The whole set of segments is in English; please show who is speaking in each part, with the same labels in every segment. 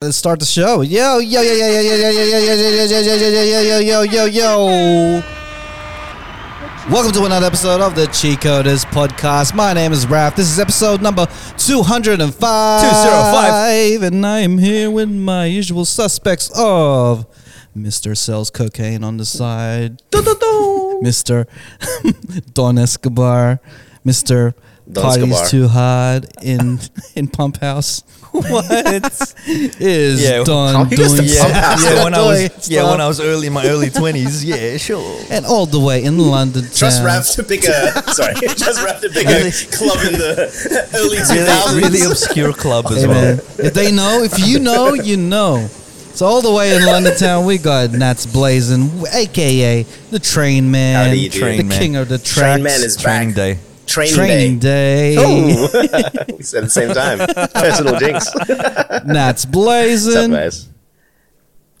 Speaker 1: Let's start the show. Yo, yo, yo, yo, yo, yo, yo, yo, yo, yo, yo, yo, yo, yo, yo, yo, yo, yo, yo, yo. Welcome to another episode of the Cheat Coders Podcast. My name is Raph. This is episode number 205.
Speaker 2: 205.
Speaker 1: And I am here with my usual suspects of Mr. Sells Cocaine on the Side, Mr. Don Escobar, Mr.
Speaker 3: Don
Speaker 1: Party's
Speaker 3: Escobar.
Speaker 1: Too Hard in, in Pump House.
Speaker 2: What?
Speaker 1: is
Speaker 2: Yeah,
Speaker 3: how
Speaker 1: Don
Speaker 3: he does
Speaker 1: doing
Speaker 3: the
Speaker 1: some-
Speaker 2: yeah, yeah, when I was yeah,
Speaker 1: stuff.
Speaker 2: when I was early in my early twenties. Yeah, sure.
Speaker 1: and all the way in London
Speaker 3: Just
Speaker 1: town.
Speaker 3: Raph to pick a sorry. Just Raph to pick
Speaker 2: Really?
Speaker 3: a club in the early two
Speaker 2: Really, really
Speaker 3: thousands.
Speaker 2: obscure club as
Speaker 1: Hey, man,
Speaker 2: well.
Speaker 1: if they know, if you know, you know. So all the way in London town, we got Nats Blazing, aka the Train Man,
Speaker 3: Howdy, dude.
Speaker 1: the
Speaker 2: Train Man.
Speaker 1: King of the Tracks,
Speaker 3: Train Man is
Speaker 2: Training
Speaker 3: back.
Speaker 2: day.
Speaker 3: Training,
Speaker 1: Training
Speaker 3: day.
Speaker 1: Day,
Speaker 3: Ooh. we said at the same time. Personal jinx. Oh.
Speaker 1: Nats
Speaker 3: What's up,
Speaker 1: Blazing.
Speaker 3: guys?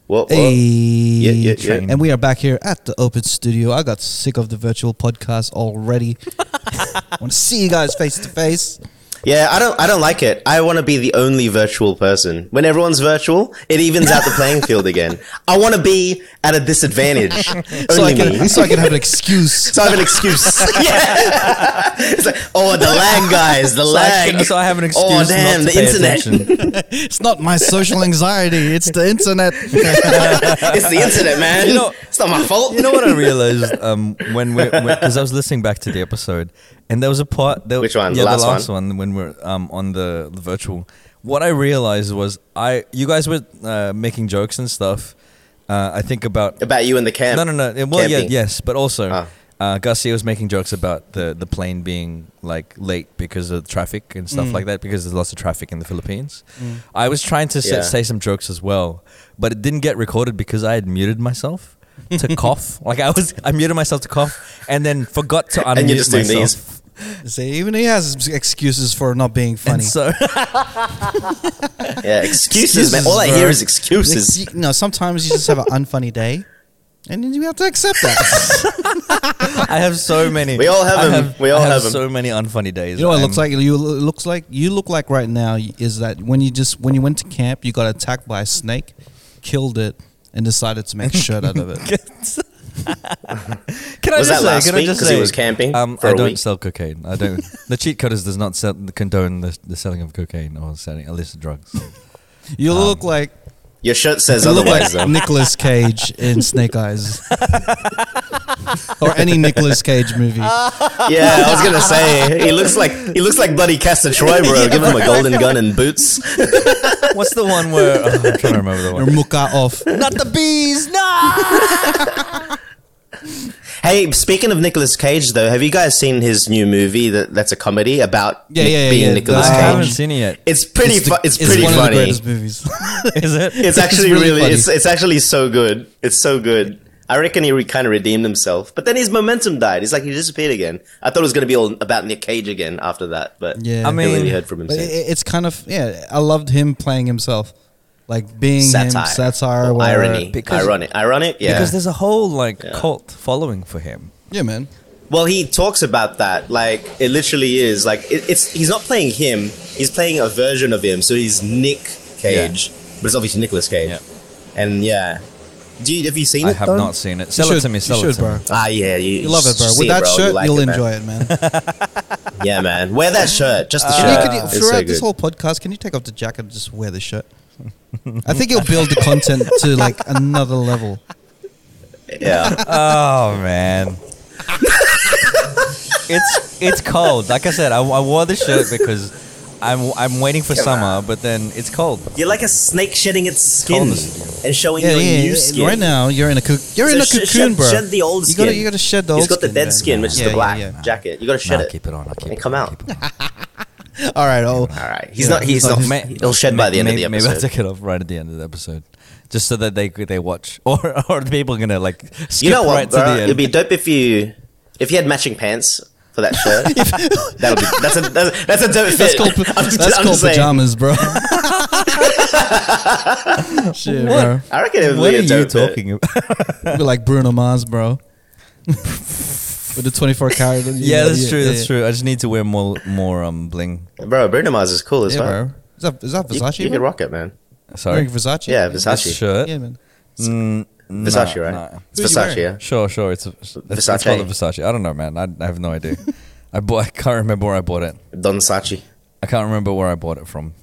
Speaker 3: Whoa, whoa.
Speaker 1: Hey.
Speaker 3: yeah, yeah.
Speaker 1: And we are back here at the open studio. I got sick of the virtual podcast already. I want to see you guys face to face.
Speaker 3: Yeah, I don't. I don't like it. I want to be the only virtual person. When everyone's virtual, it evens out the playing field again. I want to be at a disadvantage.
Speaker 1: So I
Speaker 3: only
Speaker 1: can,
Speaker 3: me.
Speaker 1: so I can have an excuse.
Speaker 3: So I have an excuse. yeah. It's like, oh, the lag, guys. The
Speaker 2: So I,
Speaker 3: lag.
Speaker 2: can, so I have an excuse.
Speaker 3: Oh, damn,
Speaker 2: not to
Speaker 3: the
Speaker 2: pay
Speaker 3: internet.
Speaker 2: attention.
Speaker 1: It's not my social anxiety. It's the internet.
Speaker 3: it's the internet, man.
Speaker 2: You know-
Speaker 3: it's not my fault.
Speaker 2: You know what I realized um, when we because I was listening back to the episode, and there was a part. There,
Speaker 3: Which one? The
Speaker 2: Yeah,
Speaker 3: last
Speaker 2: the last one. when we're um, on the, the virtual. What I realized was I you guys were uh, making jokes and stuff. Uh, I think about
Speaker 3: about you and the camp.
Speaker 2: No, no, no. Yeah, Well, yeah,
Speaker 3: Camping.
Speaker 2: yes, but also,
Speaker 3: Ah.
Speaker 2: uh, Garcia was making jokes about the the plane being like late because of traffic and
Speaker 1: Mm.
Speaker 2: stuff like that because there's lots of traffic in the Philippines. I was trying to say,
Speaker 3: Yeah.
Speaker 2: say some jokes as well, but it didn't get recorded because I had muted myself to cough. Like I was, I muted myself to cough and then forgot to unmute
Speaker 3: And you're just doing
Speaker 2: myself.
Speaker 3: these.
Speaker 1: See, even he has excuses for not being
Speaker 2: And
Speaker 1: funny.
Speaker 2: so
Speaker 3: Yeah, excuses, man. All I hear is excuses.
Speaker 1: Ex- no, sometimes you just have an unfunny day, and then you have to accept that.
Speaker 2: I have so many.
Speaker 3: We all have
Speaker 2: I
Speaker 3: 'em. We all
Speaker 2: I
Speaker 3: have 'em.
Speaker 2: so many unfunny days.
Speaker 1: you know what it
Speaker 2: I'm-
Speaker 1: looks like? You it looks like you look like right now is that when you just when you went to camp, you got attacked by a snake, killed it, and decided to make a shirt out of it.
Speaker 2: Can I
Speaker 3: Was
Speaker 2: just
Speaker 3: that last
Speaker 2: say? Can I
Speaker 3: week?
Speaker 2: just
Speaker 3: 'Cause he
Speaker 2: say?
Speaker 3: was camping
Speaker 2: Um,
Speaker 3: for
Speaker 2: I
Speaker 3: a
Speaker 2: don't
Speaker 3: week.
Speaker 2: sell cocaine. I don't. the cheat coders does not sell, condone the, the selling of cocaine or selling illicit drugs.
Speaker 1: You look like
Speaker 3: Your shirt says
Speaker 1: you look like
Speaker 3: otherwise, though.
Speaker 1: Nicolas Cage in Snake Eyes, or any Nicolas Cage movie.
Speaker 2: Uh,
Speaker 3: Yeah, I was gonna say he looks like he looks like bloody Castor Troy, bro. Give him a golden gun and boots.
Speaker 2: What's the one where? Oh, I'm trying to remember the
Speaker 1: or
Speaker 2: one.
Speaker 1: muka off.
Speaker 2: Not the bees. No.
Speaker 3: Hey, speaking of Nicolas Cage, though, have you guys seen his new movie that that's a comedy about
Speaker 1: Yeah,
Speaker 3: Nic-
Speaker 1: yeah, yeah,
Speaker 3: being
Speaker 1: yeah.
Speaker 3: Nicolas
Speaker 2: I
Speaker 1: The-
Speaker 2: haven't
Speaker 3: Cage?
Speaker 2: seen it yet.
Speaker 3: It's pretty. It's,
Speaker 1: the-
Speaker 3: it's pretty
Speaker 1: one of the
Speaker 3: funny.
Speaker 1: greatest movies.
Speaker 2: Is it?
Speaker 3: It's actually
Speaker 1: really
Speaker 3: really.
Speaker 1: funny.
Speaker 3: It's it's actually so good. It's so good. I reckon he re- kind of redeemed himself, but then his momentum died. He's like he disappeared again. I thought it was gonna be all about Nick Cage again after that, but
Speaker 1: Yeah. I
Speaker 3: I
Speaker 2: mean,
Speaker 3: mean, really heard from him.
Speaker 1: But
Speaker 3: since.
Speaker 1: it, it's kind of yeah. I loved him playing himself, like being
Speaker 3: satire,
Speaker 1: him, satire,
Speaker 3: Or
Speaker 1: whatever.
Speaker 3: irony,
Speaker 2: because-
Speaker 3: ironic, ironic. Yeah.
Speaker 2: Because there's a whole like cult following for him.
Speaker 1: Yeah, man.
Speaker 3: well, he talks about that. Like it literally is. Like it, it's he's not playing him. He's playing a version of him. So he's Nick Cage, but it's obviously Nicolas Cage.
Speaker 2: Yeah.
Speaker 3: And yeah, do you, have you seen
Speaker 2: I
Speaker 3: it?
Speaker 2: have
Speaker 3: Don?
Speaker 2: not seen it. Sell
Speaker 1: you
Speaker 2: it to
Speaker 1: should,
Speaker 2: me. Sell
Speaker 1: you
Speaker 2: it
Speaker 1: should,
Speaker 2: to
Speaker 1: bro.
Speaker 2: me.
Speaker 3: Ah, yeah, you,
Speaker 1: You love it, bro.
Speaker 3: see
Speaker 1: With that
Speaker 3: bro. You
Speaker 1: shirt,
Speaker 3: like
Speaker 1: you'll
Speaker 3: it, man.
Speaker 1: enjoy it, man.
Speaker 3: Yeah, man. Wear that shirt. Just the shirt.
Speaker 1: And you could, e,
Speaker 3: It's
Speaker 1: throughout
Speaker 3: so
Speaker 1: this
Speaker 3: good.
Speaker 1: whole podcast, can you take off the jacket and just wear the shirt? I think you'll build the content to like another level.
Speaker 3: yeah.
Speaker 2: Oh man. it's it's cold. Like I said, I, I wore the shirt because I'm I'm waiting for summer, but then it's cold.
Speaker 3: You're like a snake shedding its skin
Speaker 2: Colonist.
Speaker 3: and showing
Speaker 1: Yeah,
Speaker 3: your
Speaker 1: yeah.
Speaker 3: new
Speaker 1: yeah.
Speaker 3: skin.
Speaker 1: Right now, you're in a cook. You're in a
Speaker 3: So sh-
Speaker 1: cocoon,
Speaker 3: shed-
Speaker 1: bro.
Speaker 3: shed the old
Speaker 1: you gotta,
Speaker 3: skin.
Speaker 1: you gotta shed the
Speaker 3: He's
Speaker 1: old.
Speaker 3: got the dead
Speaker 1: man.
Speaker 3: skin, which is
Speaker 1: Yeah,
Speaker 3: the
Speaker 1: yeah,
Speaker 3: black
Speaker 1: yeah.
Speaker 3: jacket. You gotta shed
Speaker 2: Nah,
Speaker 3: it.
Speaker 2: keep it on. I'll keep
Speaker 3: And
Speaker 2: it
Speaker 3: come
Speaker 2: on, I'll
Speaker 3: out.
Speaker 2: keep it on.
Speaker 1: All right. Oh,
Speaker 3: All right. He's not. He's
Speaker 2: Oh,
Speaker 3: not.
Speaker 2: may-
Speaker 3: he'll shed by the end
Speaker 2: may-
Speaker 3: of the
Speaker 2: Maybe I'll
Speaker 3: episode.
Speaker 2: take it off right at the end of the episode, just so that they they watch, or or people are gonna like skip
Speaker 3: You know what,
Speaker 2: right
Speaker 3: bro?
Speaker 2: to the
Speaker 3: It'd
Speaker 2: end.
Speaker 3: be dope if you if you had matching pants for that shirt. That'll be that's a that's, that's a dope fit.
Speaker 1: That's called,
Speaker 3: I'm just-
Speaker 1: that's
Speaker 3: I'm
Speaker 1: called
Speaker 3: just saying.
Speaker 1: pajamas, bro. Shit, bro.
Speaker 3: I reckon it would
Speaker 2: what
Speaker 3: be
Speaker 2: are
Speaker 3: a
Speaker 2: you
Speaker 3: dope fit.
Speaker 2: talking about?
Speaker 1: Be like Bruno Mars, bro. With the 24 karat.
Speaker 2: yeah, that's true. That's true. I just need to wear more more um bling.
Speaker 3: bro? Bruno Mars is cool as
Speaker 1: Yeah,
Speaker 3: well.
Speaker 1: bro. Is that, is that
Speaker 3: You,
Speaker 1: Versace?
Speaker 3: you could
Speaker 1: bro?
Speaker 3: rock it, man.
Speaker 2: Sorry.
Speaker 1: Wearing Versace.
Speaker 3: Yeah, Versace.
Speaker 2: This shirt.
Speaker 1: Yeah, man.
Speaker 2: Mm,
Speaker 3: Versace,
Speaker 2: nah,
Speaker 3: right?
Speaker 2: nah.
Speaker 3: It's
Speaker 1: Who you
Speaker 3: Versace,
Speaker 1: wearing?
Speaker 3: yeah.
Speaker 2: Sure, sure. It's, it's It's
Speaker 3: Versace.
Speaker 2: called a Versace. I don't know, man. I, I have no idea. I bought. I can't remember where I bought it.
Speaker 3: Don Sachi.
Speaker 2: I can't remember where I bought it from.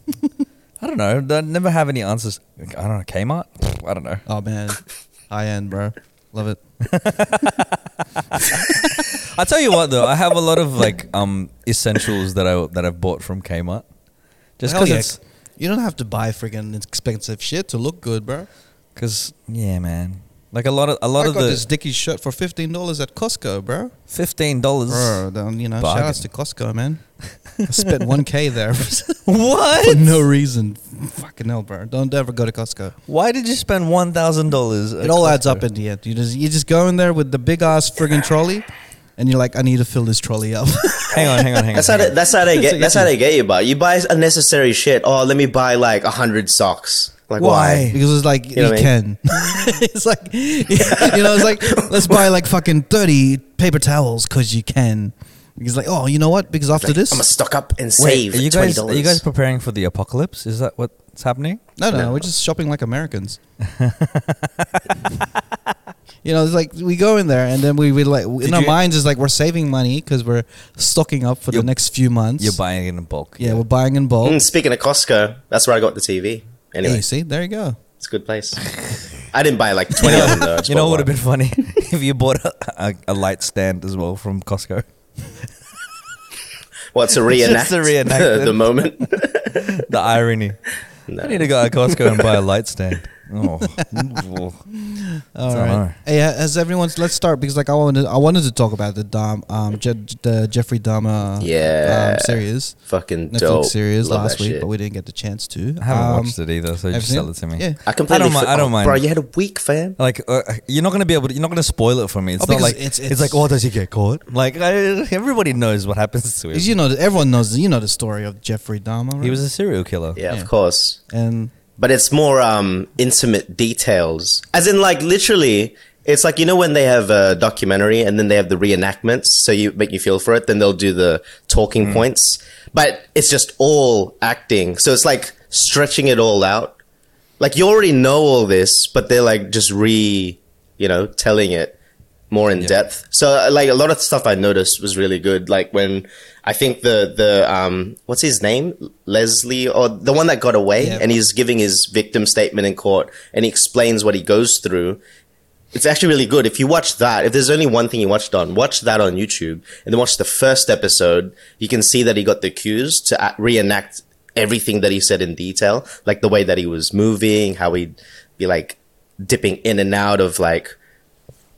Speaker 2: I don't know. I never have any answers. I don't know. Kmart. Pfft, I don't know.
Speaker 1: Oh man, high end, bro. Love it.
Speaker 2: I tell you what, though, I have a lot of like um essentials that I that I've bought from Kmart. Just
Speaker 1: Hell
Speaker 2: because
Speaker 1: yeah.
Speaker 2: it's
Speaker 1: You don't have to buy freaking expensive shit to look good, bro.
Speaker 2: because yeah, man. Like a lot of a lot
Speaker 1: I
Speaker 2: of
Speaker 1: got
Speaker 2: the
Speaker 1: this Dickie shirt for fifteen dollars at Costco, bro.
Speaker 2: fifteen dollars.
Speaker 1: Bro, then, you know, shout
Speaker 2: bargain.
Speaker 1: outs to Costco, man. I spent one k there for
Speaker 2: What?
Speaker 1: no reason. Fucking hell, bro. Don't ever go to Costco.
Speaker 2: Why did you spend one thousand dollars?
Speaker 1: It all adds up in the end. You just you just go in there with the big ass friggin' trolley, and you're like, I need to fill this trolley up.
Speaker 2: Hang on, hang on, hang on.
Speaker 3: That's how
Speaker 2: hang
Speaker 3: they,
Speaker 2: on.
Speaker 3: that's how they
Speaker 1: a
Speaker 3: get that's how
Speaker 1: yucky.
Speaker 3: they get you, but you buy unnecessary shit. Oh, let me buy like a hundred socks. Like why?
Speaker 1: Because it's like you,
Speaker 3: know what I
Speaker 1: can. it's like you know, it's like let's buy like fucking thirty paper towels because you can. Because like, oh, you know what? Because after
Speaker 3: Like,
Speaker 1: this,
Speaker 3: I'm gonna stock up and
Speaker 2: Wait,
Speaker 3: save
Speaker 2: are you
Speaker 3: twenty
Speaker 2: guys are
Speaker 3: dollars.
Speaker 2: you guys preparing for the apocalypse? Is that what's happening?
Speaker 1: No, no,
Speaker 3: No.
Speaker 1: we're just shopping like Americans. you know, it's like we go in there and then we, we like in
Speaker 2: Did
Speaker 1: our
Speaker 2: you-
Speaker 1: minds is like we're saving money because we're stocking up for the
Speaker 2: You're-
Speaker 1: next few months.
Speaker 2: You're buying it in bulk.
Speaker 1: yeah, we're buying in bulk.
Speaker 3: Mm, speaking of Costco, that's where I got the TV. Anyway,
Speaker 1: Hey, see, there you go.
Speaker 3: it's a good place. I didn't buy like twenty of them though. I just
Speaker 2: You know
Speaker 3: bought
Speaker 2: what would have
Speaker 3: one.
Speaker 2: been funny if you bought a, a, a light stand as well from Costco.
Speaker 3: What's a
Speaker 2: Just
Speaker 3: reenact?
Speaker 2: a reenactment.
Speaker 3: the moment.
Speaker 2: The irony. I need to go to Costco and buy a light stand. Oh,
Speaker 1: All
Speaker 2: So,
Speaker 1: right.
Speaker 2: all right.
Speaker 1: Hey, ha- has everyone? Let's start because like I wanted, I wanted to talk about the Dom, um, Je- the Jeffrey Dahmer,
Speaker 3: Yeah.
Speaker 1: um, series,
Speaker 3: Fucking
Speaker 1: Netflix
Speaker 3: dope.
Speaker 1: series
Speaker 3: Love
Speaker 1: last
Speaker 3: that
Speaker 1: week,
Speaker 3: shit.
Speaker 1: but we didn't get the chance to.
Speaker 2: I haven't
Speaker 1: Um,
Speaker 2: watched it either, so
Speaker 1: have
Speaker 2: just
Speaker 1: you
Speaker 2: sell
Speaker 1: seen
Speaker 2: it to me.
Speaker 1: Yeah.
Speaker 3: I completely.
Speaker 2: I don't mi-
Speaker 3: for-
Speaker 2: I don't
Speaker 3: oh,
Speaker 2: mind.
Speaker 3: bro. You had a week, fam.
Speaker 2: Like uh, you're not gonna be able to. You're not gonna spoil it for me.
Speaker 1: Oh,
Speaker 2: It's not
Speaker 1: because
Speaker 2: like
Speaker 1: it's-
Speaker 2: it's,
Speaker 1: it's-
Speaker 2: like oh, does he get caught? Like I, everybody knows what happens to him.
Speaker 1: 'Cause You know, everyone knows. You know the story of Jeffrey Dahmer. Right?
Speaker 2: He was a serial killer.
Speaker 3: Yeah,
Speaker 1: Yeah.
Speaker 3: of course.
Speaker 1: and
Speaker 3: But it's more um intimate details, as in like literally. It's like you know when they have a documentary and then they have the reenactments, so you make you feel for it. Then they'll do the talking points, but it's just all acting. So it's like stretching it all out. Like you already know all this, but they're like just re, you know, telling it more in depth. So uh, like a lot of stuff I noticed was really good. Like when I think the the um what's his name Leslie or the one that got away
Speaker 1: Yeah.
Speaker 3: and he's giving his victim statement in court and he explains what he goes through. It's actually really good. If you watch that, if there's only one thing you watched on, watch that on YouTube and then watch the first episode. You can see that he got the cues to act- reenact everything that he said in detail, like the way that he was moving, how he'd be like dipping in and out of like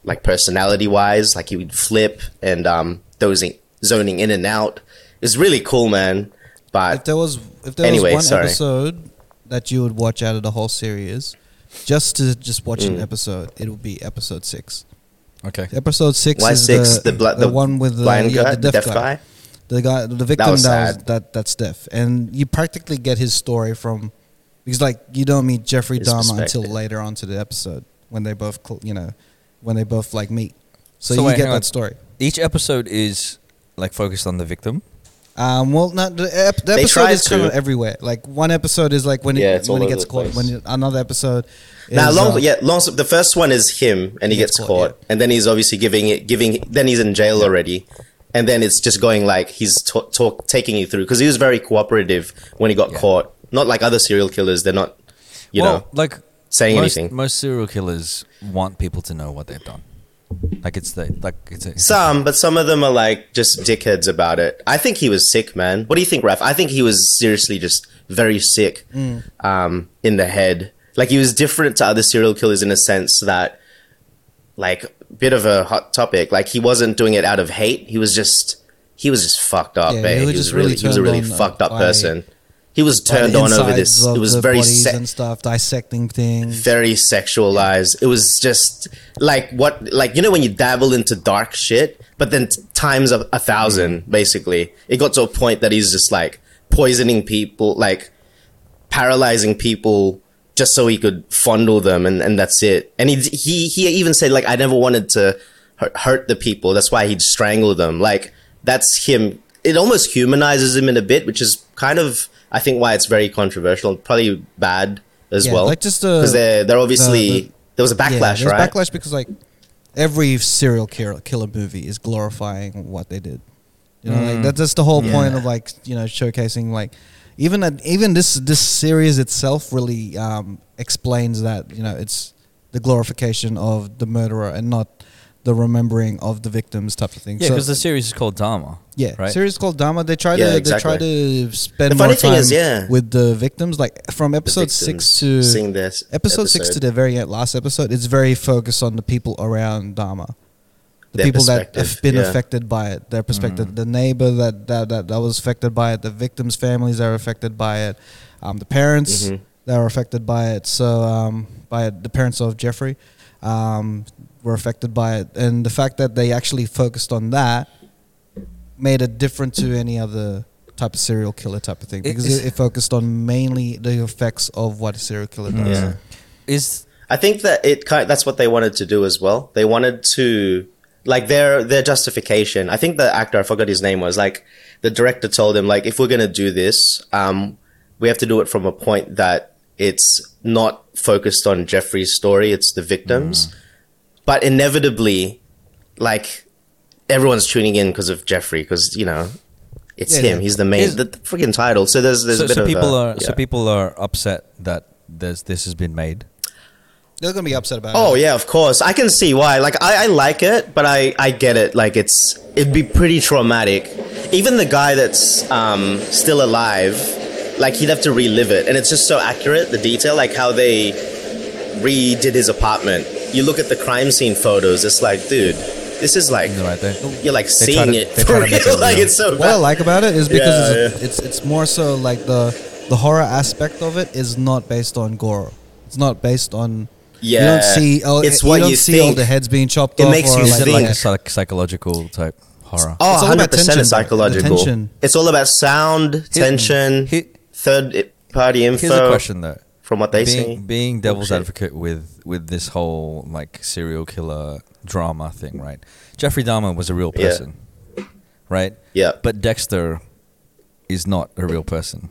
Speaker 3: like personality wise, like he would flip and um dozing zoning in and out. It's really cool, man.
Speaker 1: if
Speaker 3: But
Speaker 1: there was if there
Speaker 3: Anyway,
Speaker 1: was one
Speaker 3: sorry.
Speaker 1: episode that you would watch out of the whole series, just to just watch
Speaker 3: Mm.
Speaker 1: an episode, it would be episode six.
Speaker 2: Okay.
Speaker 1: Episode six
Speaker 3: why
Speaker 1: is
Speaker 3: six?
Speaker 1: the,
Speaker 3: The, bla- the
Speaker 1: one with the,
Speaker 3: blind
Speaker 1: yeah,
Speaker 3: guy,
Speaker 1: the deaf, guy. the guy, the victim that,
Speaker 3: was
Speaker 1: was
Speaker 3: sad.
Speaker 1: that that's deaf, and you practically get his story from because like you don't meet Jeffrey
Speaker 3: His
Speaker 1: Dahmer until
Speaker 3: perspective.
Speaker 1: later on to the episode when they both cl- you know when they both like meet, so,
Speaker 2: So
Speaker 1: you
Speaker 2: wait,
Speaker 1: get
Speaker 2: hang
Speaker 1: that
Speaker 2: on.
Speaker 1: story.
Speaker 2: Each episode is like focused on the victim.
Speaker 1: Um, well, not the, ep- the
Speaker 3: They
Speaker 1: episode
Speaker 3: tried
Speaker 1: is kind of
Speaker 3: to.
Speaker 1: everywhere. Like one episode is like when it,
Speaker 3: Yeah, it's
Speaker 1: when
Speaker 3: all
Speaker 1: it
Speaker 3: over
Speaker 1: gets
Speaker 3: the
Speaker 1: caught.
Speaker 3: place.
Speaker 1: When it, another episode, is,
Speaker 3: Now, long,
Speaker 1: uh,
Speaker 3: yeah, long. The first one is him, and he, gets, caught, and then he's obviously giving it, giving. Then he's in jail already, and then it's just going like he's talk, talk taking you through because he was very cooperative when he got
Speaker 2: Yeah.
Speaker 3: caught. Not like other serial killers; they're not, you
Speaker 2: well,
Speaker 3: know.
Speaker 2: like
Speaker 3: saying
Speaker 2: most,
Speaker 3: anything.
Speaker 2: Most serial killers want people to know what they've done. Like it's the like it's a, it's a-
Speaker 3: Some, but some of them are like just dickheads about it. I think he was sick, man. What do you think, Raf? I think he was seriously just very sick um, in the head. Like he was different to other serial killers in a sense that, like, bit of a hot topic. Like he wasn't doing it out of hate. He was just he was just fucked up,
Speaker 1: Yeah,
Speaker 3: man.
Speaker 1: he
Speaker 3: He
Speaker 1: was
Speaker 3: was,
Speaker 1: just
Speaker 3: really,
Speaker 1: really
Speaker 3: he was a really
Speaker 1: turned on
Speaker 3: fucked up
Speaker 1: by-
Speaker 3: person. He was
Speaker 1: by the
Speaker 3: turned on over
Speaker 1: insides
Speaker 3: this.
Speaker 1: of
Speaker 3: It was
Speaker 1: the
Speaker 3: very
Speaker 1: bodies
Speaker 3: sick
Speaker 1: and stuff, dissecting things.
Speaker 3: very sexualized. It was just like what, like you know, when you dabble into dark shit, but then t- times a, a thousand. Basically, it got to a point that he's just like poisoning people, like paralyzing people, just so he could fondle them, and and that's it. And he he he even said like I never wanted to hu- hurt the people. That's why he'd strangle them. Like that's him. It almost humanizes him in a bit, which is kind of I think why it's very controversial. Probably bad as
Speaker 1: Yeah,
Speaker 3: well.
Speaker 1: like just, uh,
Speaker 3: because they're they're obviously
Speaker 1: the- the-
Speaker 3: there was a
Speaker 1: Yeah,
Speaker 3: backlash,
Speaker 1: there's
Speaker 3: right?
Speaker 1: Backlash because like every serial killer, killer movie is glorifying what they did. You know, like that, that's the whole point of
Speaker 3: Mm. Yeah.
Speaker 1: like you know showcasing like even a, even this this series itself really um, explains that you know it's the glorification of the murderer and not the remembering of the victims type of thing.
Speaker 2: Yeah,
Speaker 1: So-
Speaker 2: because the series is called Dharma.
Speaker 1: yeah,
Speaker 2: right.
Speaker 1: series called Dharma. They try
Speaker 3: Yeah,
Speaker 1: to
Speaker 3: exactly.
Speaker 1: they try to spend
Speaker 3: The funny
Speaker 1: more
Speaker 3: thing
Speaker 1: time
Speaker 3: is, yeah.
Speaker 1: with the victims. Like from
Speaker 3: The
Speaker 1: episode
Speaker 3: victims
Speaker 1: six to
Speaker 3: seeing their s-
Speaker 1: episode, six to the very end- last episode, it's very focused on the people around Dharma. The
Speaker 3: Their
Speaker 1: people that
Speaker 3: perspective,
Speaker 1: have been
Speaker 3: yeah.
Speaker 1: affected by it, their perspective, the neighbor that, that, that, that was affected by it, the victims' families that are affected by it, um, the parents
Speaker 3: Mhm.
Speaker 1: that were affected by it. So um, by it, the parents of Jeffrey um, were affected by it, and the fact that they actually focused on that made it different to any other type of serial killer type of thing
Speaker 2: It-
Speaker 1: because
Speaker 2: it's-
Speaker 1: it, it focused on mainly the effects of what a serial killer does.
Speaker 3: Yeah.
Speaker 2: Is
Speaker 3: I think that it kind that's what they wanted to do as well. They wanted to like their their justification. I think the actor I forgot his name was like the director told him like if we're gonna do this, um, we have to do it from a point that it's not focused on Jeffrey's story. It's the
Speaker 2: Mm.
Speaker 3: victims, but inevitably, like everyone's tuning in because of Jeffrey because you know. It's
Speaker 1: Yeah,
Speaker 3: him.
Speaker 1: yeah.
Speaker 3: He's the main,
Speaker 2: Is-
Speaker 3: the, the freaking title. So there's there's
Speaker 2: so,
Speaker 3: a bit
Speaker 2: so
Speaker 3: of
Speaker 2: people
Speaker 3: a,
Speaker 2: are so
Speaker 3: yeah.
Speaker 2: people are upset that there's this has been made.
Speaker 1: They're gonna be upset about
Speaker 3: Oh
Speaker 1: it.
Speaker 3: yeah, of course. I can see why. Like I, I like it, but I, I get it. Like it's it'd be pretty traumatic. Even the guy that's um, still alive, like he'd have to relive it, and it's just so accurate. The detail, like how they redid his apartment. You look at the crime scene photos. It's like, dude, this is like
Speaker 2: Right there.
Speaker 3: you're like
Speaker 2: They try
Speaker 3: seeing
Speaker 2: to-
Speaker 3: it
Speaker 2: they
Speaker 3: for
Speaker 2: try to make it
Speaker 3: real. Like
Speaker 2: real.
Speaker 3: it's so
Speaker 1: What I
Speaker 3: bad.
Speaker 1: like about it is because
Speaker 3: Yeah,
Speaker 1: it's, it's it's more so like the the horror aspect of it is not based on gore. It's not based on you
Speaker 3: Yeah.
Speaker 1: don't see oh,
Speaker 3: It's
Speaker 1: it's you
Speaker 3: what
Speaker 1: don't
Speaker 3: you
Speaker 1: see all
Speaker 3: think.
Speaker 1: the heads being chopped
Speaker 3: It
Speaker 1: off
Speaker 3: makes
Speaker 1: or
Speaker 3: you
Speaker 2: Is
Speaker 1: like,
Speaker 2: it like
Speaker 3: think.
Speaker 2: a psych- psychological type horror?
Speaker 3: Oh,
Speaker 1: It's all about
Speaker 3: 100%
Speaker 1: tension,
Speaker 3: it's
Speaker 1: though. The
Speaker 3: psychological.
Speaker 1: tension.
Speaker 3: It's all about sound, tension,
Speaker 2: he-
Speaker 3: third party info.
Speaker 2: Here's a question though.
Speaker 3: From what they see.
Speaker 2: being, being devil's
Speaker 3: shit.
Speaker 2: advocate with with this whole like serial killer drama thing, right? Jeffrey Dahmer was a real
Speaker 3: Yeah.
Speaker 2: person, right?
Speaker 3: Yeah.
Speaker 2: But Dexter is not a real person.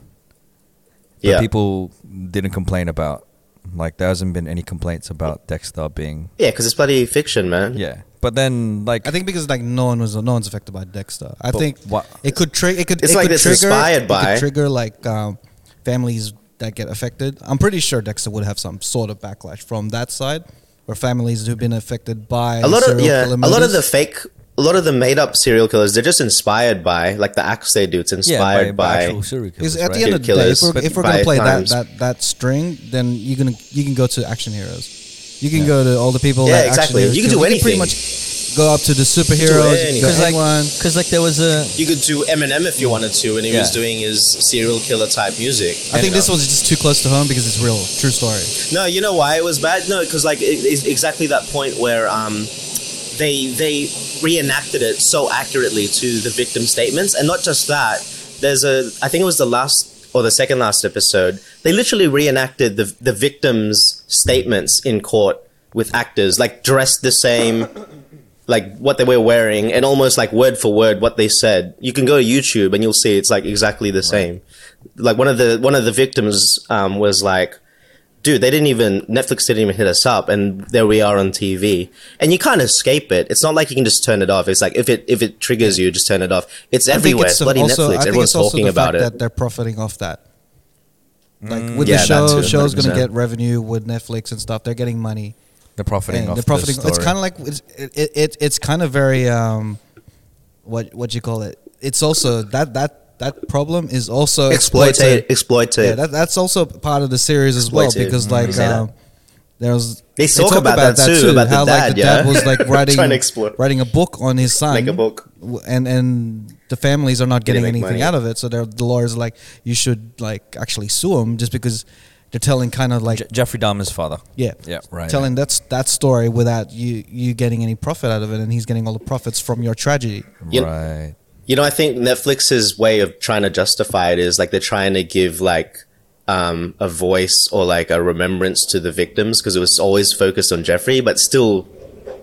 Speaker 2: But
Speaker 3: yeah.
Speaker 2: people didn't complain about like there hasn't been any complaints about Dexter being
Speaker 3: Yeah, because it's bloody fiction, man.
Speaker 2: yeah. But then like
Speaker 1: I think because like no one was no one's affected by Dexter. I
Speaker 2: But
Speaker 1: think
Speaker 2: what-
Speaker 1: it could trigger. It could.
Speaker 3: It's
Speaker 1: it
Speaker 3: like
Speaker 1: could
Speaker 3: it's
Speaker 1: trigger,
Speaker 3: inspired
Speaker 1: it
Speaker 3: by-
Speaker 1: could trigger like um, families that get affected. I'm pretty sure Dexter would have some sort of backlash from that side, or families who've been affected by
Speaker 3: A lot of
Speaker 1: serial
Speaker 3: yeah,
Speaker 1: killer
Speaker 3: a lot of the
Speaker 1: murders.
Speaker 3: fake, a lot of the made up serial killers. They're just inspired by like the acts they do. It's inspired
Speaker 2: yeah, by, by
Speaker 3: by,
Speaker 2: actual serial killers,
Speaker 1: Is at
Speaker 2: right?
Speaker 1: the end of the day, if
Speaker 3: Killers,
Speaker 1: we're,
Speaker 3: but
Speaker 1: if we're
Speaker 3: by
Speaker 1: gonna play that,
Speaker 3: times.
Speaker 1: that that string, then you're gonna you can go to action heroes. You can go to all the people.
Speaker 3: Yeah,
Speaker 1: that
Speaker 3: exactly.
Speaker 1: Action heroes
Speaker 3: You can
Speaker 1: do.
Speaker 3: do
Speaker 1: pretty
Speaker 3: anything.
Speaker 1: much go up to the superheroes. You can
Speaker 2: because
Speaker 1: go
Speaker 2: like
Speaker 1: anyone.
Speaker 2: because like there was a
Speaker 3: You could do Eminem if you wanted to, and he was
Speaker 2: Yeah.
Speaker 3: doing his serial killer type music.
Speaker 1: I think this was just too close to home because it's real, true story.
Speaker 3: No, you know why it was bad? No, because like it, it's exactly that point where um, they they reenacted it so accurately to the victim statements, and not just that. There's a I think it was the last or the second last episode. They literally reenacted the the victims' statements in court with actors like dressed the same. Like what they were wearing, and almost like word for word what they said. You can go to YouTube and you'll see it's like exactly the same. Like one of the one of the victims um, was like, dude, they didn't even Netflix didn't even hit us up, and there we are on TV. And you can't escape it. It's not like you can just turn it off. It's like if it if it triggers you, just turn it off. It's
Speaker 1: I think
Speaker 3: everywhere.
Speaker 1: it's
Speaker 3: Bloody
Speaker 1: also- I
Speaker 3: Netflix.
Speaker 1: think
Speaker 3: Everyone's
Speaker 1: it's also
Speaker 3: talking
Speaker 1: the
Speaker 3: about
Speaker 1: fact
Speaker 3: it.
Speaker 1: that they're profiting off that.
Speaker 2: Mm.
Speaker 1: Like with
Speaker 3: Yeah,
Speaker 1: the
Speaker 3: that
Speaker 1: show,
Speaker 3: too,
Speaker 1: show's going to
Speaker 3: 100%.
Speaker 1: get revenue with Netflix and stuff. They're getting money.
Speaker 2: the profiting
Speaker 1: And
Speaker 2: of
Speaker 1: they're profiting.
Speaker 2: The
Speaker 1: It's kind of like it's it, it, it it's kind of very um, what what you call it? It's also that that that problem is also
Speaker 3: exploit
Speaker 1: exploited.
Speaker 3: it. Exploit
Speaker 1: Yeah,
Speaker 3: it.
Speaker 1: that, that's also part of the series as well
Speaker 3: Exploited.
Speaker 1: because
Speaker 3: Mhm.
Speaker 1: like
Speaker 3: Say that.
Speaker 1: um, there was
Speaker 3: They talk about that too, about the
Speaker 1: how like
Speaker 3: dad,
Speaker 1: the dad
Speaker 3: yeah?
Speaker 1: was like writing
Speaker 3: Trying to explore.
Speaker 1: writing a book on his son,
Speaker 3: Like a book.
Speaker 1: w- and and the families are not getting
Speaker 3: make
Speaker 1: anything
Speaker 3: money.
Speaker 1: out of it. So they're- the lawyers are like you should like actually sue him just because they're telling kind of like
Speaker 2: Je- Jeffrey Dahmer's father.
Speaker 1: yeah
Speaker 2: Yeah, right.
Speaker 1: telling that's that story without you you getting any profit out of it, and he's getting all the profits from your tragedy.
Speaker 3: You-
Speaker 2: right.
Speaker 3: You know, I think Netflix's way of trying to justify it is like they're trying to give like um, a voice or like a remembrance to the victims because it was always focused on Jeffrey, but still,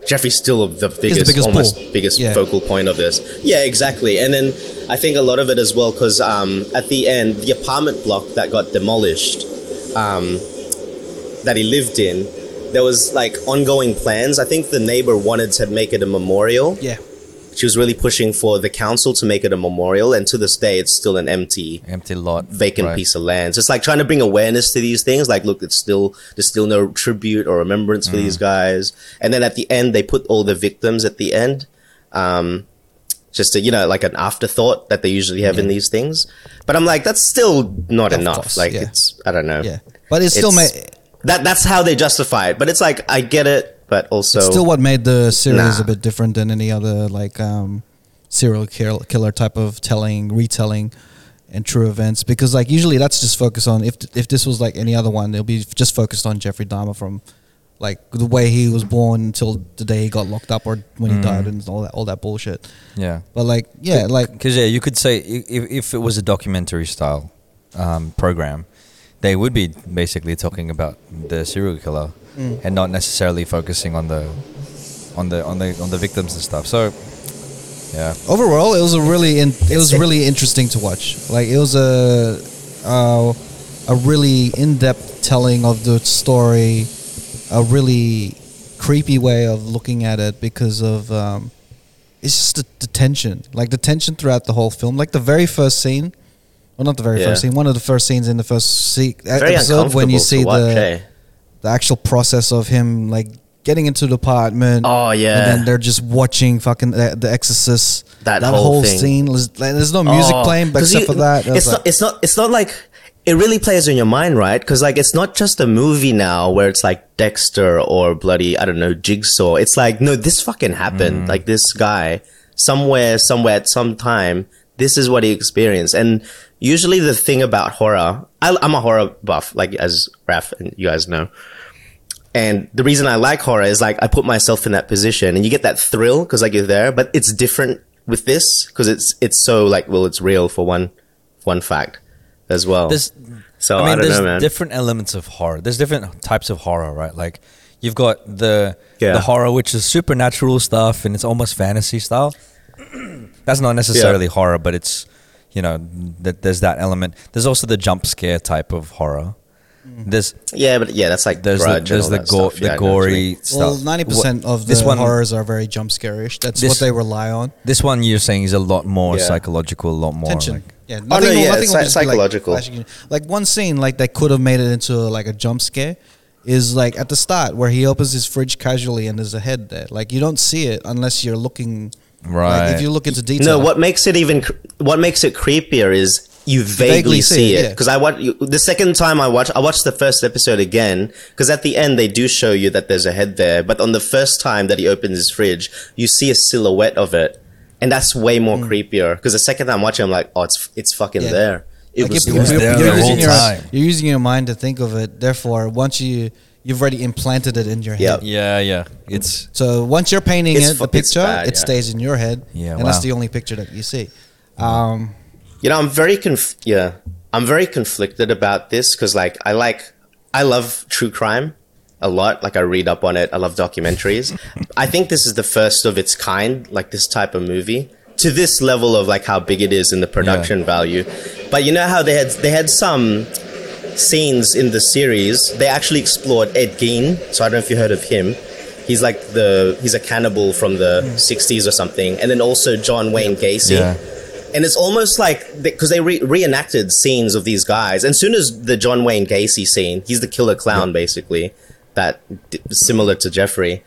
Speaker 3: Jeffrey's still the biggest,
Speaker 1: biggest
Speaker 3: almost
Speaker 1: pull.
Speaker 3: biggest
Speaker 1: Yeah.
Speaker 3: focal point of this. Yeah, exactly. And then I think a lot of it as well because um, at the end, the apartment block that got demolished. Um, that he lived in, there was like ongoing plans. I think the neighbor wanted to make it a memorial.
Speaker 1: Yeah.
Speaker 3: She was really pushing for the council to make it a memorial, and to this day, it's still an empty
Speaker 2: Empty lot.
Speaker 3: vacant
Speaker 2: right.
Speaker 3: piece of land. So it's like trying to bring awareness to these things. Like, look, it's still there's still no tribute or remembrance for
Speaker 1: Mm.
Speaker 3: these guys. And then at the end, they put all the victims at the end, um, just to you know, like an afterthought that they usually have in these things. But I'm like, that's still not
Speaker 1: Of
Speaker 3: enough.
Speaker 1: course,
Speaker 3: like,
Speaker 1: yeah.
Speaker 3: it's I don't know.
Speaker 1: Yeah. But it's still
Speaker 3: It's-
Speaker 1: ma-
Speaker 3: that that's how they justify it. But it's like I get it, but also
Speaker 1: it's still what made the series
Speaker 3: Nah.
Speaker 1: a bit different than any other like um, serial kill- killer type of telling, retelling, and true events. Because like usually that's just focused on if if this was like any other one, it'll be just focused on Jeffrey Dahmer from like the way he was born until the day he got locked up or when he died and all that all that bullshit.
Speaker 2: Yeah.
Speaker 1: But like yeah, like
Speaker 2: Because yeah, you could say i- if, if it was a documentary style um, program, they would be basically talking about the serial killer
Speaker 1: Mm.
Speaker 2: and not necessarily focusing on the on the on the on the victims and stuff. So yeah,
Speaker 1: overall it was a really in, it was really interesting to watch like it was a uh, a really in-depth telling of the story a really creepy way of looking at it because of um, it's just the, the tension like the tension throughout the whole film like the very first scene well not the very
Speaker 3: Yeah.
Speaker 1: first scene one of the first scenes in the first se- e-,
Speaker 3: very
Speaker 1: episode when
Speaker 3: uncomfortable
Speaker 1: you
Speaker 3: to
Speaker 1: see
Speaker 3: watch,
Speaker 1: the
Speaker 3: eh?
Speaker 1: the actual process of him like getting into the apartment
Speaker 3: Oh, yeah.
Speaker 1: and then they're just watching fucking the, the Exorcist.
Speaker 3: That whole thing.
Speaker 1: scene. was- like, there's no music
Speaker 3: Oh,
Speaker 1: playing, but
Speaker 3: 'cause
Speaker 1: except
Speaker 3: you-
Speaker 1: for that,
Speaker 3: It's not. It's not. It's not like it really plays in your mind, right? Because like it's not just a movie now where it's like Dexter or bloody I don't know Jigsaw. It's like no, this fucking
Speaker 1: Mm.
Speaker 3: happened. Like this guy somewhere, somewhere at some time. This is what he experienced, and usually the thing about horror. I, I'm a horror buff, like as Raf and you guys know. And the reason I like horror is like I put myself in that position and you get that thrill because like you're there, but it's different with this because it's it's so like well it's real for one one fact as well.
Speaker 2: there's
Speaker 3: so Oh, I,
Speaker 2: I mean,
Speaker 3: don't
Speaker 2: there's
Speaker 3: know, man.
Speaker 2: different elements of horror. There's different types of horror, right? Like you've got the
Speaker 3: Yeah.
Speaker 2: the horror which is supernatural stuff and it's almost fantasy style. That's not necessarily horror, but it's you know that there's that element. There's also the jump scare type of horror.
Speaker 1: Mm.
Speaker 2: There's
Speaker 3: yeah, but yeah, that's like
Speaker 2: there's the,
Speaker 3: grudge and
Speaker 2: there's
Speaker 3: all
Speaker 2: the,
Speaker 3: that
Speaker 2: go-
Speaker 3: stuff.
Speaker 2: the
Speaker 3: Yeah, I know what you
Speaker 2: gory
Speaker 3: mean.
Speaker 2: stuff.
Speaker 1: well, ninety percent
Speaker 2: What-
Speaker 1: of the horrors are very jump scarish. That's
Speaker 2: This-
Speaker 1: what they rely on.
Speaker 2: This one you're saying is a lot more
Speaker 3: Yeah.
Speaker 2: psychological, a lot more
Speaker 1: Tension.
Speaker 2: like
Speaker 1: yeah, nothing,
Speaker 3: Oh, no,
Speaker 1: will-
Speaker 3: yeah,
Speaker 1: nothing will
Speaker 3: psy-
Speaker 1: just be, like,
Speaker 3: psychological.
Speaker 1: flashing- like one scene, like that could have made it into like a jump scare, is like at the start where he opens his fridge casually and there's a head there. Like you don't see it unless you're looking. Like,
Speaker 2: Right.
Speaker 1: if you look into detail.
Speaker 3: No, what makes it even cr- what makes it creepier is you vaguely, see, it
Speaker 1: yeah.
Speaker 3: because I watch the second time I watch I watched the first episode again because at the end they do show you that there's a head there, but on the first time that he opens his fridge, you see a silhouette of it, and that's way more creepier because the second time watching I'm like, oh, it's it's fucking
Speaker 1: Yeah.
Speaker 3: there. It
Speaker 1: Like,
Speaker 3: was,
Speaker 1: if
Speaker 2: it was
Speaker 1: you're,
Speaker 3: there.
Speaker 2: there
Speaker 1: you're
Speaker 2: the
Speaker 1: using
Speaker 2: whole
Speaker 1: your,
Speaker 2: time.
Speaker 1: you're using your mind to think of it. Therefore, once you you've already implanted it in your head.
Speaker 3: Yeah.
Speaker 2: yeah, yeah. It's
Speaker 1: So once you're painting
Speaker 3: It's
Speaker 1: it, the
Speaker 3: fu- it's
Speaker 1: picture,
Speaker 3: bad,
Speaker 1: it
Speaker 3: yeah.
Speaker 1: stays in your head,
Speaker 2: Yeah,
Speaker 1: and that's
Speaker 2: wow.
Speaker 1: the only picture that you see. Um,
Speaker 3: You know, I'm very conf- yeah, I'm very conflicted about this because like I like I love true crime a lot. Like I read up on it. I love documentaries. I think this is the first of its kind, like this type of movie to this level of like how big it is in the production value. But you know how they had they had some scenes in the series. They actually explored Ed Gein. So I don't know if you heard of him. He's like the he's a cannibal from the 60s or something, and then also John Wayne Gacy
Speaker 2: Yeah.
Speaker 3: and it's almost like because they re- reenacted scenes of these guys. And soon as the John Wayne Gacy scene, he's the killer clown basically, that d- similar to Jeffrey.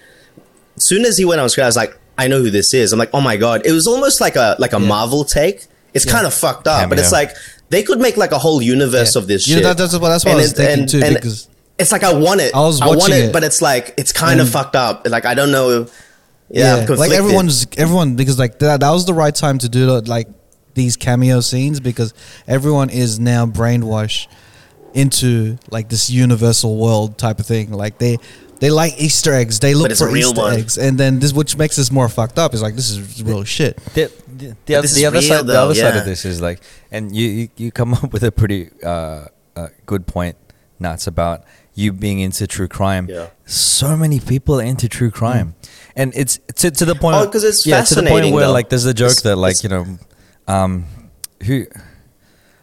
Speaker 3: Soon as he went on screen, I was like, I know who this is. I'm like, oh my god! It was almost like a like a Marvel take. It's kind of fucked up, but it's
Speaker 2: Cameo.
Speaker 3: like they could make like a whole universe
Speaker 1: Yeah.
Speaker 3: of this
Speaker 1: You know,
Speaker 3: shit.
Speaker 1: that- that's what- that's what I was thinking too, because
Speaker 3: it's like I want it.
Speaker 1: I was
Speaker 3: I want
Speaker 1: watching
Speaker 3: it,
Speaker 1: it.
Speaker 3: but it's like it's kind of
Speaker 1: And-
Speaker 3: fucked up. Like I don't know. Yeah,
Speaker 1: yeah,
Speaker 3: I'm
Speaker 1: like
Speaker 3: conflicted.
Speaker 1: everyone's everyone because like that, that was the right time to do that, like these cameo scenes because everyone is now brainwashed into like this universal world type of thing. Like they they like Easter eggs, they look
Speaker 3: it's a
Speaker 1: for
Speaker 3: real
Speaker 1: Easter
Speaker 3: one.
Speaker 1: eggs, and then this which makes this more fucked up is like this is real shit.
Speaker 2: the, the, the,
Speaker 3: this
Speaker 2: the
Speaker 3: is
Speaker 2: other
Speaker 3: real,
Speaker 2: side the
Speaker 3: though,
Speaker 2: other side
Speaker 3: yeah.
Speaker 2: of this is like and you you, you come up with a pretty uh, uh, good point nuts about you being into true crime
Speaker 3: Yeah. Mm.
Speaker 2: so many people are into true crime and it's to, to the point
Speaker 3: Oh, 'cause it's
Speaker 2: yeah to the point
Speaker 3: fascinating,
Speaker 2: where
Speaker 3: though.
Speaker 2: like there's a joke
Speaker 3: It's-
Speaker 2: that like
Speaker 3: it's-
Speaker 2: you know um who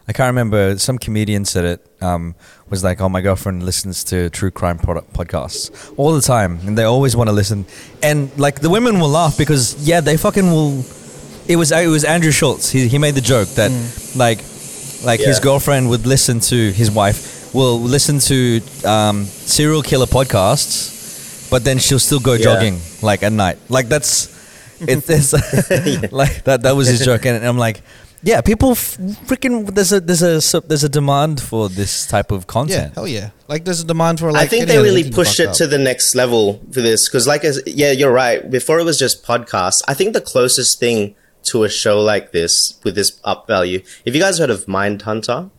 Speaker 2: I can't remember. Some comedian said it. Um, was like, "Oh, my girlfriend listens to true crime product podcasts all the time, and they always want to listen." And like the women will laugh because yeah, they fucking will. It was it was Andrew Schultz. He he made the joke that like like his
Speaker 3: Yeah.
Speaker 2: girlfriend would listen to his wife will listen to um, serial killer podcasts, but then she'll still go
Speaker 3: Yeah.
Speaker 2: jogging like at night. Like that's it's, it's like that. That was his joke, and I'm like, yeah, people f- freaking there's a there's a sub- there's a demand for this type of
Speaker 1: Yeah,
Speaker 2: content.
Speaker 1: hell yeah. Like there's a demand for like.
Speaker 3: I think
Speaker 1: any
Speaker 3: they
Speaker 1: other
Speaker 3: really
Speaker 1: thing
Speaker 3: pushed
Speaker 1: fuck
Speaker 3: it to
Speaker 1: up.
Speaker 3: the next level for this because, like, I s- yeah, you're right. Before it was just podcasts. I think the closest thing to a show like this with this up value. If you guys heard of Mindhunter,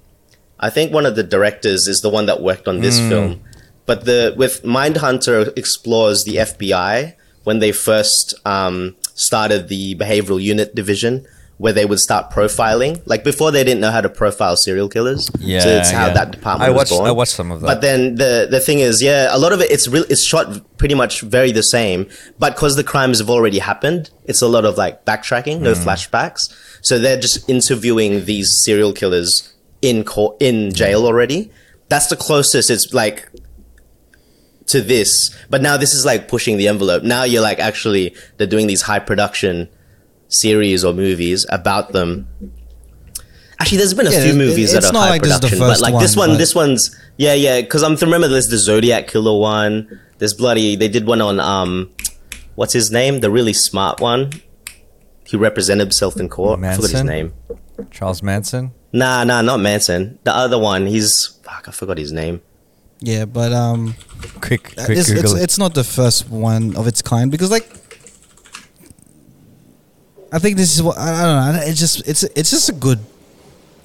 Speaker 3: I think one of the directors is the one that worked on
Speaker 2: Hmm.
Speaker 3: this film. But the with Mindhunter explores the FBI when they first um, started the behavioral unit division, where they would start profiling. Like before, they didn't know how to profile serial killers. so
Speaker 2: Yeah,
Speaker 3: it's how
Speaker 2: yeah.
Speaker 3: that department
Speaker 2: I
Speaker 3: was
Speaker 2: watched-
Speaker 3: born.
Speaker 2: I watched some of that.
Speaker 3: But then the the thing is, yeah, a lot of it it's real. It's shot pretty much very the same, but because the crimes have already happened, it's a lot of like backtracking, no flashbacks. So they're just interviewing these serial killers in court, in jail already. That's the closest it's like to this, but now this is like pushing the envelope. Now you're like actually they're doing these high production series or movies about them. Actually, there's been a
Speaker 1: Yeah,
Speaker 3: few
Speaker 1: it-
Speaker 3: movies
Speaker 1: it's
Speaker 3: that are
Speaker 1: not
Speaker 3: high
Speaker 1: like this is the
Speaker 3: production, but
Speaker 1: first
Speaker 3: like this
Speaker 1: one,
Speaker 3: one,
Speaker 1: like-
Speaker 3: this one's yeah, yeah. Because I'm remember there's the Zodiac Killer one. There's bloody. They did one on um, what's his name? The really smart one. He represented himself in court. I forgot his
Speaker 2: Manson?
Speaker 3: name.
Speaker 2: Charles Manson.
Speaker 3: Nah, nah, not Manson. The other one. He's fuck. I forgot his name.
Speaker 1: Yeah, but um,
Speaker 2: Quick, quick
Speaker 1: it's, it's
Speaker 2: Google. it.
Speaker 1: it's not the first one of its kind because like. I think this is what I I don't know. It's just it's it's just a good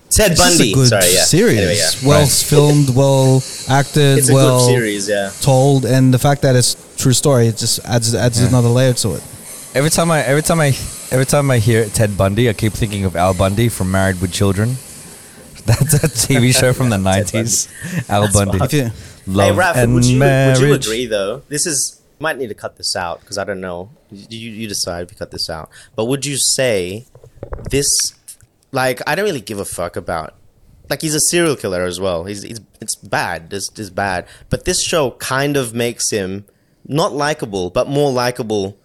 Speaker 3: Ted
Speaker 1: it's just
Speaker 3: Bundy.
Speaker 1: a good
Speaker 3: Sorry, yeah.
Speaker 1: series,
Speaker 3: Anyway, yeah.
Speaker 1: well
Speaker 2: Right.
Speaker 1: filmed, well acted,
Speaker 3: It's a
Speaker 1: well
Speaker 3: good series. Yeah.
Speaker 1: told, and the fact that it's true story, it just adds adds another layer to it.
Speaker 2: every time I every time I every time I hear Ted Bundy, I keep thinking of Al Bundy from Married with Children. That's a TV show from the nineties. Al Bundy.
Speaker 1: If you,
Speaker 2: Love
Speaker 3: hey, Raf,
Speaker 2: and
Speaker 3: would, you, would
Speaker 2: marriage.
Speaker 3: you agree though? This is might need to cut this out because I don't know. You you decide if you cut this out. But would you say this? Like, I don't really give a fuck about. Like, he's a serial killer as well. He's he's it's bad. This is bad. But this show kind of makes him not likable, but more likable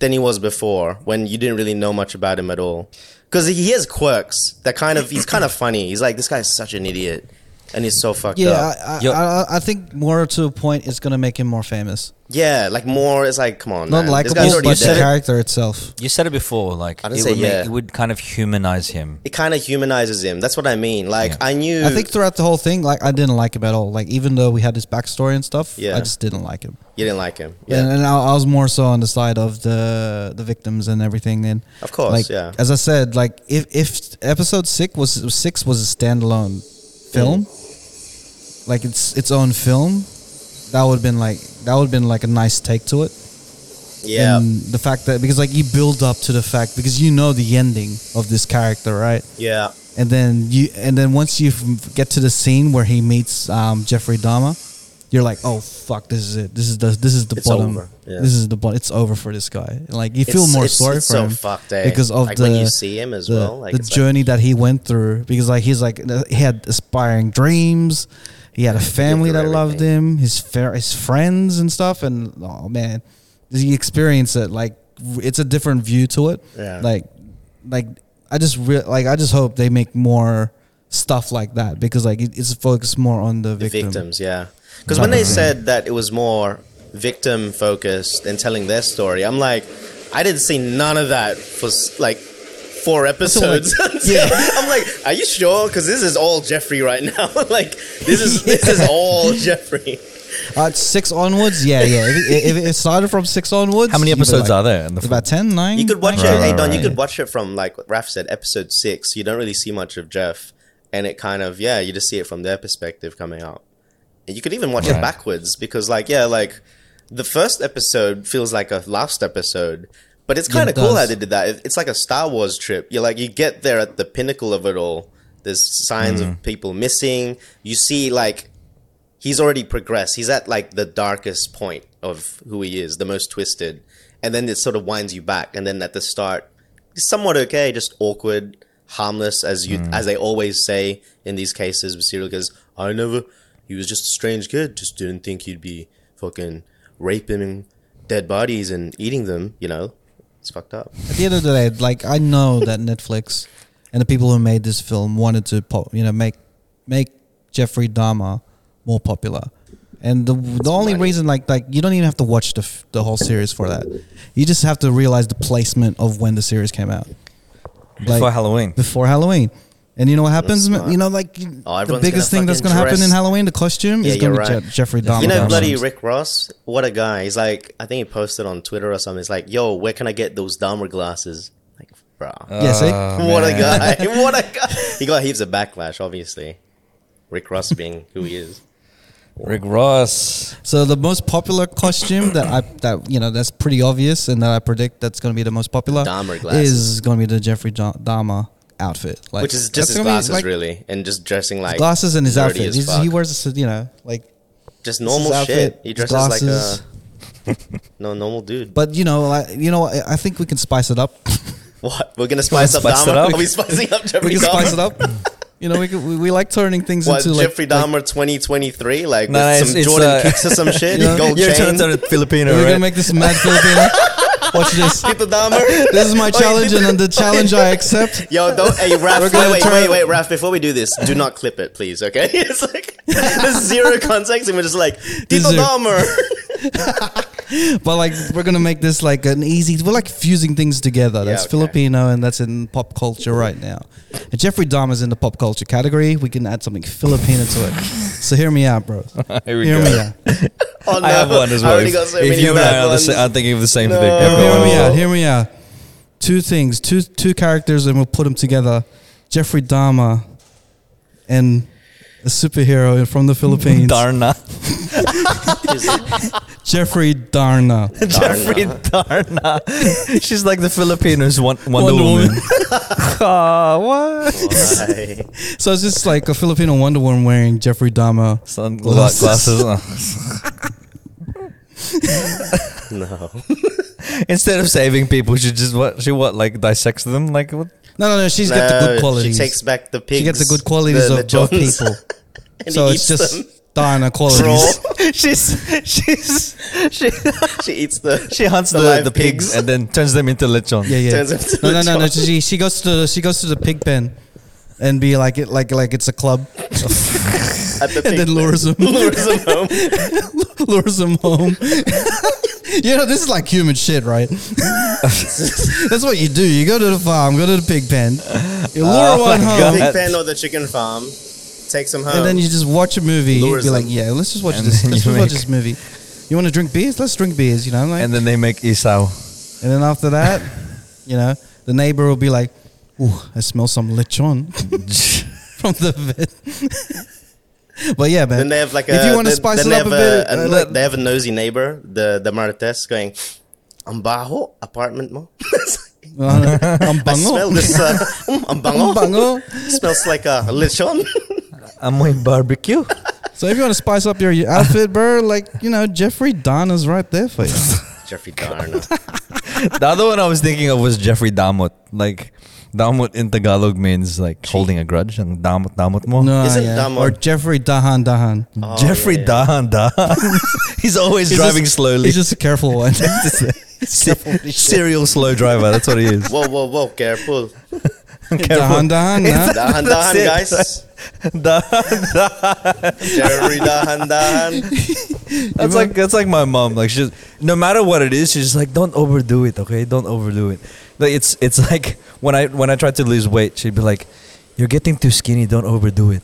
Speaker 3: than he was before when you didn't really know much about him at all. Because he has quirks that kind of he's kind of funny. He's like this guy's such an idiot, and he's so fucked
Speaker 1: yeah,
Speaker 3: up.
Speaker 1: I, I,
Speaker 2: Yo-
Speaker 1: I, I think more to a point is going to make him more famous.
Speaker 3: Yeah, like more. It's like, come on,
Speaker 1: Not
Speaker 3: man. This
Speaker 1: likable,
Speaker 3: guy's already
Speaker 1: but the
Speaker 3: dead.
Speaker 1: character itself.
Speaker 2: You said it before, like
Speaker 3: I
Speaker 2: it
Speaker 3: didn't say
Speaker 2: would,
Speaker 3: yeah.
Speaker 2: make, it would kind of humanize him.
Speaker 3: It kind of humanizes him. That's what I mean. Like
Speaker 2: Yeah.
Speaker 3: I knew.
Speaker 1: I think throughout the whole thing, like I didn't like him at all. Like even though we had his backstory and stuff,
Speaker 3: Yeah.
Speaker 1: I just didn't like him.
Speaker 3: you didn't like him. Yeah,
Speaker 1: And, and I, I was more so on the side of the the victims and everything. And
Speaker 3: Of course,
Speaker 1: like,
Speaker 3: yeah.
Speaker 1: As I said, like if if episode six was six was a standalone film,
Speaker 3: Mm.
Speaker 1: like it's its own film, that would have been like that would have been like a nice take to it.
Speaker 3: yeah,
Speaker 1: And the fact that because like you build up to the fact because you know the ending of this character, right?
Speaker 3: yeah.
Speaker 1: and then you and then once you f- get to the scene where he meets um, Jeffrey Dahmer, you're like, oh fuck, this is it. This is the this is the
Speaker 3: It's
Speaker 1: bottom.
Speaker 3: over, yeah.
Speaker 1: This is the bottom. It's over for this guy. And, Like you feel
Speaker 3: It's-
Speaker 1: more
Speaker 3: it's-
Speaker 1: sorry
Speaker 3: it's
Speaker 1: for
Speaker 3: so
Speaker 1: him
Speaker 3: fucked, eh?
Speaker 1: because of
Speaker 3: Like,
Speaker 1: the
Speaker 3: when you see him as
Speaker 1: the,
Speaker 3: well, like,
Speaker 1: the
Speaker 3: it's like-
Speaker 1: journey that he went through because like he's like he had aspiring dreams. He had a family
Speaker 3: through
Speaker 1: that loved
Speaker 3: everything.
Speaker 1: him, his fair, his friends and stuff, and oh man, you experience it like it's a different view to it.
Speaker 3: Yeah.
Speaker 1: Like, like I just re- like I just hope they make more stuff like that because like it, it's focused more on the,
Speaker 3: The
Speaker 1: victim.
Speaker 3: victims. Yeah, because when they said that it was more victim focused and telling their story, I'm like, I didn't see none of that for s- like four episodes.
Speaker 1: yeah.
Speaker 3: I'm like, are you sure? Because this is all Jeffrey right now. like this is this is all Jeffrey.
Speaker 1: Uh, six onwards, yeah, yeah. If it, if it started from six onwards,
Speaker 2: How many
Speaker 1: you'd be
Speaker 2: episodes
Speaker 1: like-
Speaker 2: are there? In the
Speaker 1: It's about 10, 9?
Speaker 3: You could watch
Speaker 2: Right,
Speaker 3: it. hey,
Speaker 2: right,
Speaker 3: Don, you
Speaker 2: right.
Speaker 3: could watch it from like what Raf said, episode six. You don't really see much of Jeff, and it kind of yeah, you just see it from their perspective coming up. And you could even watch it
Speaker 2: Right.
Speaker 3: backwards because like yeah, like the first episode feels like a last episode, but it's
Speaker 1: Yeah,
Speaker 3: kind
Speaker 1: it
Speaker 3: of cool how
Speaker 1: does.
Speaker 3: they did that. It- It's like a Star Wars trip. You're like you get there at the pinnacle of it all. There's signs
Speaker 1: Mm.
Speaker 3: of people missing. You see like he's already progressed. He's at like the darkest point of who he is, the most twisted. And then it sort of winds you back. And then at the start, he's somewhat okay, just awkward, harmless as you as they always say in these cases with serial killers. I never. He was just a strange kid. Just didn't think he'd be fucking raping dead bodies and eating them. You know, it's fucked up.
Speaker 1: At the end of the day, like I know that Netflix and the people who made this film wanted to, po- you know, make make Jeffrey Dahmer more popular. And the the only
Speaker 3: money.
Speaker 1: reason, like like you don't even have to watch the f- the whole series for that. You just have to realize the placement of when the series came out.
Speaker 2: Before Halloween.
Speaker 1: Before Halloween. And you know what happens?
Speaker 3: smart. Oh,
Speaker 1: You know, like the
Speaker 3: everyone's
Speaker 1: biggest
Speaker 3: gonna
Speaker 1: thing that's
Speaker 3: fucking
Speaker 1: going to happen in
Speaker 3: dress-
Speaker 1: Halloween, the costume
Speaker 3: Yeah,
Speaker 1: is going
Speaker 3: you're
Speaker 1: to be
Speaker 3: right.
Speaker 1: Je- Jeffrey Dahmer.
Speaker 3: You know, bloody
Speaker 1: costumes.
Speaker 3: Rick Ross. What a guy! He's like, I think he posted on Twitter or something. He's like, "Yo, where can I get those Dahmer glasses?" Like, bro,
Speaker 1: Yeah, see?
Speaker 3: what a
Speaker 2: Oh, man.
Speaker 3: guy! what a guy! He got heaps of backlash, obviously. Rick Ross being who he is.
Speaker 2: Rick Ross.
Speaker 1: So the most popular costume that I that you know that's pretty obvious and that I predict that's going to be the most popular
Speaker 3: Dahmer glasses.
Speaker 1: is going to be the Jeffrey Dah- Dahmer outfit, like
Speaker 3: Which is
Speaker 1: that's
Speaker 3: just his
Speaker 1: gonna be,
Speaker 3: glasses,
Speaker 1: like,
Speaker 3: really, and just dressing like
Speaker 1: Glasses and his
Speaker 3: nerdy
Speaker 1: outfit.
Speaker 3: as
Speaker 1: He's-
Speaker 3: fuck.
Speaker 1: he wears this, you know, like
Speaker 3: just normal
Speaker 1: his
Speaker 3: shit.
Speaker 1: outfit,
Speaker 3: He
Speaker 1: his
Speaker 3: dresses
Speaker 1: glasses.
Speaker 3: like a no normal dude. But
Speaker 1: but you know, like, you know, I, I think we can spice it up.
Speaker 3: what? We're gonna spice up
Speaker 2: spice it
Speaker 3: Dahmer.
Speaker 2: up?
Speaker 3: Are we spicing up Jeffrey
Speaker 1: we can
Speaker 3: Dahmer?
Speaker 1: spice it up. You know, we, can, we we like turning things
Speaker 3: What
Speaker 1: into like-
Speaker 3: Jeffrey
Speaker 1: like,
Speaker 3: Dahmer twenty twenty three? Like
Speaker 2: No,
Speaker 3: with
Speaker 2: it's-
Speaker 3: some
Speaker 2: it's,
Speaker 3: Jordan
Speaker 2: uh,
Speaker 3: kicks or some shit.
Speaker 1: You know,
Speaker 3: Gold
Speaker 2: You're
Speaker 3: chain.
Speaker 2: trying to turn it Filipino,
Speaker 1: We're gonna
Speaker 2: right?
Speaker 1: make this mad Filipino. Watch this.
Speaker 3: Get the Dahmer.
Speaker 1: This is my
Speaker 3: Oh, you
Speaker 1: challenge,
Speaker 3: did
Speaker 1: and then the challenge I accept
Speaker 3: Yo, don't, hey, Raph,
Speaker 1: gonna
Speaker 3: wait, wait,
Speaker 1: turn-
Speaker 3: wait, wait, Raph, before we do this, do not clip it, please, okay? It's like, there's zero context, and we're just like, Tito
Speaker 1: Zero.
Speaker 3: Dahmer.
Speaker 1: But like we're gonna make this like an easy. We're like fusing things together. That's
Speaker 3: okay.
Speaker 1: Filipino and that's in pop culture right now. And Jeffrey Dahmer's in the pop culture category. We can add something Filipino to it. So hear me out, bro.
Speaker 2: Here we
Speaker 1: Hear me
Speaker 2: go.
Speaker 1: out.
Speaker 3: Oh, no.
Speaker 2: I have one as well.
Speaker 3: I already
Speaker 2: If-
Speaker 3: got so
Speaker 2: if
Speaker 3: many
Speaker 2: you and I
Speaker 3: bad
Speaker 2: are the
Speaker 3: ones.
Speaker 2: sa- I'm thinking of the same
Speaker 3: No.
Speaker 2: thing.
Speaker 3: Hear
Speaker 1: Hear me
Speaker 2: Everyone-
Speaker 1: out. Hear me out. Two things. Two two characters, and we'll put them together. Jeffrey Dahmer and a superhero from the Philippines.
Speaker 2: Darna.
Speaker 1: Jeffrey Darna.
Speaker 2: Jeffrey Darna. She's like the Filipinos one, Wonder,
Speaker 1: Wonder
Speaker 2: Woman.
Speaker 1: Woman.
Speaker 2: Aw, what?
Speaker 3: Why?
Speaker 1: so it's just like a Filipino Wonder Woman wearing Jeffrey Dahmer.
Speaker 2: Sunglasses. Glasses.
Speaker 3: No.
Speaker 2: Instead of saving people, she just what she what like dissects them like what?
Speaker 1: No, no, no. She's got the
Speaker 3: No,
Speaker 1: good qualities.
Speaker 3: She takes back the pigs.
Speaker 1: She gets the good qualities
Speaker 3: the-
Speaker 1: of
Speaker 3: the
Speaker 1: both
Speaker 3: Johns,
Speaker 1: people.
Speaker 3: and
Speaker 1: so
Speaker 3: he
Speaker 1: it's
Speaker 3: eats
Speaker 1: just
Speaker 3: them
Speaker 1: Diana
Speaker 3: raw.
Speaker 1: qualities.
Speaker 2: she's she's she
Speaker 3: she eats the.
Speaker 2: she hunts
Speaker 3: The
Speaker 2: the, the,
Speaker 3: live
Speaker 2: pigs
Speaker 3: pigs.
Speaker 2: and then turns them into lechon.
Speaker 1: Yeah, yeah.
Speaker 3: Turns into
Speaker 1: no, no,
Speaker 3: a
Speaker 1: no, no.
Speaker 3: John.
Speaker 1: She, she goes to the, she goes to the pig pen and be like it like like it's a club
Speaker 3: At the
Speaker 1: and
Speaker 3: pig
Speaker 1: then lures him
Speaker 3: lures him home.
Speaker 1: lures him home. you know this is like human shit, right? That's what you do. You go to the farm, go to the pig pen, you lure
Speaker 2: Oh
Speaker 1: one
Speaker 2: my
Speaker 1: home,
Speaker 2: God.
Speaker 3: Pig pen or the chicken farm takes him home.
Speaker 1: and then you just watch a movie. You'd
Speaker 3: Lures
Speaker 1: be like,
Speaker 3: them.
Speaker 1: yeah, let's just watch
Speaker 2: And
Speaker 1: this.
Speaker 2: then
Speaker 1: Let's
Speaker 2: you
Speaker 1: just watch
Speaker 2: make-
Speaker 1: this movie. You want to drink beers? Let's drink beers. You know, like
Speaker 2: And then they make isao.
Speaker 1: And then after that, you know, the neighbor will be like, "Ooh, I smell some lechon from the vet." but yeah, man.
Speaker 3: Then they have like a.
Speaker 1: if you want to
Speaker 3: then-
Speaker 1: spice it
Speaker 3: then they
Speaker 1: up a
Speaker 3: have
Speaker 1: bit, uh,
Speaker 3: a-
Speaker 1: like-
Speaker 3: they have a nosy neighbor, the the Marites, going, "Ang baho apartment mo."
Speaker 1: uh, ang
Speaker 3: I
Speaker 1: bango.
Speaker 3: smell this. Uh, mm, ang
Speaker 1: Ang
Speaker 3: bango.
Speaker 1: bango.
Speaker 3: Smells like a lechon.
Speaker 2: Amoy barbecue.
Speaker 1: So if you want to spice up your your outfit, bro, like you know, Jeffrey Donna's right there for you.
Speaker 3: Jeffrey Darna.
Speaker 2: the other one I was thinking of was Jeffrey Damot. Like Damot in Tagalog means like holding a grudge and Damot Damot mo.
Speaker 1: No,
Speaker 3: Isn't
Speaker 1: yeah.
Speaker 3: Damo-
Speaker 1: or Jeffrey Dahan Dahan.
Speaker 3: Oh,
Speaker 2: Jeffrey
Speaker 3: yeah, yeah.
Speaker 2: Dahan Dahan. he's always
Speaker 1: He's
Speaker 2: driving
Speaker 1: just-
Speaker 2: slowly.
Speaker 1: He's just a careful one.
Speaker 2: serial slow driver. That's what he is.
Speaker 3: Whoa, whoa, whoa! Careful.
Speaker 2: Careful.
Speaker 1: Dahan Dahan. nah.
Speaker 3: Dahan
Speaker 2: That's
Speaker 3: dahan,
Speaker 2: it.
Speaker 3: guys.
Speaker 2: Dahan.
Speaker 3: Jeffrey dahan dahan.
Speaker 2: That's like that's like my mom. Like she's no matter what it is, she's just like don't overdo it. Okay, don't overdo it. Like it's it's like when I when I tried to lose weight, she'd be like, "You're getting too skinny. Don't overdo it."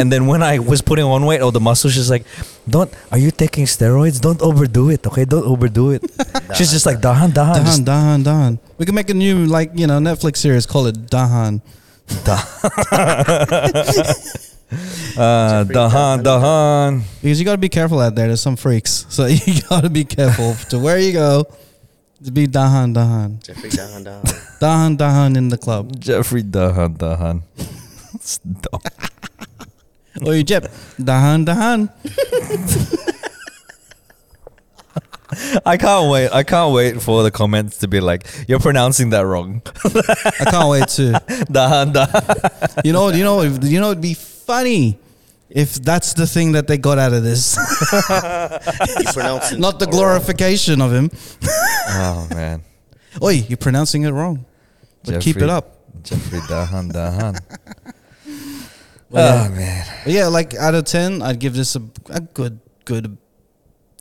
Speaker 2: and then when I was putting on weight, all the muscle, she's like, "Don't. Are you taking steroids? Don't overdo it. Okay, don't overdo it." she's just like dahan dahan.
Speaker 1: Dahan
Speaker 2: just
Speaker 1: Dahan Dahan. We can make a new like you know Netflix series. Call it Dahan.
Speaker 2: uh, dahan dahan.
Speaker 1: Because you got to be careful out there. There's some freaks, so you got to be careful to where you go. To be dahan dahan
Speaker 3: Jeffrey dahan dahan.
Speaker 1: dahan dahan in the club.
Speaker 2: Jeffrey dahan dahan. It's dumb.
Speaker 1: Or you jep dahan dahan.
Speaker 2: I can't wait. I can't wait for the comments to be like, "You're pronouncing that wrong."
Speaker 1: I can't wait to.
Speaker 2: Dahan, dahan.
Speaker 1: You know, you know, if- you know, it'd be funny if that's the thing that they got out of this,
Speaker 3: You pronounce it
Speaker 1: not the
Speaker 3: wrong.
Speaker 1: glorification of him.
Speaker 2: Oh man,
Speaker 1: Oi, you're pronouncing it wrong, but keep
Speaker 2: Jeffrey-
Speaker 1: it up.
Speaker 2: Jeffrey Dahan Dahan.
Speaker 1: Well,
Speaker 2: Oh man,
Speaker 1: But yeah, like out of ten, I'd give this a, a good, good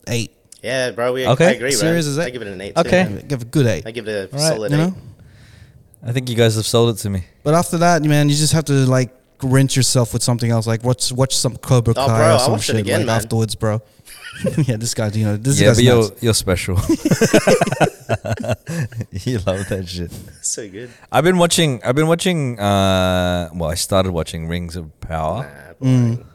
Speaker 1: eight.
Speaker 3: Yeah, bro. We,
Speaker 2: Okay.
Speaker 3: I agree, bro.
Speaker 1: Serious as that?
Speaker 3: I give it an eight.
Speaker 2: Okay.
Speaker 3: too.
Speaker 1: Give a good eight.
Speaker 3: I give it
Speaker 2: All
Speaker 3: a
Speaker 2: right,
Speaker 3: solid
Speaker 1: you
Speaker 3: eight.
Speaker 1: know.
Speaker 2: I think you guys have sold it to me.
Speaker 1: But after that, man, you just have to like rinse yourself with something else. Like watch watch some Cobra Kai
Speaker 3: Oh, bro, I
Speaker 1: or some
Speaker 3: watched it
Speaker 1: shit like,
Speaker 3: again, man.
Speaker 1: afterwards, bro. yeah, this guy, you know, this
Speaker 2: yeah,
Speaker 1: guy's
Speaker 2: but you're
Speaker 1: nuts.
Speaker 2: you're special. you love that shit.
Speaker 3: So good.
Speaker 2: I've been watching. I've been watching. Uh, well, I started watching Rings of Power,
Speaker 3: Nah,
Speaker 1: Mm.
Speaker 3: boring.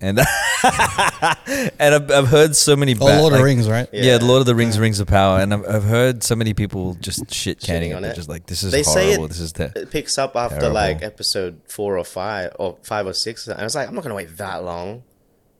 Speaker 2: and and I've, I've heard so many.
Speaker 1: Oh,
Speaker 2: bad-
Speaker 1: Lord of
Speaker 2: like-
Speaker 1: the Rings, right?
Speaker 2: Yeah.
Speaker 3: Yeah.
Speaker 2: Lord of the Rings, Rings of Power, and I've, I've heard so many people just shit canning
Speaker 3: Shitting
Speaker 2: it.
Speaker 3: on
Speaker 2: They're
Speaker 3: it.
Speaker 2: just like, this is
Speaker 3: They say
Speaker 2: horrible.
Speaker 3: it- uh,
Speaker 2: this is that.
Speaker 3: it picks up after
Speaker 2: Terrible.
Speaker 3: like episode four or five or five or six. And I was like, I'm not gonna wait that long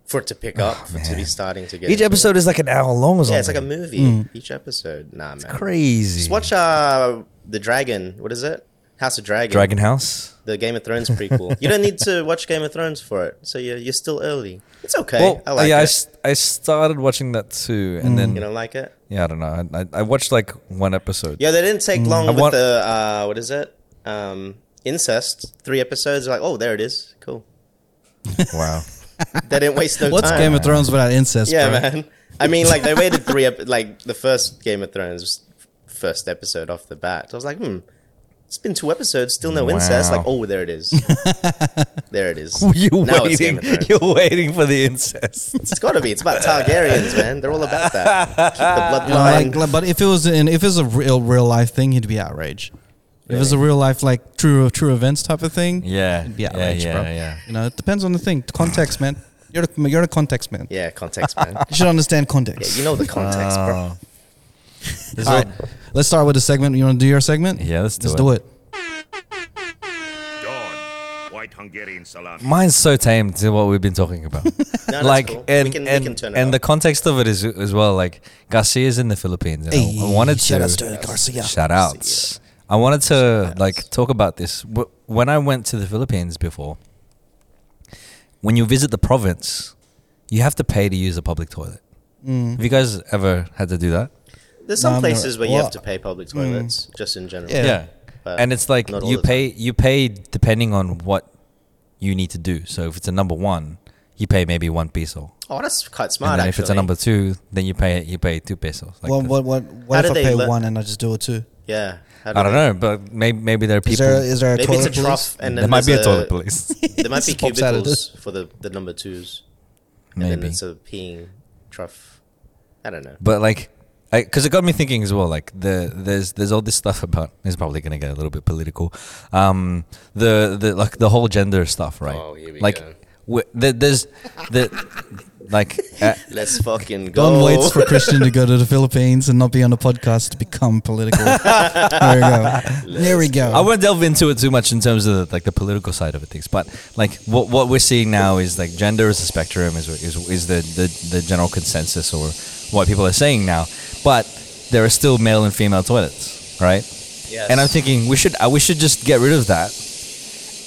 Speaker 3: for it to pick up for it to be
Speaker 2: Oh, man.
Speaker 3: starting to get
Speaker 2: Each
Speaker 3: into it.
Speaker 2: episode is like an hour long or something.
Speaker 3: Yeah, it's like a movie. Each episode. Nah, man.
Speaker 2: crazy.
Speaker 3: Just watch uh the Dragon. What is it? House of Dragon.
Speaker 2: Dragon House.
Speaker 3: The Game of Thrones prequel. you don't need to watch Game of Thrones for it, so you're you're still early. It's okay.
Speaker 2: Well,
Speaker 3: I like
Speaker 2: yeah, I,
Speaker 3: it. Mm.
Speaker 2: s- I started watching that too, and then
Speaker 3: you don't like it?
Speaker 2: yeah, I don't know. I, I, I watched like one episode.
Speaker 3: Yeah, they didn't take long with
Speaker 2: Mm, want-
Speaker 3: the uh what is it? Um incest. Three episodes. Like, oh, there it is. Cool.
Speaker 2: Wow.
Speaker 3: They didn't waste no
Speaker 1: What's
Speaker 3: time.
Speaker 1: Game of Thrones without incest,
Speaker 3: Yeah,
Speaker 1: bro?
Speaker 3: man. I mean, like they waited three, ep- like the first Game of Thrones was first episode off the bat. I was like, hmm, it's been two episodes, still no incest.
Speaker 2: Wow.
Speaker 3: Like, oh, there it is. there it is.
Speaker 2: You're
Speaker 3: Now it's Game
Speaker 2: waiting.
Speaker 3: of Thrones.
Speaker 2: You're waiting for the incest.
Speaker 3: It's got to be. It's about Targaryens, man. They're all about that. Keep the
Speaker 1: You know,
Speaker 3: bloodline.
Speaker 1: like, like, but if it was in, if it was a real real life thing, he'd be outraged. If it was a real life like true true events type of thing,
Speaker 2: Yeah.
Speaker 1: he'd be
Speaker 2: yeah,
Speaker 1: outraged,
Speaker 2: yeah,
Speaker 1: bro.
Speaker 2: yeah.
Speaker 1: You know, it depends on the thing, the context, man. You're the, you're the context man.
Speaker 3: yeah, context, man.
Speaker 1: You should understand
Speaker 3: Yeah,
Speaker 1: context.
Speaker 3: you know the context,
Speaker 2: Oh.
Speaker 3: bro.
Speaker 2: There's
Speaker 1: All
Speaker 2: a-
Speaker 1: right, let's start with a segment. You want to do your segment?
Speaker 2: Yeah, let's do
Speaker 1: let's
Speaker 2: it.
Speaker 1: do it.
Speaker 4: Dawn, white Hungarian salami.
Speaker 2: Mine's so tame to what we've been talking about.
Speaker 3: that's
Speaker 2: like
Speaker 3: cool. We
Speaker 2: and
Speaker 3: can- we
Speaker 2: and,
Speaker 3: can turn it
Speaker 2: and
Speaker 3: up.
Speaker 2: the context of it is as well. Like Garcia's in the Philippines. And I- I,
Speaker 1: Hey,
Speaker 2: wanted
Speaker 1: shout
Speaker 2: to
Speaker 1: outs to Garcia.
Speaker 2: Shout outs. I wanted to like talk about this Wh- when I went to the Philippines before. When you visit the province, you have to pay to use a public toilet.
Speaker 1: Mm.
Speaker 2: Have you guys ever had to do that?
Speaker 3: There's some
Speaker 1: No, I'm not-
Speaker 3: places where you
Speaker 1: well,
Speaker 3: have to pay public toilets, just in general.
Speaker 1: Yeah.
Speaker 3: But
Speaker 2: Mm. and it's like
Speaker 3: not all
Speaker 2: you
Speaker 3: the time.
Speaker 2: pay you pay depending on what you need to do. So if it's a number one, you pay maybe one peso.
Speaker 3: Oh, that's quite
Speaker 2: And
Speaker 3: smart.
Speaker 2: then
Speaker 3: actually.
Speaker 2: if it's a number two, then you pay you pay two pesos. Like
Speaker 1: What
Speaker 2: the-
Speaker 1: what what,
Speaker 3: How
Speaker 1: what if
Speaker 3: do
Speaker 1: I
Speaker 3: they
Speaker 1: pay
Speaker 3: let-
Speaker 1: one and I just do it too?
Speaker 3: yeah, How do
Speaker 2: I don't
Speaker 3: they-
Speaker 2: know, but maybe maybe there are people.
Speaker 1: Is there is there a
Speaker 3: Maybe
Speaker 1: toilet
Speaker 3: it's a trough,
Speaker 1: police?
Speaker 3: and
Speaker 2: there
Speaker 3: then
Speaker 2: might be a
Speaker 3: there's
Speaker 2: toilet police.
Speaker 3: There might be
Speaker 1: Just pops out of
Speaker 3: cubicles for the, the number twos. And
Speaker 2: Maybe.
Speaker 3: then it's a peeing trough. I don't know.
Speaker 2: but like because it got me thinking as well like the there's there's all this stuff about it's probably going to get a little bit political um the the like the whole gender stuff right
Speaker 3: Oh, here we
Speaker 2: like
Speaker 3: go.
Speaker 2: w- the, there's the like uh,
Speaker 3: Let's fucking go.
Speaker 1: Don waits for Christian to go to the Philippines and not be on the podcast to become political. there we go. there we go.
Speaker 2: I won't delve into it too much in terms of the, like the political side of it things, but like what what we're seeing now is like gender is a spectrum is is, is the, the the general consensus or what people are saying now, but there are still male and female toilets, right?
Speaker 3: Yes.
Speaker 2: And I'm thinking we should uh, we should just get rid of that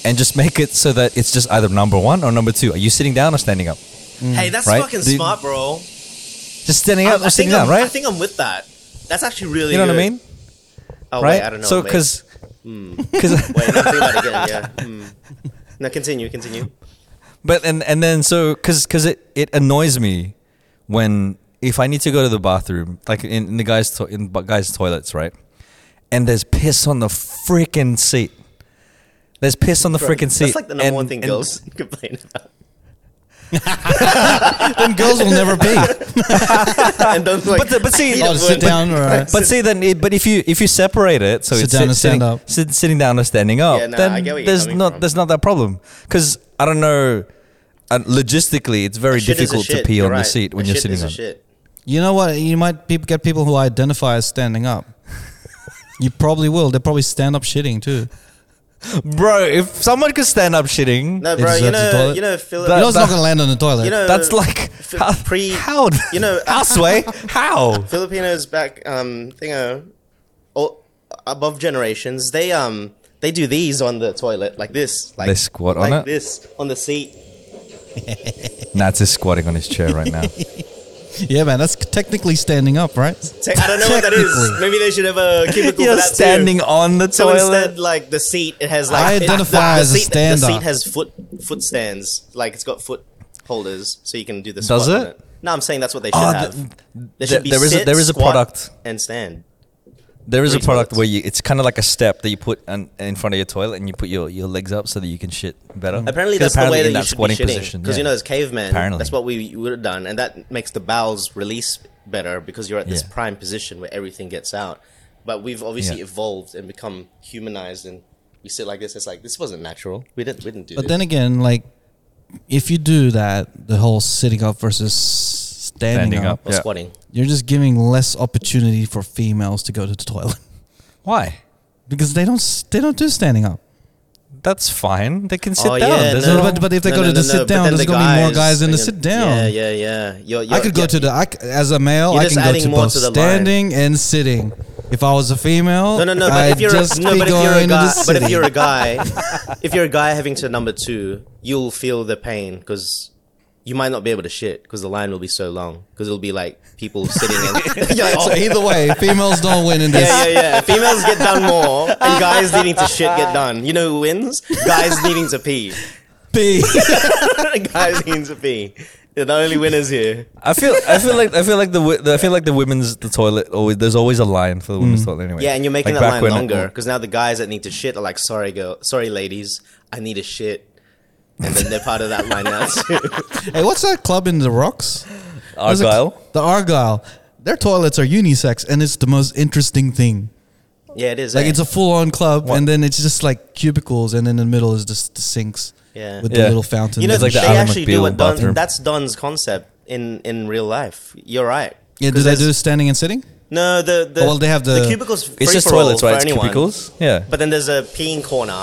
Speaker 2: and just make it so that it's just either number one or number two. Are you sitting down or standing up?
Speaker 3: hey, that's
Speaker 2: right?
Speaker 3: fucking
Speaker 2: The-
Speaker 3: smart, bro.
Speaker 2: Just standing up or
Speaker 3: I'm-
Speaker 2: sitting
Speaker 3: think I'm,
Speaker 2: down, right?
Speaker 3: I think I'm with that. That's actually really
Speaker 2: you know what I
Speaker 3: good.
Speaker 2: mean,
Speaker 3: Oh,
Speaker 2: right?
Speaker 3: wait, I don't know.
Speaker 2: so
Speaker 3: Hmm. wait.
Speaker 2: because because.
Speaker 3: Wait, I'm thinking about it again, yeah. Hmm. No, continue, continue.
Speaker 2: But and and then so because because it it annoys me when if I need to go to the bathroom like in, in the guys to, in bu- guys toilets right, and there's piss on the freaking seat. There's piss on the freaking seat.
Speaker 3: That's like the number
Speaker 2: and-
Speaker 3: one thing
Speaker 2: and-
Speaker 3: girls complain about.
Speaker 1: Them girls will never pee.
Speaker 3: and don't like,
Speaker 2: But the- but see-
Speaker 3: I hate
Speaker 2: Oh,
Speaker 3: it
Speaker 1: just
Speaker 3: when-
Speaker 1: sit down or-
Speaker 3: like,
Speaker 2: But see, then, it, but if you if you separate it, so
Speaker 1: Sit
Speaker 2: it's
Speaker 1: down
Speaker 2: sit-
Speaker 1: and stand
Speaker 2: sitting,
Speaker 1: up.
Speaker 2: sit- sitting down or standing up,
Speaker 3: Yeah, no, I
Speaker 2: then
Speaker 3: get where you're
Speaker 2: there's
Speaker 3: coming
Speaker 2: not
Speaker 3: from.
Speaker 2: there's not that problem. Because I don't know, uh, logistically, it's very
Speaker 3: shit is a
Speaker 2: difficult to
Speaker 3: shit,
Speaker 2: pee
Speaker 3: you're
Speaker 2: on the
Speaker 3: right.
Speaker 2: seat when
Speaker 3: A
Speaker 2: you're
Speaker 3: shit is
Speaker 2: sitting
Speaker 3: a
Speaker 2: on. it.
Speaker 3: shit.
Speaker 1: You know what? You might peop get people who identify as standing up. You probably will. They probably stand up shitting too.
Speaker 2: bro. If someone could stand up shitting,
Speaker 3: No, bro, you
Speaker 1: Insert the
Speaker 3: know,
Speaker 1: toilet.
Speaker 3: you know, Philip.
Speaker 1: You know
Speaker 2: That-
Speaker 1: it's not gonna land on the toilet.
Speaker 3: you know,
Speaker 2: that's like
Speaker 3: F-
Speaker 2: how,
Speaker 3: Uh, pre-
Speaker 2: how
Speaker 3: you know-
Speaker 2: how sway how
Speaker 3: Filipinos back, um, thingo, or above generations, they um, they do these on the toilet like this, like
Speaker 2: They squat on
Speaker 3: like
Speaker 2: it?
Speaker 3: this on the seat.
Speaker 2: Nats is squatting on his chair right now.
Speaker 1: yeah, man, that's technically standing up, right?
Speaker 3: Te- I don't know what that is.
Speaker 1: Technically.
Speaker 3: Maybe they should have a cubicle
Speaker 2: You're
Speaker 3: for that too.
Speaker 2: standing on the
Speaker 3: So
Speaker 2: toilet.
Speaker 3: instead, like the seat, it has like
Speaker 1: I
Speaker 3: it-
Speaker 1: identify
Speaker 3: the,
Speaker 1: as a
Speaker 3: the seat, The
Speaker 1: stand-up.
Speaker 3: seat has foot foot stands, like it's got foot holders, so you can do the.
Speaker 2: Does
Speaker 3: squat on
Speaker 2: it?
Speaker 3: No, I'm saying that's what they should
Speaker 2: Oh,
Speaker 3: have.
Speaker 2: th-
Speaker 3: there
Speaker 2: th-
Speaker 3: should be
Speaker 2: there is a-
Speaker 3: sit,
Speaker 2: there is a
Speaker 3: squat,
Speaker 2: product.
Speaker 3: and stand.
Speaker 2: There is a
Speaker 3: Three
Speaker 2: product
Speaker 3: toilets.
Speaker 2: where you, it's kind of like a step that you put an, in front of your toilet and you put your, your legs up so that you can shit better.
Speaker 3: Mm. Apparently,
Speaker 2: 'Cause
Speaker 3: that's the way
Speaker 2: in
Speaker 3: that, you should be shitting.
Speaker 2: yeah.
Speaker 3: Because you know, as cavemen,
Speaker 2: Apparently.
Speaker 3: that's what we would have done, and that makes the bowels release better because you're at this
Speaker 2: Yeah.
Speaker 3: prime position where everything gets out. But we've obviously
Speaker 2: Yeah.
Speaker 3: evolved and become humanized, and we sit like this. It's like this wasn't natural. We didn't. We didn't do.
Speaker 1: But
Speaker 3: this.
Speaker 1: then again, like if you do that, the whole sitting up versus standing,
Speaker 2: Standing
Speaker 1: up,
Speaker 2: up.
Speaker 3: or
Speaker 2: Yeah.
Speaker 3: squatting.
Speaker 1: you're just giving less opportunity for females to go to the toilet
Speaker 2: why?
Speaker 1: because they don't s- they don't do standing up.
Speaker 2: That's fine. They can sit
Speaker 3: Oh,
Speaker 2: down.
Speaker 3: yeah,
Speaker 2: There's
Speaker 3: no.
Speaker 2: no-
Speaker 1: but, but if they go to the sit
Speaker 3: but
Speaker 1: down,
Speaker 3: then
Speaker 1: there's
Speaker 3: the
Speaker 1: gonna be more guys in the
Speaker 3: they're
Speaker 1: sit
Speaker 3: gonna-
Speaker 1: down.
Speaker 3: Yeah, yeah, yeah. You're, you're,
Speaker 1: I could go
Speaker 3: you're-
Speaker 1: to the I, c- as a male.
Speaker 3: You're
Speaker 1: I
Speaker 3: just
Speaker 1: can go
Speaker 3: adding
Speaker 1: to
Speaker 3: more
Speaker 1: both
Speaker 3: to the line.
Speaker 1: standing and sitting. If I was a female,
Speaker 3: No, no, no. But
Speaker 1: I'd
Speaker 3: if you're
Speaker 1: just
Speaker 3: a, no,
Speaker 1: be
Speaker 3: but if
Speaker 1: going
Speaker 3: you're a
Speaker 1: to the
Speaker 3: guy, but if
Speaker 1: sitting.
Speaker 3: you're a guy, if you're a guy having to number two, you'll feel the pain because you might not be able to shit because the line will be so long because it'll be like people sitting. And, You're like,
Speaker 1: so
Speaker 3: "Oh."
Speaker 1: either way, females don't win in this.
Speaker 3: yeah, yeah, yeah. Females get done more, and guys needing to shit get done. You know who wins? Guys needing to pee.
Speaker 1: B.
Speaker 3: guys needing to pee. They're the only winners here.
Speaker 2: I feel I feel like I feel like the, wo- the I feel like the women's the toilet always there's always a line for the women's toilet anyway.
Speaker 3: Yeah, and you're making
Speaker 2: Like
Speaker 3: that
Speaker 2: back
Speaker 3: line
Speaker 2: when-
Speaker 3: longer because now the guys that need to shit are like, "Sorry, girl, sorry, ladies, I need a shit," and then they're part of that line now too.
Speaker 1: Hey, what's that club in the rocks? There's a-
Speaker 2: Argyle.
Speaker 1: the Argyle. Their toilets are unisex, and it's the most interesting thing.
Speaker 3: yeah, it is.
Speaker 1: Like
Speaker 3: eh?
Speaker 1: it's a full-on club,
Speaker 2: What?
Speaker 1: and then it's just like cubicles, and in the middle is just the sinks
Speaker 3: Yeah.
Speaker 1: with the
Speaker 2: Yeah.
Speaker 1: little fountain.
Speaker 3: you know,
Speaker 2: It's like the
Speaker 3: they
Speaker 2: Alan
Speaker 3: actually do
Speaker 2: McBeal
Speaker 3: what Don.
Speaker 2: bathroom.
Speaker 3: That's Don's concept in in real life. You're right.
Speaker 1: yeah, do
Speaker 3: 'Cause
Speaker 1: they
Speaker 3: there's-
Speaker 1: do standing and sitting?
Speaker 3: No, the the
Speaker 1: Oh, well, they have the-
Speaker 3: cubicles.
Speaker 2: It's just toilets, right? It's cubicles. Yeah.
Speaker 3: But then there's a peeing corner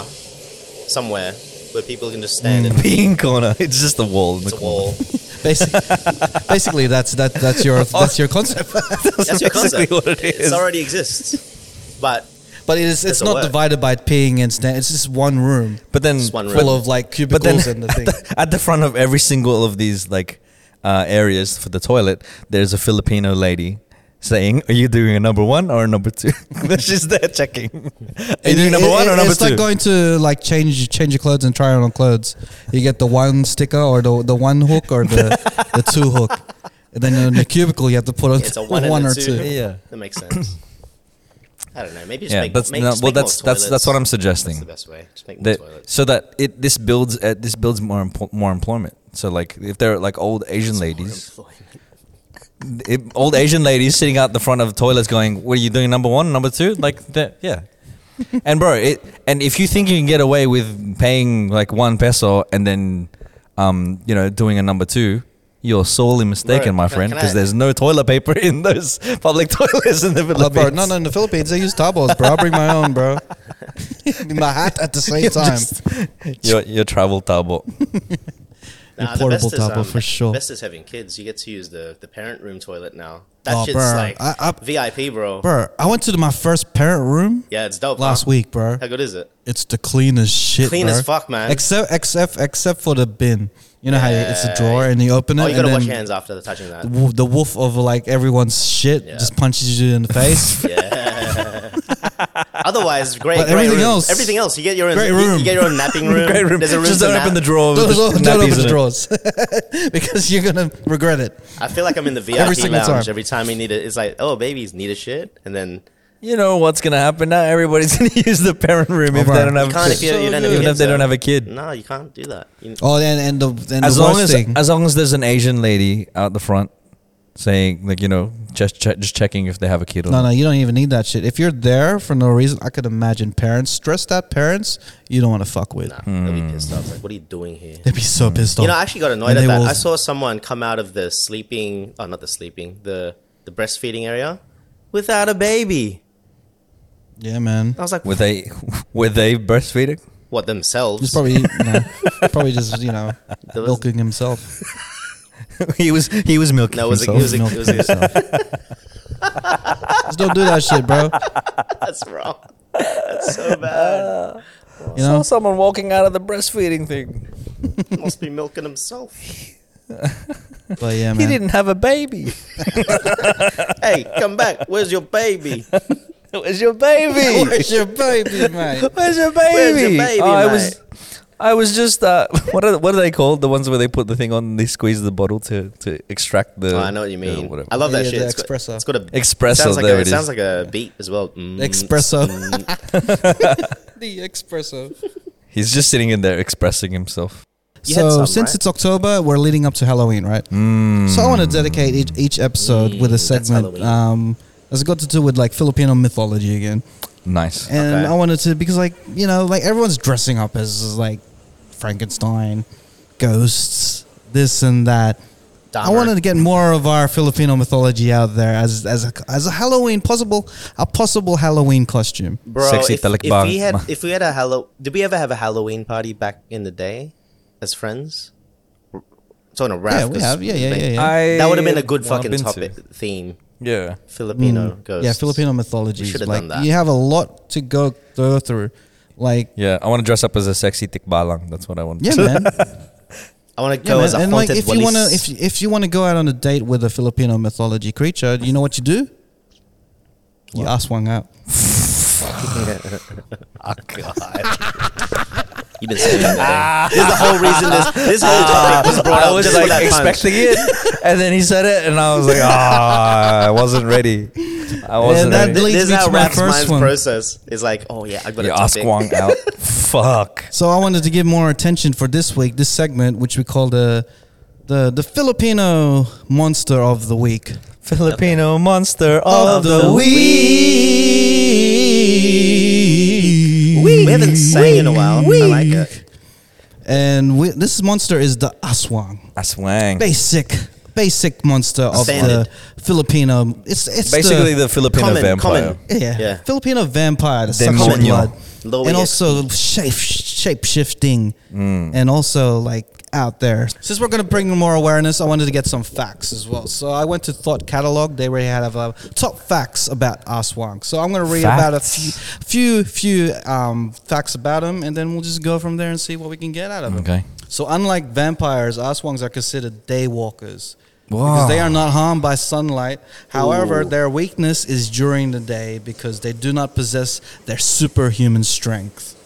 Speaker 3: somewhere where people can just stand and
Speaker 2: Peeing corner. It's just the wall in the
Speaker 3: it's a
Speaker 2: corner.
Speaker 3: wall.
Speaker 1: Basically, basically that's that that's your that's your concept.
Speaker 3: That's your concept.
Speaker 2: basically what it is.
Speaker 3: It already exists, but
Speaker 1: But it is, it's
Speaker 3: Doesn't
Speaker 1: not
Speaker 3: work.
Speaker 1: divided by peeing and stand. It's just one room
Speaker 2: But then
Speaker 3: Just one room.
Speaker 1: full of like
Speaker 2: But then
Speaker 1: cubicles and the
Speaker 2: at,
Speaker 1: thing.
Speaker 2: the, at the front of every single of these like uh, areas for the toilet, there's a Filipino lady saying, "Are you doing a number one or a number two? She's there checking. Are you doing number
Speaker 1: It-
Speaker 2: one
Speaker 1: it-
Speaker 2: or number
Speaker 1: it's
Speaker 2: two?
Speaker 1: like going to like change change your clothes and try on clothes. You get the one sticker or the the one hook or the the two hook, and then in the cubicle you have to put on
Speaker 3: It's a one
Speaker 1: one, or
Speaker 3: and a
Speaker 1: two.
Speaker 3: two.
Speaker 2: yeah,
Speaker 3: that makes sense. I don't know. Maybe just
Speaker 2: yeah.
Speaker 3: make,
Speaker 2: That's
Speaker 3: make,
Speaker 2: no,
Speaker 3: just
Speaker 2: well,
Speaker 3: make more
Speaker 2: that's that's that's what I'm
Speaker 3: toilets.
Speaker 2: suggesting.
Speaker 3: That's the best way. Just make more
Speaker 2: that
Speaker 3: toilets.
Speaker 2: so that it this builds uh, this builds more empo- more employment. So like if they're like old Asian ladies, if old Asian ladies sitting out the front of toilets going, "What are you doing? Number one, number two? Like that? Yeah. and bro, it and if you think you can get away with paying like one peso and then, um, you know, doing a number two. You're sorely mistaken, my
Speaker 3: can-
Speaker 2: friend,
Speaker 3: can I-
Speaker 2: because there's no toilet paper in those public toilets in the
Speaker 1: Uh, bro,
Speaker 2: Philippines.
Speaker 1: no, no, in the Philippines they use towels, bro. I bring my own, bro. my hat at the same
Speaker 2: You're
Speaker 1: time.
Speaker 2: just- your your travel table.
Speaker 3: Nah, the
Speaker 1: portable
Speaker 3: best is,
Speaker 1: towel
Speaker 3: um,
Speaker 1: for sure.
Speaker 3: Best is having kids. You get to use the, the parent room toilet now. That
Speaker 1: Oh,
Speaker 3: shit's
Speaker 1: bruh.
Speaker 3: like
Speaker 1: I- I-
Speaker 3: VIP, bro.
Speaker 1: Bro, I went to the, my first parent room
Speaker 3: Yeah, it's dope.
Speaker 1: last
Speaker 3: huh?
Speaker 1: week, bro.
Speaker 3: How good is it?
Speaker 1: It's the clean as shit.
Speaker 3: Clean
Speaker 1: bro.
Speaker 3: as fuck, man.
Speaker 1: Except except except for the bin. You know how you, it's a
Speaker 3: Yeah.
Speaker 1: drawer and you open it.
Speaker 3: Oh, you gotta
Speaker 1: and
Speaker 3: wash
Speaker 1: then
Speaker 3: your hands after the touching that.
Speaker 1: w- the wolf of like everyone's shit
Speaker 3: Yeah.
Speaker 1: just punches you in the face.
Speaker 3: Yeah. Otherwise, great.
Speaker 1: But
Speaker 3: great
Speaker 1: everything
Speaker 3: room.
Speaker 1: else-
Speaker 3: everything else, you get your own.
Speaker 1: Great
Speaker 3: you- You,
Speaker 1: room.
Speaker 3: get your own napping room.
Speaker 2: Great room.
Speaker 3: There's a room
Speaker 2: Just
Speaker 3: to
Speaker 2: don't
Speaker 3: nap.
Speaker 2: open the drawer.
Speaker 1: don't
Speaker 2: with the
Speaker 1: don't- don't
Speaker 2: nappies
Speaker 1: open
Speaker 2: in
Speaker 1: the
Speaker 2: it.
Speaker 1: drawers because you're gonna regret it.
Speaker 3: I feel like I'm in the VIP
Speaker 1: Every single
Speaker 3: lounge
Speaker 1: time.
Speaker 3: every time we need it. It's like, oh, babies need a shit, and then
Speaker 2: You know what's gonna happen now? Everybody's gonna use the parent room if
Speaker 1: bro.
Speaker 2: they don't
Speaker 1: You
Speaker 2: have a
Speaker 3: can't
Speaker 2: kid.
Speaker 3: if Oh, you, you don't have
Speaker 2: even
Speaker 3: kids,
Speaker 2: if they
Speaker 3: though.
Speaker 2: don't have a kid.
Speaker 3: No, you can't do that. You-
Speaker 1: Oh, and and the and
Speaker 2: As
Speaker 1: the
Speaker 2: long
Speaker 1: worst
Speaker 2: as
Speaker 1: thing.
Speaker 2: as long as there's an Asian lady out the front saying like you know just che- just checking if they have a kid or
Speaker 1: no,
Speaker 2: not.
Speaker 1: no, you don't even need that shit. If you're there for no reason, I could imagine parents, stressed out parents, you don't want to fuck with.
Speaker 3: nah, they'll be pissed off. Like, what are you doing here?
Speaker 1: They'd be
Speaker 2: Mm.
Speaker 1: so pissed off.
Speaker 3: You know, I actually got annoyed
Speaker 1: Oh. And
Speaker 3: at
Speaker 1: they
Speaker 3: that.
Speaker 1: will-
Speaker 3: I saw someone come out of the sleeping, oh, not the sleeping, the the breastfeeding area without a baby.
Speaker 1: yeah, man.
Speaker 3: I was like,
Speaker 2: Were they were they breastfeeding?
Speaker 3: What themselves?
Speaker 1: He's probably you know, probably just you know
Speaker 3: There was-
Speaker 1: milking himself.
Speaker 2: he was he was milking
Speaker 3: No, it was a-
Speaker 2: himself.
Speaker 3: it was a-
Speaker 1: Milking himself. just don't do that shit, bro.
Speaker 3: That's wrong. That's so bad.
Speaker 1: You know,
Speaker 2: someone walking out of the breastfeeding thing.
Speaker 3: Must be milking himself.
Speaker 1: but yeah, man.
Speaker 2: He didn't have a baby.
Speaker 3: Hey, come back. Where's your baby?
Speaker 2: Where's your baby?
Speaker 1: Where's your baby, mate?
Speaker 2: Where's your baby? Oh,
Speaker 3: your baby,
Speaker 1: Oh,
Speaker 2: I
Speaker 3: mate?
Speaker 2: was, I was just uh, what are what are they called? The ones where they put the thing on, and they squeeze the bottle to to extract the.
Speaker 3: Oh, I know what you
Speaker 2: the
Speaker 3: mean.
Speaker 2: whatever.
Speaker 3: I love that
Speaker 1: Yeah,
Speaker 3: shit.
Speaker 1: the
Speaker 3: It's got-
Speaker 1: espresso.
Speaker 3: it's got a
Speaker 2: Espresso,
Speaker 3: Sounds like
Speaker 2: there
Speaker 3: a,
Speaker 2: it is.
Speaker 3: sounds like a beat as well. Mm.
Speaker 1: Espresso. the espresso.
Speaker 2: He's just sitting in there expressing himself.
Speaker 3: You had
Speaker 1: so
Speaker 3: some,
Speaker 1: since
Speaker 3: right?
Speaker 1: it's October, we're leading up to Halloween, right? So I want to dedicate each, each episode with a segment
Speaker 3: Halloween.
Speaker 1: um, that's got to do with like Filipino mythology again.
Speaker 2: Nice.
Speaker 1: And
Speaker 3: Okay.
Speaker 1: I wanted to because like you know like everyone's dressing up as like Frankenstein, ghosts, this and that. I
Speaker 3: Dahmer.
Speaker 1: wanted to get more of our Filipino mythology out there as as a, as a Halloween possible a possible Halloween costume.
Speaker 3: Bro,
Speaker 2: Sexy
Speaker 3: if,
Speaker 2: Talik
Speaker 3: if
Speaker 2: Bang.
Speaker 3: we had if we had a Hallow, did we ever have a Halloween party back in the day as friends? R- Talking to Raph,
Speaker 1: Yeah, we
Speaker 3: 'cause
Speaker 1: have. Yeah, yeah, yeah, yeah.
Speaker 2: I
Speaker 3: That would have been a good
Speaker 2: Well, I've
Speaker 3: fucking
Speaker 2: been to.
Speaker 3: topic theme.
Speaker 2: Yeah.
Speaker 3: Filipino
Speaker 1: Mm.
Speaker 3: ghosts.
Speaker 1: Yeah, Filipino mythology.
Speaker 3: We
Speaker 1: is
Speaker 3: should've
Speaker 1: Like
Speaker 3: done that.
Speaker 1: you have a lot to go go through. Like
Speaker 2: Yeah, I want to dress up as a sexy tikbalang. That's what I want.
Speaker 1: yeah, man.
Speaker 3: I want to
Speaker 1: Yeah,
Speaker 3: go
Speaker 1: man.
Speaker 3: as a
Speaker 1: and like if
Speaker 3: haunted
Speaker 1: you
Speaker 3: police.
Speaker 1: wanna if if you wanna go out on a date with a Filipino mythology creature, you know what you do? You ask one out.
Speaker 2: Oh,
Speaker 3: You've been saying that. thing. This is the whole reason this this whole topic was brought
Speaker 2: Ah. I
Speaker 3: up.
Speaker 2: was
Speaker 3: just for
Speaker 2: like
Speaker 3: that punch.
Speaker 2: expecting it, and then he said it, and I was like, ah, I wasn't ready. I wasn't
Speaker 1: that
Speaker 2: ready.
Speaker 1: leads
Speaker 3: This is
Speaker 1: me to
Speaker 3: how
Speaker 1: my
Speaker 3: Raph's
Speaker 1: first
Speaker 3: mind's
Speaker 1: one.
Speaker 3: process is like, oh yeah, I got
Speaker 2: You
Speaker 3: a
Speaker 2: ask
Speaker 3: topic.
Speaker 2: Wang out. Fuck.
Speaker 1: So I wanted to give more attention for this week, this segment, which we call the the the Filipino monster of the week.
Speaker 2: Filipino monster of the week.
Speaker 3: We haven't sang in a while. I like it.
Speaker 1: And we, this monster is the aswang,
Speaker 2: Aswang.
Speaker 1: basic basic monster of the
Speaker 3: Standard.
Speaker 1: Filipino. It's it's
Speaker 2: Basically,
Speaker 1: the,
Speaker 2: the Filipino
Speaker 3: Common,
Speaker 2: vampire.
Speaker 3: common.
Speaker 1: yeah,
Speaker 3: Yeah.
Speaker 1: Filipino vampire that sucks your
Speaker 2: Demonyo.
Speaker 1: blood,
Speaker 3: Lower
Speaker 1: and
Speaker 3: it.
Speaker 1: also shape shape shifting,
Speaker 3: Mm.
Speaker 1: and also like out there. Since we're gonna bring more awareness, I wanted to get some facts as well. So I went to Thought Catalog. They already had a top facts about Aswang. So I'm gonna read about a few few few um, facts about him, and then we'll just go from there and see what we can get out of him.
Speaker 2: Okay.
Speaker 1: So unlike vampires, Aswangs are considered daywalkers.
Speaker 2: Wow.
Speaker 1: Because they are not harmed by sunlight. However, their weakness is during the day because they do not possess their superhuman strength.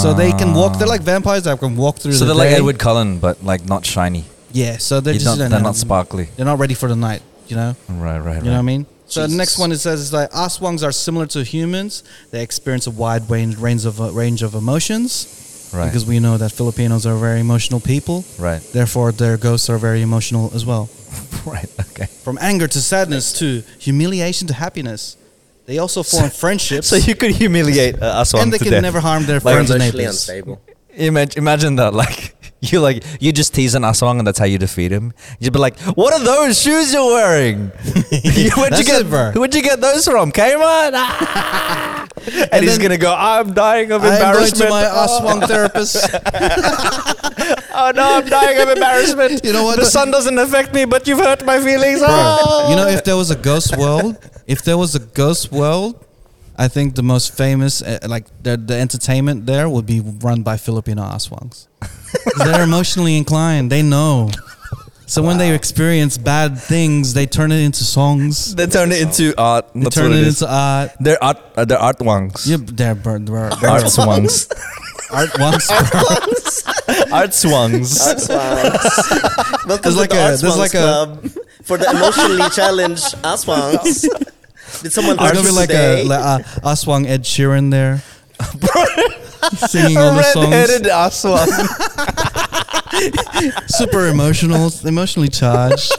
Speaker 1: so they can walk. They're like vampires that can walk through.
Speaker 2: Ah. So
Speaker 1: the
Speaker 2: they're like
Speaker 1: day.
Speaker 2: Edward Cullen, but like not shiny.
Speaker 1: Yeah. So they're
Speaker 2: He's
Speaker 1: just
Speaker 2: not-
Speaker 1: you
Speaker 2: they're
Speaker 1: know,
Speaker 2: not sparkly.
Speaker 1: They're not ready for the night. You know.
Speaker 2: Right, right, right.
Speaker 1: You know what I mean? So the
Speaker 3: Jesus.
Speaker 1: next one it says is like Aswangs are similar to humans. They experience a wide range, range of range of emotions.
Speaker 2: Right.
Speaker 1: Because we know that Filipinos are very emotional people.
Speaker 2: Right.
Speaker 1: Therefore, their ghosts are very emotional as well.
Speaker 2: right, okay.
Speaker 1: From anger to sadness to humiliation to happiness, they also form friendships.
Speaker 2: So you could humiliate uh,
Speaker 1: and
Speaker 2: Aswang
Speaker 1: they
Speaker 2: to
Speaker 1: can
Speaker 2: death.
Speaker 1: never harm their
Speaker 2: Like
Speaker 1: friends and
Speaker 3: Emotionally
Speaker 1: neighbors.
Speaker 3: unstable.
Speaker 2: Imagine, imagine that, like you like you just tease an aswang and that's how you defeat him. You'd be like, "What are those shoes you're wearing? where'd you
Speaker 1: That's it,
Speaker 2: get?
Speaker 1: bro.
Speaker 2: Where'd you get those from? Kmart?" Ah. and he's
Speaker 1: then-
Speaker 2: gonna go, "I'm dying of
Speaker 1: I'm going to
Speaker 2: embarrassment.
Speaker 1: my
Speaker 2: oh,
Speaker 1: Aswang therapist.
Speaker 2: oh, no, I'm dying of embarrassment.
Speaker 1: You know what?
Speaker 2: The sun doesn't affect me, but you've hurt my feelings.
Speaker 1: Bro,
Speaker 2: Oh.
Speaker 1: you know, if there was a ghost world, if there was a ghost world, I think the most famous, uh, like the, the entertainment there, would be run by Filipino aswangs. 'Cause They're emotionally inclined. They know. So when they experience bad things, they turn it into songs.
Speaker 2: they turn it into art.
Speaker 1: They
Speaker 2: That's
Speaker 1: turn
Speaker 2: what
Speaker 1: it,
Speaker 2: it is.
Speaker 1: into art.
Speaker 2: they're art. Uh, they're art wangs.
Speaker 1: Yep, they're, bro, bro, bro.
Speaker 2: Art swangs.
Speaker 1: art once. bro.
Speaker 2: art swangs.
Speaker 3: Welcome
Speaker 1: like
Speaker 3: to the
Speaker 1: a-
Speaker 3: Arts
Speaker 1: there's
Speaker 3: Wangs
Speaker 1: like a-
Speaker 3: Club for the emotionally challenged Aswangs. Did someone
Speaker 1: There's
Speaker 3: ask
Speaker 1: gonna be like
Speaker 3: today?
Speaker 1: a like a aswang Ed Sheeran there, singing all the
Speaker 2: Red-headed
Speaker 1: songs.
Speaker 2: aswang.
Speaker 1: Super emotional, emotionally charged.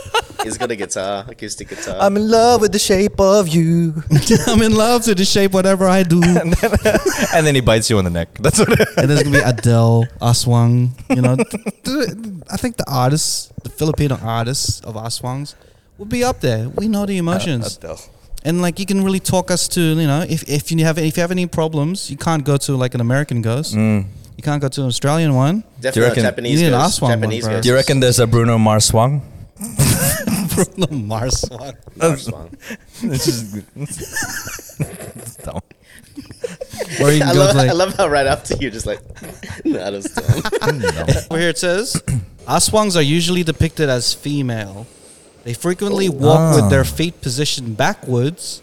Speaker 3: He's got a guitar, acoustic guitar.
Speaker 2: I'm in love with the shape of you.
Speaker 1: I'm in love to the shape whatever I do. And
Speaker 2: and then he bites you on the neck. That's what.
Speaker 1: there's gonna be Adele, Aswang. You know, Th- th- I think the artists, the Filipino artists of Aswangs, would be up there. We know the emotions,
Speaker 2: Uh,
Speaker 1: and like you can really talk us to you know if, if you have if you have any problems, you can't go to like an American ghost. You can't go to an Australian one.
Speaker 3: Definitely
Speaker 2: reckon-
Speaker 3: Japanese
Speaker 1: You need an
Speaker 3: goes.
Speaker 1: ass one,
Speaker 3: Japanese
Speaker 1: one, bro.
Speaker 3: goes.
Speaker 2: Do you reckon there's a Bruno Mars swung?
Speaker 1: Bruno Mars one.
Speaker 3: Ass one.
Speaker 2: It's just It's dumb.
Speaker 1: Or you
Speaker 3: I
Speaker 1: can go
Speaker 3: love,
Speaker 1: to like,
Speaker 3: I love how right after you just like, no, I don't stop.
Speaker 1: Over here it says Aswangs are usually depicted as female. They frequently walk
Speaker 2: Ah.
Speaker 1: with their feet positioned backwards,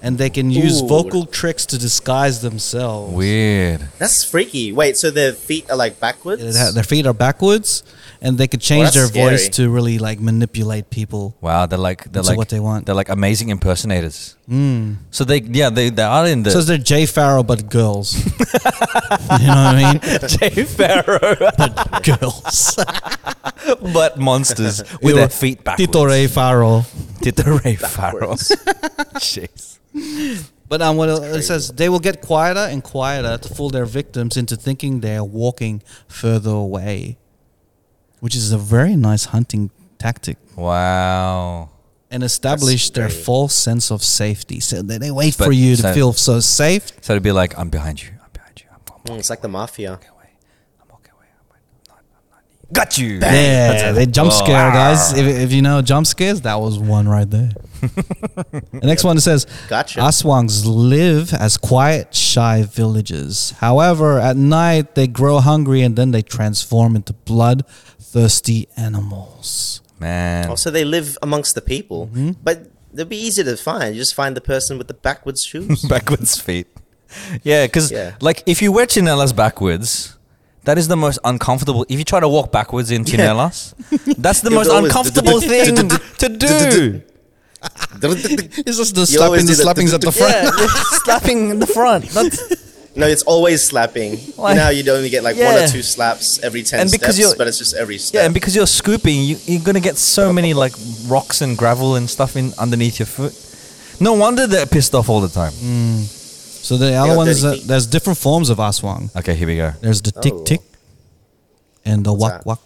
Speaker 1: and they can use
Speaker 3: Ooh.
Speaker 1: vocal tricks to disguise themselves.
Speaker 2: Weird.
Speaker 3: That's freaky. Wait, so their feet are like backwards?
Speaker 1: It ha- Their feet are backwards, and they could change
Speaker 3: that's
Speaker 1: their voice
Speaker 3: scary.
Speaker 1: to really like manipulate people.
Speaker 2: Wow, they're like they're
Speaker 1: Into
Speaker 2: like
Speaker 1: what they want. Hmm.
Speaker 2: They're like amazing impersonators. So they yeah they, they are in the
Speaker 1: So they're Jay Farrow but girls. you know what I mean?
Speaker 2: Jay Farrow,
Speaker 1: girls.
Speaker 2: but monsters with their feet backwards.
Speaker 1: Tito Ray Farrow.
Speaker 2: Tito Ray Farrow. Jeez.
Speaker 1: But um, what it says, they will get quieter and quieter to fool their victims into thinking they are walking further away, which is a very nice hunting tactic
Speaker 2: Wow.
Speaker 1: and establish their
Speaker 3: great.
Speaker 1: false sense of safety. So they, they wait for
Speaker 2: But
Speaker 1: you to
Speaker 2: so-
Speaker 1: feel so safe.
Speaker 2: So it'd be like I'm behind you. I'm behind you. I'm, I'm
Speaker 3: Mm,
Speaker 2: walking
Speaker 3: it's like the mafia.
Speaker 2: away. I'm walking away. I'm, not. I'm not. Got you.
Speaker 1: Yeah, they jump
Speaker 2: Oh,
Speaker 1: scare,
Speaker 2: arr.
Speaker 1: guys. If, if you know jump scares, that was one right there. the next one says,
Speaker 3: Gotcha.
Speaker 1: Aswangs live as quiet, shy villagers. However, at night they grow hungry and then they transform into bloodthirsty animals.
Speaker 2: Man.
Speaker 3: Also, Oh, they live amongst the people,
Speaker 1: Mm-hmm.
Speaker 3: but they'd be easy to find. You just find the person with the backwards shoes.
Speaker 2: backwards feet. Yeah, because
Speaker 3: Yeah.
Speaker 2: like if you wear chinelas backwards, that is the most uncomfortable. If you try to walk backwards in chinelas, that's the
Speaker 3: You'll
Speaker 2: most
Speaker 3: always-
Speaker 2: uncomfortable thing to do.
Speaker 1: It's just the
Speaker 3: You always
Speaker 1: slapping the slappings at
Speaker 3: do that.
Speaker 1: the front.
Speaker 2: Yeah, slapping in the front. That's,
Speaker 3: no, it's always slapping.
Speaker 2: Like-
Speaker 3: now you only get like one
Speaker 2: Yeah.
Speaker 3: or two slaps every ten
Speaker 2: And because
Speaker 3: steps,
Speaker 2: you're-
Speaker 3: but it's just every step.
Speaker 2: yeah, and because you're scooping, you, you're gonna get so many like rocks and gravel and stuff in underneath your foot. No wonder they're pissed off all the time.
Speaker 1: So the other
Speaker 3: got
Speaker 1: one
Speaker 3: dirty
Speaker 1: is that
Speaker 3: feet.
Speaker 1: there's different forms of Aswang.
Speaker 2: Okay, here we go.
Speaker 1: There's the tick
Speaker 3: Oh.
Speaker 1: tick and the wak
Speaker 3: that?
Speaker 1: wak,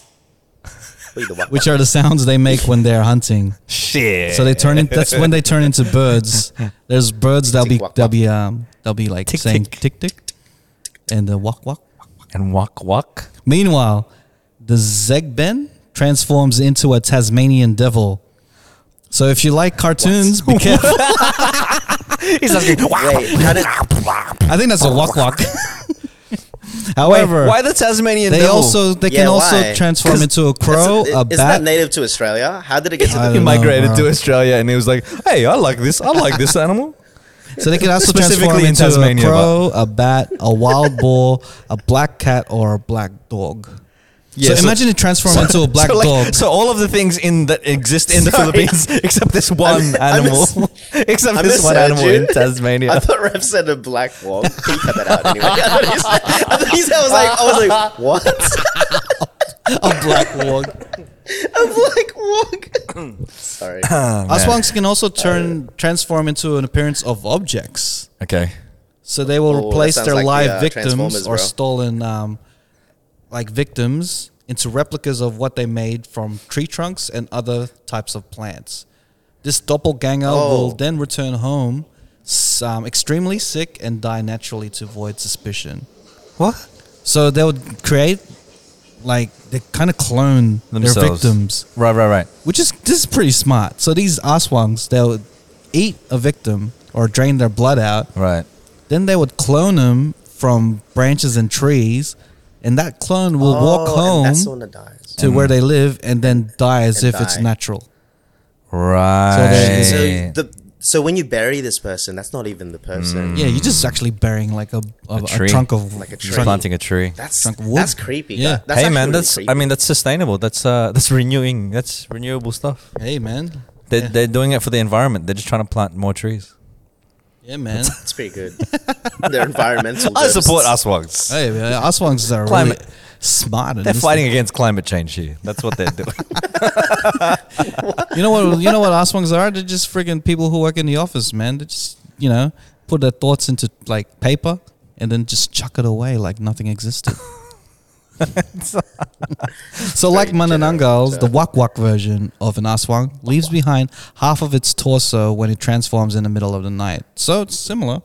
Speaker 3: Wait, the what?
Speaker 1: which are the sounds they make when they're hunting.
Speaker 2: Shit.
Speaker 1: So they turn in. That's when they turn into birds. There's birds that'll be
Speaker 3: Tick, tick,
Speaker 1: they'll be um they'll be like
Speaker 2: Tick,
Speaker 1: saying
Speaker 2: tick.
Speaker 1: tick tick, and the walk walk.
Speaker 2: and walk, walk.
Speaker 1: Meanwhile, the Zegben transforms into a Tasmanian devil. So if you like cartoons, be careful.
Speaker 2: He's asking.
Speaker 3: Wait, how did-
Speaker 1: I think that's a walk walk. However,
Speaker 2: why the Tasmanian
Speaker 1: they
Speaker 2: devil?
Speaker 1: also they
Speaker 3: Yeah,
Speaker 1: can also
Speaker 3: why?
Speaker 1: transform into a
Speaker 3: That's
Speaker 1: crow, a
Speaker 3: a- isn't that
Speaker 1: bat.
Speaker 3: native to Australia? How did it get to
Speaker 1: I
Speaker 3: the
Speaker 2: he
Speaker 1: don't know,
Speaker 2: migrated
Speaker 1: bro.
Speaker 2: to Australia and he was like, "Hey, I like this. I like this animal."
Speaker 1: So they can also transform
Speaker 2: Specifically in
Speaker 1: into
Speaker 2: Tasmania,
Speaker 1: a crow, a bat, a wild boar, a black cat, or a black dog.
Speaker 2: Yeah,
Speaker 1: so,
Speaker 2: so-
Speaker 1: imagine it transforms into a black
Speaker 2: so like-
Speaker 1: dog.
Speaker 2: So all of the things in that exist in the
Speaker 3: Sorry.
Speaker 2: Philippines except this one
Speaker 3: I'm- I'm
Speaker 2: animal, except
Speaker 3: I'm
Speaker 2: this
Speaker 3: a
Speaker 2: one animal in
Speaker 3: surgeon. I
Speaker 2: Tasmania.
Speaker 3: thought Rev said a black wall. He cut that out anyway. I thought he said, I, thought he said, I was like, I was like, what?
Speaker 1: a black dog.
Speaker 3: I'm like, walk. Sorry.
Speaker 1: Aswangs can also turn transform into an appearance of objects.
Speaker 2: Okay.
Speaker 1: So they will
Speaker 3: Oh, that
Speaker 1: replace
Speaker 3: sounds
Speaker 1: their
Speaker 3: like the,
Speaker 1: live
Speaker 3: uh,
Speaker 1: victims
Speaker 3: Transformers,
Speaker 1: or
Speaker 3: bro.
Speaker 1: stolen um, like victims into replicas of what they made from tree trunks and other types of plants. This doppelganger will
Speaker 3: Oh.
Speaker 1: then return home s- um, extremely sick and die naturally to avoid suspicion.
Speaker 2: What?
Speaker 1: So they would create like they kind of clone their
Speaker 2: Themselves.
Speaker 1: victims
Speaker 2: Right, right, right.
Speaker 1: which is this is pretty smart. So these aswangs, they would eat a victim or drain their blood out,
Speaker 2: Right.
Speaker 1: then they would clone them from branches and trees, and that clone will walk
Speaker 3: Oh, and that's the one
Speaker 1: home
Speaker 3: that dies.
Speaker 1: to where they live and then die as
Speaker 3: And
Speaker 1: if it's
Speaker 3: die.
Speaker 1: natural.
Speaker 2: Right.
Speaker 1: So
Speaker 3: So the so when you bury this person, that's not even the person.
Speaker 2: Mm.
Speaker 1: Yeah, you're just actually burying like a a, a
Speaker 2: tree.
Speaker 1: trunk of
Speaker 3: Like a
Speaker 1: trunk-
Speaker 3: tree.
Speaker 2: planting a tree.
Speaker 3: That's
Speaker 1: Chunk of wood.
Speaker 3: that's creepy.
Speaker 1: Yeah.
Speaker 3: That- that's
Speaker 2: hey
Speaker 3: actually
Speaker 2: man,
Speaker 3: really
Speaker 2: that's
Speaker 3: creepy.
Speaker 2: I mean that's sustainable. That's uh that's renewing. That's renewable stuff.
Speaker 1: Hey man,
Speaker 2: They
Speaker 1: yeah.
Speaker 2: they're doing it for the environment. They're just trying to plant more trees.
Speaker 1: yeah man.
Speaker 3: that's pretty good. They're environmental. terrorists.
Speaker 2: aswogs.
Speaker 1: hey man, aswangs are really
Speaker 2: Climate.
Speaker 1: smart. and
Speaker 2: They're
Speaker 1: this-
Speaker 2: fighting against climate change here. That's what they're doing.
Speaker 1: You know what? You know what aswangs are? They're just friggin' people who work in the office, man. They just you know put their thoughts into like paper and then just chuck it away like nothing existed. so, like
Speaker 3: Very general
Speaker 1: Mananangals, the
Speaker 3: term.
Speaker 1: wak wak version of an aswang leaves behind half of its torso when it transforms in the middle of the night. So it's similar.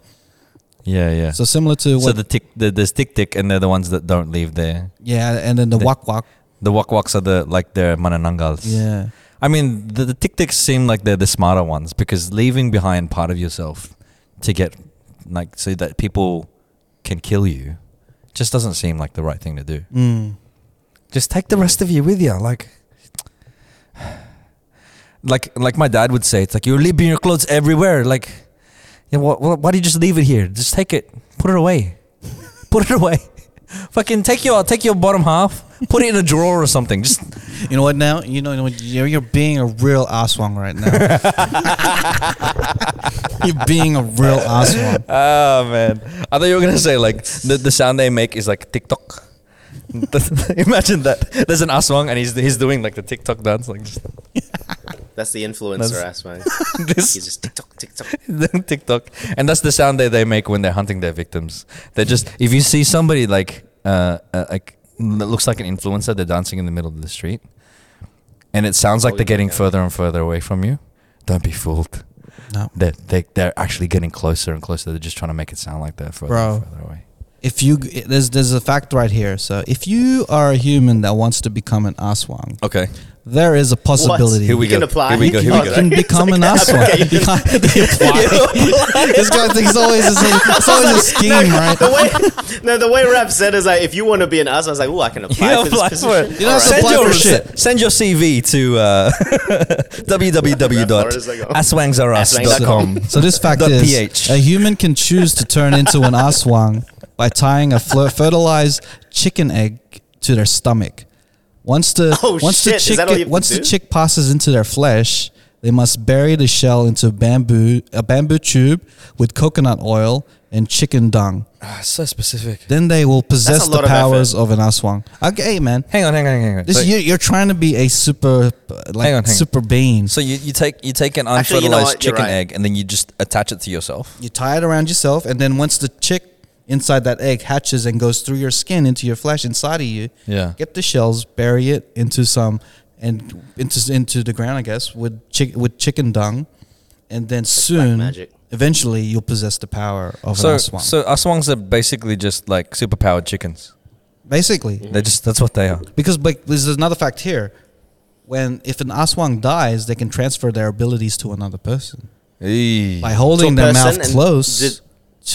Speaker 2: Yeah, yeah.
Speaker 1: So
Speaker 2: So,
Speaker 1: similar to what?
Speaker 2: the tick, the, there's tick tick, and they're the ones that don't leave there.
Speaker 1: yeah, and then the
Speaker 2: the-
Speaker 1: wak wak.
Speaker 2: The wak waks are the like the mananangals.
Speaker 1: Yeah.
Speaker 2: I mean, the, the tick ticks seem like they're the smarter ones because leaving behind part of yourself to get like so that people can kill you just doesn't seem like the right thing to do.
Speaker 1: Mm.
Speaker 2: Just take the rest of you with you, like. Like, like my dad would say, it's like you're leaving your clothes everywhere. Like, you know, wh- wh- why do you just leave it here? Just take it, put it away, put it away. Fucking take your take your bottom half, put it in a drawer or something. Just
Speaker 1: You know what? Now you know, you know what? you're you're being a real asswang right now. you're being a real asswang.
Speaker 2: Oh man. I thought you were gonna say like the, the sound they make is like TikTok. Imagine that. There's an Aswang and he's he's doing like the TikTok dance, like just
Speaker 3: That's the influencer
Speaker 2: That's-
Speaker 3: ass man.
Speaker 2: this
Speaker 3: He's just tick tock, tick tock.
Speaker 2: TikTok. And that's the sound that they make when they're hunting their victims. They're just if you see somebody like uh, uh like that looks like an influencer, they're dancing in the middle of the street, and it sounds like
Speaker 3: Oh,
Speaker 2: they're
Speaker 3: yeah,
Speaker 2: getting
Speaker 3: yeah.
Speaker 2: further and further away from you. Don't be fooled.
Speaker 1: No.
Speaker 2: They're, they, they're actually getting closer and closer. They're just trying to make it sound like they're further and
Speaker 1: Bro.
Speaker 2: further away.
Speaker 1: If you there's there's a fact right here. So if you are a human that wants to become an aswang,
Speaker 2: Okay.
Speaker 1: there is a possibility.
Speaker 2: Here we
Speaker 3: You can
Speaker 2: go.
Speaker 3: apply.
Speaker 2: Here
Speaker 3: Oh,
Speaker 2: we go.
Speaker 1: You
Speaker 2: Uh, Here we go.
Speaker 1: can become an asshole. You can't- this guy thinks always is a, it's always a scheme, right?
Speaker 3: The way, no, the way rap said is like, if you want to be an ass, I was like, oh, I can apply for this position.
Speaker 1: You know,
Speaker 3: Alright.
Speaker 1: so-
Speaker 2: Send
Speaker 1: Apply
Speaker 2: your,
Speaker 1: for shit.
Speaker 2: s- send your CV to uh, www.aswangsaras.com.
Speaker 1: So this fact
Speaker 2: Dot
Speaker 1: is, uh,
Speaker 2: PH.
Speaker 1: a human can choose to turn into an aswang by tying a fl- fertilized chicken egg to their stomach. Once the
Speaker 3: Oh,
Speaker 1: once the
Speaker 3: shit. Is
Speaker 1: chick
Speaker 3: that all you have to
Speaker 1: once the
Speaker 3: do?
Speaker 1: chick passes into their flesh, they must bury the shell into bamboo a bamboo tube with coconut oil and chicken dung.
Speaker 2: Ah, so specific.
Speaker 1: Then they will possess the
Speaker 3: lot of effort.
Speaker 1: powers of, an aswang. Okay, man.
Speaker 2: Hang on, hang on, hang on.
Speaker 1: This
Speaker 2: so
Speaker 1: you, you're trying to be a super uh, like
Speaker 2: Hang on, hang on.
Speaker 1: super bean.
Speaker 2: so you, you take you take an unfertilized
Speaker 3: Actually, you know what? You're
Speaker 2: chicken
Speaker 3: right.
Speaker 2: egg and then you just attach it to yourself.
Speaker 1: you tie it around yourself, and then once the chick inside that egg hatches and goes through your skin into your flesh inside of you,
Speaker 2: Yeah.
Speaker 1: get the shells, bury it into some and into into the ground, I guess, with chick with chicken dung, and then soon,
Speaker 3: magic.
Speaker 1: eventually, you'll possess the power of
Speaker 2: So
Speaker 1: an aswang.
Speaker 2: so aswangs are basically just like superpowered chickens.
Speaker 1: Basically,
Speaker 2: They just that's what they are.
Speaker 1: because like there's another fact here. When if an aswang dies, they can transfer their abilities to another person. by holding
Speaker 3: to a
Speaker 1: their
Speaker 3: person
Speaker 1: mouth
Speaker 3: and
Speaker 1: close
Speaker 3: did-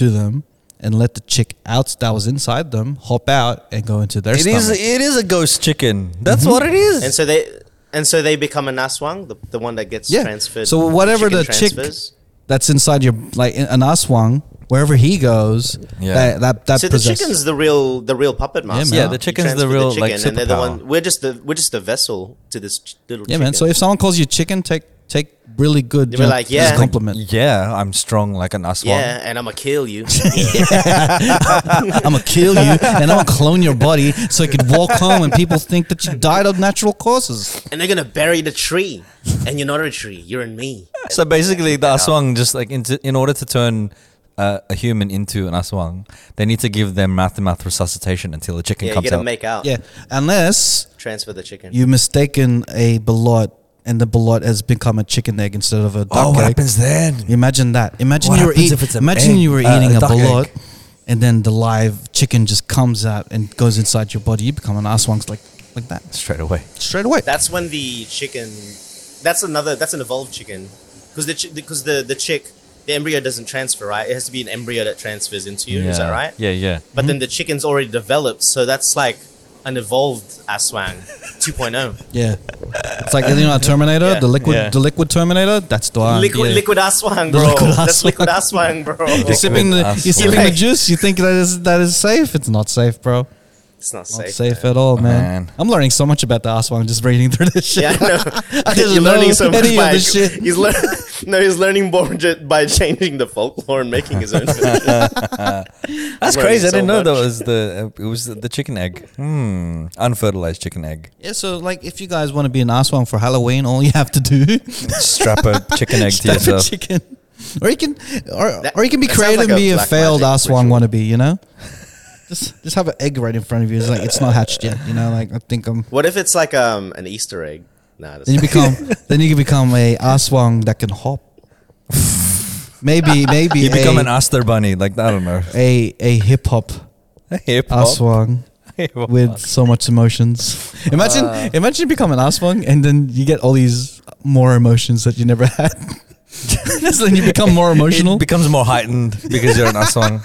Speaker 1: to them and let the chick out that was inside them hop out and go into their
Speaker 2: It
Speaker 1: stomach.
Speaker 2: is it is a ghost chicken. That's what it is.
Speaker 3: And so they. And so they become an aswang, the, the one that gets
Speaker 1: yeah.
Speaker 3: transferred.
Speaker 1: So whatever
Speaker 3: chicken
Speaker 1: the
Speaker 3: transfers.
Speaker 1: chick that's inside your like in- an aswang, wherever he goes,
Speaker 2: Yeah.
Speaker 1: that that, that
Speaker 3: So the
Speaker 1: possess-
Speaker 3: chicken's the real, the real puppet master.
Speaker 1: man. Yeah,
Speaker 2: the
Speaker 3: You
Speaker 2: chicken's the
Speaker 3: transfer
Speaker 2: real, like,
Speaker 3: chicken, and they're the
Speaker 2: superpower.
Speaker 3: one. We're just the we're just the vessel to this ch- little.
Speaker 1: Yeah, man. So
Speaker 3: chicken.
Speaker 1: if someone calls you chicken, take take really good.
Speaker 3: You'll be
Speaker 1: you know,
Speaker 3: like,
Speaker 1: just
Speaker 3: yeah.
Speaker 1: compliment.
Speaker 2: yeah, I'm strong like an aswang.
Speaker 3: yeah, and I'ma kill you.
Speaker 1: I'm gonna kill you, and I'm gonna clone your body so you can walk home, and people think that you died of natural causes.
Speaker 3: and they're gonna bury the tree, and you're not a tree. You're in me.
Speaker 2: So basically, the aswang just like into, in order to turn uh, a human into an aswang, they need to give them mouth to mouth resuscitation until the chicken
Speaker 3: Yeah, you
Speaker 2: comes
Speaker 3: gotta
Speaker 2: out.
Speaker 3: make out.
Speaker 1: Yeah, unless
Speaker 3: Transfer the chicken.
Speaker 1: you mistaken a ballot and the ballot has become a chicken egg instead of a duck
Speaker 2: oh, what
Speaker 1: egg.
Speaker 2: happens then?
Speaker 1: Imagine that. Imagine
Speaker 2: What
Speaker 1: you were
Speaker 2: happens
Speaker 1: eat-
Speaker 2: if it's an
Speaker 1: Imagine
Speaker 2: egg?
Speaker 1: you were
Speaker 2: Uh,
Speaker 1: eating
Speaker 2: a
Speaker 1: a
Speaker 2: duck
Speaker 1: ballot,
Speaker 2: egg.
Speaker 1: and then the live chicken just comes out and goes inside your body. You become an aswang like like that
Speaker 2: Straight away.
Speaker 1: straight away.
Speaker 3: That's when the chicken. That's another. That's an evolved chicken, because the chi- because the the chick the embryo doesn't transfer right. It has to be an embryo that transfers into you. Is that right?
Speaker 2: Yeah, yeah.
Speaker 3: But
Speaker 1: Mm-hmm.
Speaker 3: then the chicken's already developed, so that's like an evolved aswang oh. 2.0.
Speaker 1: yeah, it's like you know a Terminator,
Speaker 3: Yeah.
Speaker 1: the liquid,
Speaker 2: Yeah.
Speaker 1: the liquid Terminator. That's the one.
Speaker 3: liquid
Speaker 1: yeah.
Speaker 3: liquid aswang, bro.
Speaker 1: Liquid
Speaker 3: that's liquid aswang, bro.
Speaker 1: You're sipping, the,
Speaker 2: Liquid
Speaker 1: you're
Speaker 2: aswang.
Speaker 1: sipping the
Speaker 3: Like-
Speaker 1: juice. You think that is that is safe? It's not safe, bro.
Speaker 3: It's not
Speaker 1: Not
Speaker 3: safe.
Speaker 1: safe at all, man.
Speaker 2: Man.
Speaker 1: I'm learning so much about the aswang just reading through this shit.
Speaker 3: Yeah, I know.
Speaker 1: I didn't
Speaker 3: You're
Speaker 1: know
Speaker 3: learning so much
Speaker 1: any of
Speaker 3: by,
Speaker 1: this shit.
Speaker 3: He's lear- no, he's learning more ju- by changing the folklore and making his own. version.
Speaker 2: That's
Speaker 3: Learning
Speaker 2: crazy. I
Speaker 3: so
Speaker 2: didn't know that
Speaker 3: much.
Speaker 2: was the uh, it was the, the chicken egg. Hmm, unfertilized chicken egg.
Speaker 1: Yeah, so like if you guys want to be an aswang for Halloween, all you have to do is
Speaker 2: Strap a chicken egg to
Speaker 1: stuff a
Speaker 2: yourself.
Speaker 1: chicken. Or you can or,
Speaker 3: That-
Speaker 1: or you can be
Speaker 3: that sounds
Speaker 1: creative and
Speaker 3: like a
Speaker 1: be a
Speaker 3: black
Speaker 1: failed
Speaker 3: magic
Speaker 1: aswang
Speaker 3: ritual.
Speaker 1: wannabe, you know? Just just have an egg right in front of you. It's like it's not hatched yet, you know, like I think I'm
Speaker 3: what if it's like um an Easter egg? Nah, that's
Speaker 1: then you
Speaker 3: not-
Speaker 1: become then you can become a aswang that can hop. Maybe maybe
Speaker 2: You
Speaker 1: a,
Speaker 2: become an Aster bunny. Like I don't know.
Speaker 1: a a hip hop
Speaker 2: Hip hop.
Speaker 1: aswang
Speaker 2: Hip hop.
Speaker 1: with so much emotions. Imagine
Speaker 3: Uh.
Speaker 1: imagine you become an aswang and then you get all these more emotions that you never had. so then you become more emotional.
Speaker 2: It becomes more heightened because you're an Aswang.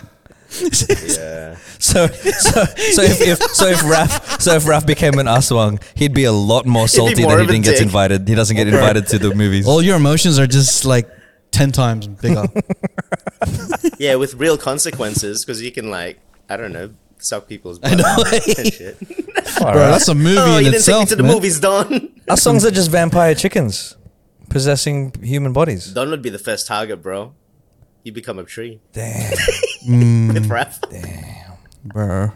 Speaker 3: Yeah.
Speaker 2: So, so, so if, if so if Raf so if Raf became an Aswang, he'd be a lot more salty
Speaker 3: more
Speaker 2: that he
Speaker 3: of a
Speaker 2: didn't get
Speaker 3: dick.
Speaker 2: invited. He doesn't get invited to the movies.
Speaker 1: all your emotions are just like ten times bigger.
Speaker 3: Yeah, with real consequences because you can like I don't know suck people's
Speaker 1: I
Speaker 3: blood
Speaker 1: know.
Speaker 3: and shit.
Speaker 1: Bro, that's a movie
Speaker 3: oh,
Speaker 1: in
Speaker 3: you didn't
Speaker 1: itself.
Speaker 3: take me to the
Speaker 1: man.
Speaker 3: movies, Don.
Speaker 2: Aswangs are just vampire chickens possessing human bodies.
Speaker 3: Don would be the first target, bro. You become a tree
Speaker 2: Damn,
Speaker 3: with Raph.
Speaker 1: Bro.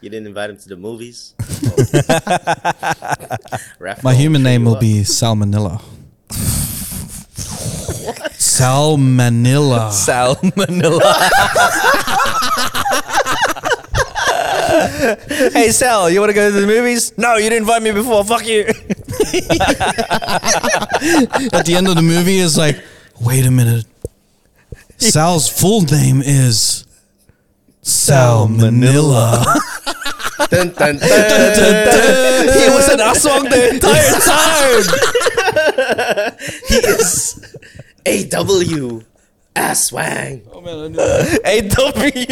Speaker 3: You didn't invite him to the movies. Oh. Raph
Speaker 1: My
Speaker 3: will
Speaker 1: human
Speaker 3: chew
Speaker 1: name
Speaker 3: you
Speaker 1: will
Speaker 3: up.
Speaker 1: be Salmonella. Salmonella.
Speaker 2: salmonella. hey Sal, you want to go to the movies? No, you didn't invite me before. Fuck you.
Speaker 1: At the end of the movie is like, wait a minute. Sal's full name is Salmonella.
Speaker 3: Dun, dun, dun.
Speaker 2: he was an Aswang the entire time.
Speaker 3: he is AW Ah, Aswang.
Speaker 2: A W.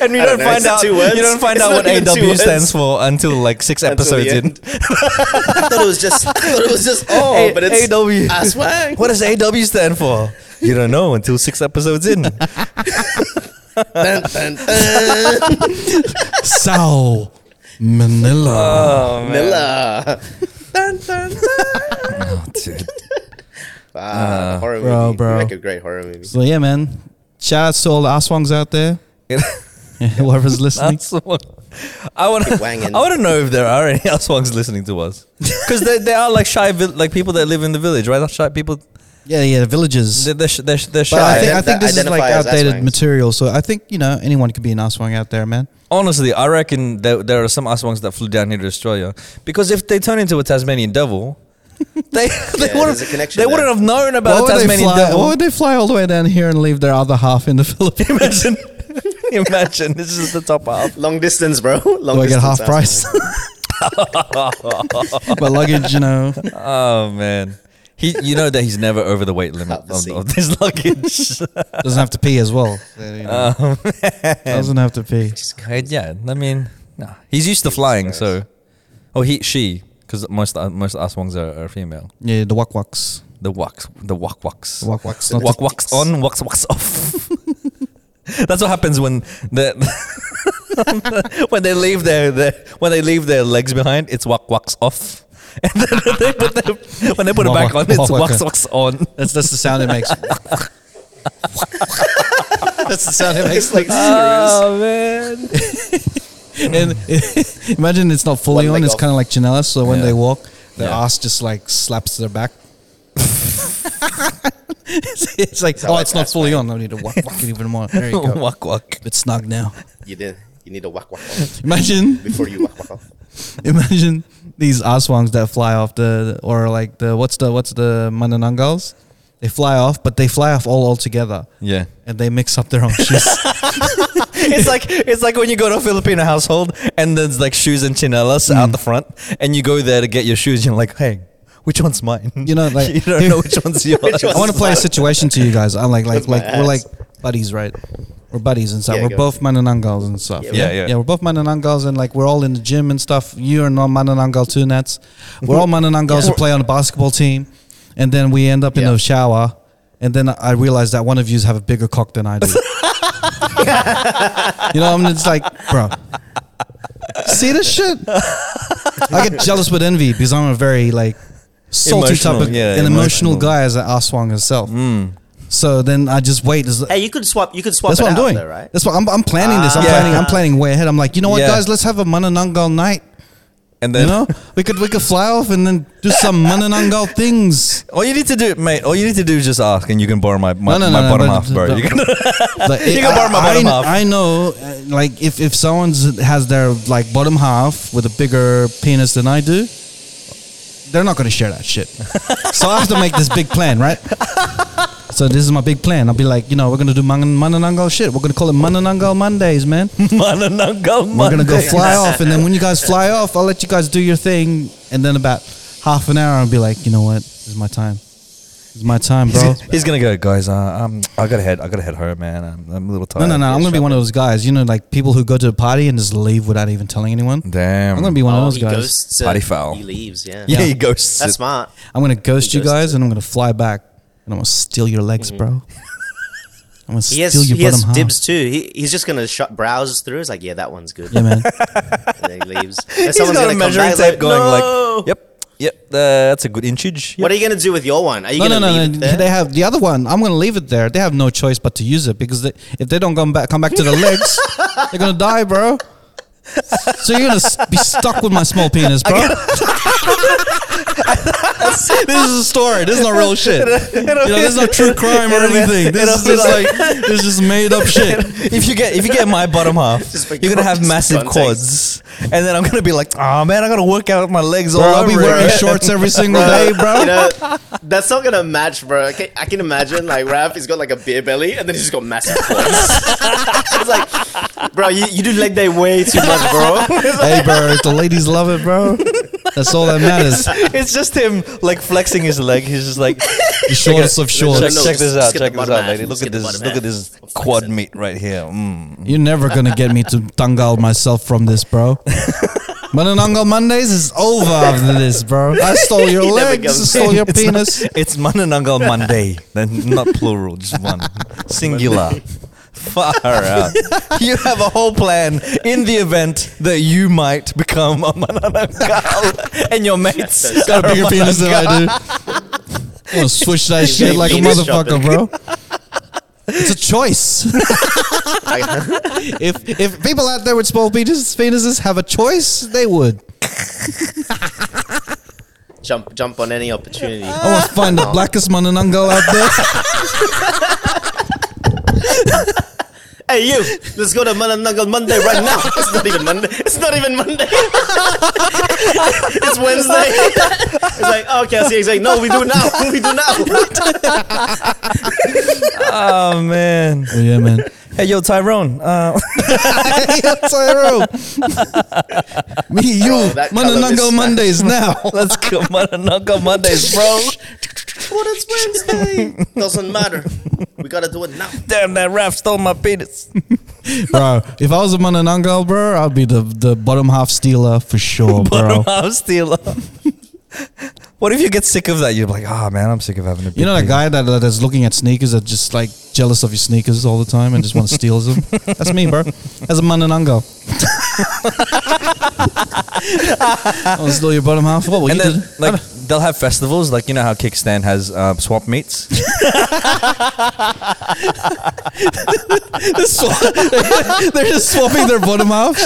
Speaker 2: and we don't,
Speaker 3: know,
Speaker 2: find
Speaker 3: it's
Speaker 2: out.
Speaker 3: two words.
Speaker 2: You don't find
Speaker 3: It's
Speaker 2: out
Speaker 3: not
Speaker 2: what
Speaker 3: even two
Speaker 2: AW
Speaker 3: words.
Speaker 2: stands for until like six
Speaker 3: Until the
Speaker 2: episodes in.
Speaker 3: end. I thought it was just I thought it was just oh,
Speaker 2: A-
Speaker 3: but it's
Speaker 2: AW.
Speaker 3: Aswang.
Speaker 2: What does AW stand for? You don't know until six episodes in.
Speaker 3: Dun, dun, dun.
Speaker 1: Sal Manila.
Speaker 2: oh
Speaker 3: Miller. Dun, dun, dun.
Speaker 2: dude.
Speaker 3: Ah, horror movie.
Speaker 1: bro,
Speaker 3: Bro,
Speaker 1: bro.
Speaker 3: Like a great horror movie.
Speaker 1: So yeah, man. Shout out to all the Aswangs out there. Whoever's listening.
Speaker 2: That's the one. I want to. I
Speaker 3: wanging.
Speaker 2: want to know if there are any Aswangs listening to us, because they, they are like shy, vil- like people that live in the village, right? Shy people.
Speaker 1: Yeah, yeah, the villages.
Speaker 2: They're, they're, sh- they're, sh- they're
Speaker 1: But I
Speaker 2: shy.
Speaker 1: think, I think
Speaker 3: Ident-
Speaker 1: this is like
Speaker 3: identify as
Speaker 1: outdated
Speaker 3: Aswangs.
Speaker 1: material. So I think, you know, anyone could be an Aswang out there, man.
Speaker 2: Honestly, I reckon there, there are some Aswangs that flew down here to Australia because if they turn into a Tasmanian devil, they they,
Speaker 3: there's
Speaker 2: wouldn't,
Speaker 3: a connection
Speaker 2: they
Speaker 3: there.
Speaker 2: wouldn't have known
Speaker 1: Why
Speaker 2: about a
Speaker 1: would, they
Speaker 2: Tasmanian
Speaker 1: fly,
Speaker 2: devil.
Speaker 1: why would they fly all the way down here and leave their other half in the Philippines?
Speaker 2: imagine, imagine this is the top half.
Speaker 3: Long distance, bro. Long
Speaker 1: Do I get
Speaker 3: distance
Speaker 1: half
Speaker 3: Aswang.
Speaker 1: price? My luggage, you know.
Speaker 2: Oh man, he you know that he's never over the weight limit
Speaker 3: Out the
Speaker 2: of,
Speaker 3: seat.
Speaker 2: of his luggage.
Speaker 1: Doesn't have to pee as well. Doesn't have to pee.
Speaker 2: Right, yeah, I mean, nah. he's used to flying, so oh he she because most most Aswangs are, are female.
Speaker 1: Yeah, the wak waks.
Speaker 2: The waks, the wak waks.
Speaker 1: The wak waks. Not
Speaker 2: Wax
Speaker 1: the-
Speaker 2: wax on, wax wax off. That's what happens when the when they leave their, their when they leave their legs behind. It's wax wax off, and then they put their, when they put it back on, it's wax wax on.
Speaker 1: That's, that's the sound it makes. that's the sound it
Speaker 3: It's
Speaker 1: makes. uh.
Speaker 3: like
Speaker 2: man!
Speaker 1: And imagine it's not fully on.
Speaker 3: One leg
Speaker 1: It's
Speaker 3: off.
Speaker 1: kind of like Janela. So when
Speaker 2: Yeah.
Speaker 1: they walk, their
Speaker 2: Yeah.
Speaker 1: ass just like slaps their back. it's, it's like, oh,
Speaker 3: like
Speaker 1: it's not
Speaker 3: ass
Speaker 1: fully on. I need to wak wak it even more. There you go.
Speaker 2: Wak wak.
Speaker 1: It's snug now.
Speaker 3: you did. You need to whack whack off
Speaker 1: Imagine
Speaker 3: before you whack whack off.
Speaker 1: Imagine these aswangs that fly off the or like the what's the what's the Mananangals? They fly off, but they fly off all all together,
Speaker 2: Yeah,
Speaker 1: and they mix up their own shoes.
Speaker 2: it's like it's like when you go to a Filipino household and there's like shoes and chinelas
Speaker 1: Mm.
Speaker 2: out the front, and you go there to get your shoes. You're like, hey, which one's mine?
Speaker 1: You know, like-
Speaker 2: you don't know which one's yours.
Speaker 1: I want to play a situation to you guys. I'm like like
Speaker 3: With my
Speaker 1: like we're like
Speaker 3: ass.
Speaker 1: buddies, right? We're buddies and stuff.
Speaker 3: Yeah,
Speaker 1: we're
Speaker 3: go.
Speaker 1: both Mananangals and stuff.
Speaker 3: Yeah,
Speaker 2: yeah.
Speaker 1: Yeah, we're both Mananangals and like we're all in the gym and stuff. You are not Mananangal too, Nats. We're all Mananangals who play on the basketball team, and then we end up in
Speaker 3: Yeah.
Speaker 1: the shower, and then I realize that one of yous have a bigger cock than I do. you know, I'm just like, bro. See this shit? I get jealous with envy because I'm a very like salty
Speaker 2: Emotional,
Speaker 1: type of
Speaker 2: yeah,
Speaker 1: an emotional,
Speaker 2: emotional.
Speaker 1: guy as an aswang himself. So then I just wait. It's like-
Speaker 3: Hey, you could swap. You could swap.
Speaker 1: that's
Speaker 3: it
Speaker 1: what I'm
Speaker 3: out
Speaker 1: doing.
Speaker 3: though, right?
Speaker 1: That's what I'm, I'm planning this. I'm
Speaker 2: Ah.
Speaker 1: planning. I'm planning way ahead. I'm like, you know what,
Speaker 2: Yeah.
Speaker 1: guys? Let's have a Mananangal night.
Speaker 2: and then
Speaker 1: You know, we could we could fly off and then do some Mananangal things.
Speaker 2: All you need to do, mate. All you need to do is just ask, and you can borrow my my,
Speaker 1: No, no,
Speaker 2: my
Speaker 1: no, no,
Speaker 2: bottom
Speaker 1: but-
Speaker 2: half, bro.
Speaker 1: but-
Speaker 2: you can,
Speaker 1: Like,
Speaker 2: You can
Speaker 1: I-
Speaker 2: borrow my bottom
Speaker 1: I,
Speaker 2: half.
Speaker 1: I know, uh, like if if someone has their like bottom half with a bigger penis than I do, they're not going to share that shit. so I have to make this big plan, right? So this is my big plan. I'll be like, you know, we're going to do Mangan- Mananangal shit. We're going to call it Mananangal Mondays, man.
Speaker 2: Mananangal
Speaker 1: We're gonna go
Speaker 2: Monday.
Speaker 1: fly off, and then when you guys fly off, I'll let you guys do your thing, and then about half an hour, I'll be like, you know what, this is my time. This is my time, bro.
Speaker 2: He's gonna go, guys. Uh, um, I gotta head. I gotta head home, man. I'm, I'm a little tired.
Speaker 1: No, no, no. I'm gonna be one of those guys, you know, like people who go to a party and just leave without even telling anyone.
Speaker 2: Damn.
Speaker 1: I'm gonna be one of
Speaker 3: Oh,
Speaker 1: those
Speaker 3: he
Speaker 1: guys.
Speaker 3: ghosts it.
Speaker 2: Party foul.
Speaker 3: He leaves. Yeah.
Speaker 2: Yeah,
Speaker 1: Yeah.
Speaker 2: he goes.
Speaker 3: That's smart.
Speaker 1: I'm gonna ghost
Speaker 3: He
Speaker 1: you
Speaker 3: goes
Speaker 1: guys, and I'm gonna fly back, and I'm gonna steal your legs, bro. I'm gonna
Speaker 3: Mm-hmm. He has,
Speaker 1: steal your
Speaker 3: he has
Speaker 1: bottom half.
Speaker 3: dibs too. He, he's just gonna sh- browse through. It's like, yeah, that one's good.
Speaker 1: Yeah, man.
Speaker 3: And then he leaves. And
Speaker 2: He's got a
Speaker 3: come
Speaker 2: measuring
Speaker 3: back,
Speaker 2: tape going
Speaker 3: "No!"
Speaker 2: like, yep, yep. Uh, that's a good inchage. Yep.
Speaker 3: What are you gonna do with your one? Are you
Speaker 1: No, no,
Speaker 3: gonna
Speaker 1: no,
Speaker 3: leave
Speaker 1: no.
Speaker 3: it there?
Speaker 1: They have the other one. I'm gonna leave it there. They have no choice but to use it because they, if they don't come back, come back to the legs, they're gonna die, bro. So you're gonna s- be stuck with my small penis, bro. this is a story. This is not real shit. You know, this is not true crime or
Speaker 2: It'll be-
Speaker 1: anything. This is
Speaker 2: it'll be
Speaker 1: just like this is made up shit.
Speaker 2: if you get if you get my bottom half,
Speaker 3: Just for
Speaker 2: you're gonna have
Speaker 3: context.
Speaker 2: massive quads, and then I'm gonna be like, oh man, I gotta work out with my legs all
Speaker 1: Bro, I'll
Speaker 2: over
Speaker 1: be wearing
Speaker 2: it."
Speaker 1: shorts every single day, bro.
Speaker 3: You know, that's not gonna match, bro. I can, I can imagine like Raph, he's got like a beer belly, and then he's just got massive quads. it's like, bro, you, you do leg day way too much, bro.
Speaker 1: Hey, bro, the ladies love it, bro. That's all that matters.
Speaker 2: It's just him like flexing his leg. He's just like,
Speaker 1: The shortest of
Speaker 2: check,
Speaker 1: shorts.
Speaker 2: check
Speaker 3: no, just-
Speaker 2: this
Speaker 3: just
Speaker 2: out,
Speaker 3: get
Speaker 2: check
Speaker 3: the
Speaker 2: this
Speaker 3: bottom
Speaker 2: out,
Speaker 3: half,
Speaker 2: lady.
Speaker 3: just
Speaker 2: Look
Speaker 3: get
Speaker 2: at
Speaker 3: the
Speaker 2: this,
Speaker 3: bottom
Speaker 2: look at
Speaker 3: half.
Speaker 2: this
Speaker 3: Flex it.
Speaker 2: quad meat right here. Mm.
Speaker 1: You're never gonna get me to dungal myself from this, bro. Mananangal Mondays is over after this, bro. I stole your
Speaker 3: He never
Speaker 1: legs, I
Speaker 3: comes
Speaker 1: stole your
Speaker 2: It's not-
Speaker 1: penis.
Speaker 2: it's Mananangal Monday. Then not plural, just one singular. Far out. You have a whole plan in the event that you might become a Mananangal and your mates.
Speaker 3: Oh
Speaker 1: Got a
Speaker 2: are
Speaker 1: bigger penis than I
Speaker 2: Mananangal.
Speaker 1: do. I'm gonna switch that shit
Speaker 3: made
Speaker 1: like a
Speaker 3: penis
Speaker 1: motherfucker,
Speaker 3: shopping.
Speaker 1: bro. It's a choice.
Speaker 3: Like,
Speaker 1: if if people out there with small penises, penises have a choice, they would.
Speaker 3: jump, jump on any opportunity.
Speaker 1: I want to find the blackest Mananangal out there.
Speaker 3: Hey, you, let's go to Mananangal Monday right now. It's not even Monday. It's not even Monday. it's Wednesday. it's like, okay, I see. He's like, no, we do now. We do now.
Speaker 2: Oh man.
Speaker 1: Oh, yeah, man.
Speaker 2: Hey yo, Tyrone. Uh,
Speaker 1: Tyrone. Me, you,
Speaker 3: that colour
Speaker 1: Mananangal
Speaker 3: mismatch.
Speaker 1: Mondays now.
Speaker 2: let's go Mananangal Mondays, bro.
Speaker 3: But it's Wednesday. Doesn't matter. We gotta do it now.
Speaker 2: Damn, that rap stole my penis.
Speaker 1: bro. If I was a Mananangal, bro, I'd be the the bottom half stealer for sure, bro.
Speaker 2: Bottom half stealer. What if you get sick of that? You're like, ah, man, I'm sick of having a.
Speaker 1: You know that
Speaker 2: big
Speaker 1: guy that that is looking at sneakers that just like jealous of your sneakers all the time and just want to steal them. That's me, bro. As a Mananangal. I'll steal your bottom half. What? Well,
Speaker 2: and
Speaker 1: you
Speaker 2: then
Speaker 1: did-
Speaker 2: like they'll have festivals like you know how kickstand has uh, swap meets
Speaker 1: They're swa- they're just swapping their bottom halves.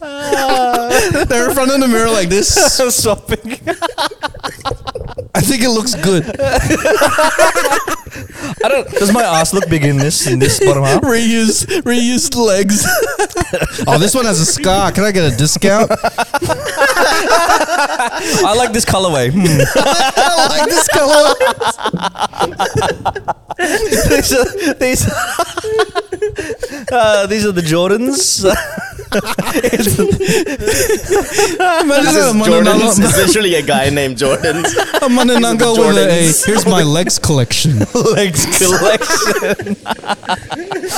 Speaker 1: They're in front of the mirror like this.
Speaker 2: swapping
Speaker 1: I think it looks good.
Speaker 2: i don't does my ass look big in this in this bottom half
Speaker 1: reused reused legs. oh, this one has a scar. Can I get a discount?
Speaker 2: i like this colorway hmm.
Speaker 1: I like this color.
Speaker 2: these are these uh, these are the jordans
Speaker 1: Imagine a
Speaker 3: Jordan's
Speaker 1: Mananangal
Speaker 3: is literally a guy named Jordan.
Speaker 1: a Mananangal with a
Speaker 3: Jordans.
Speaker 1: here's my legs collection.
Speaker 2: legs collection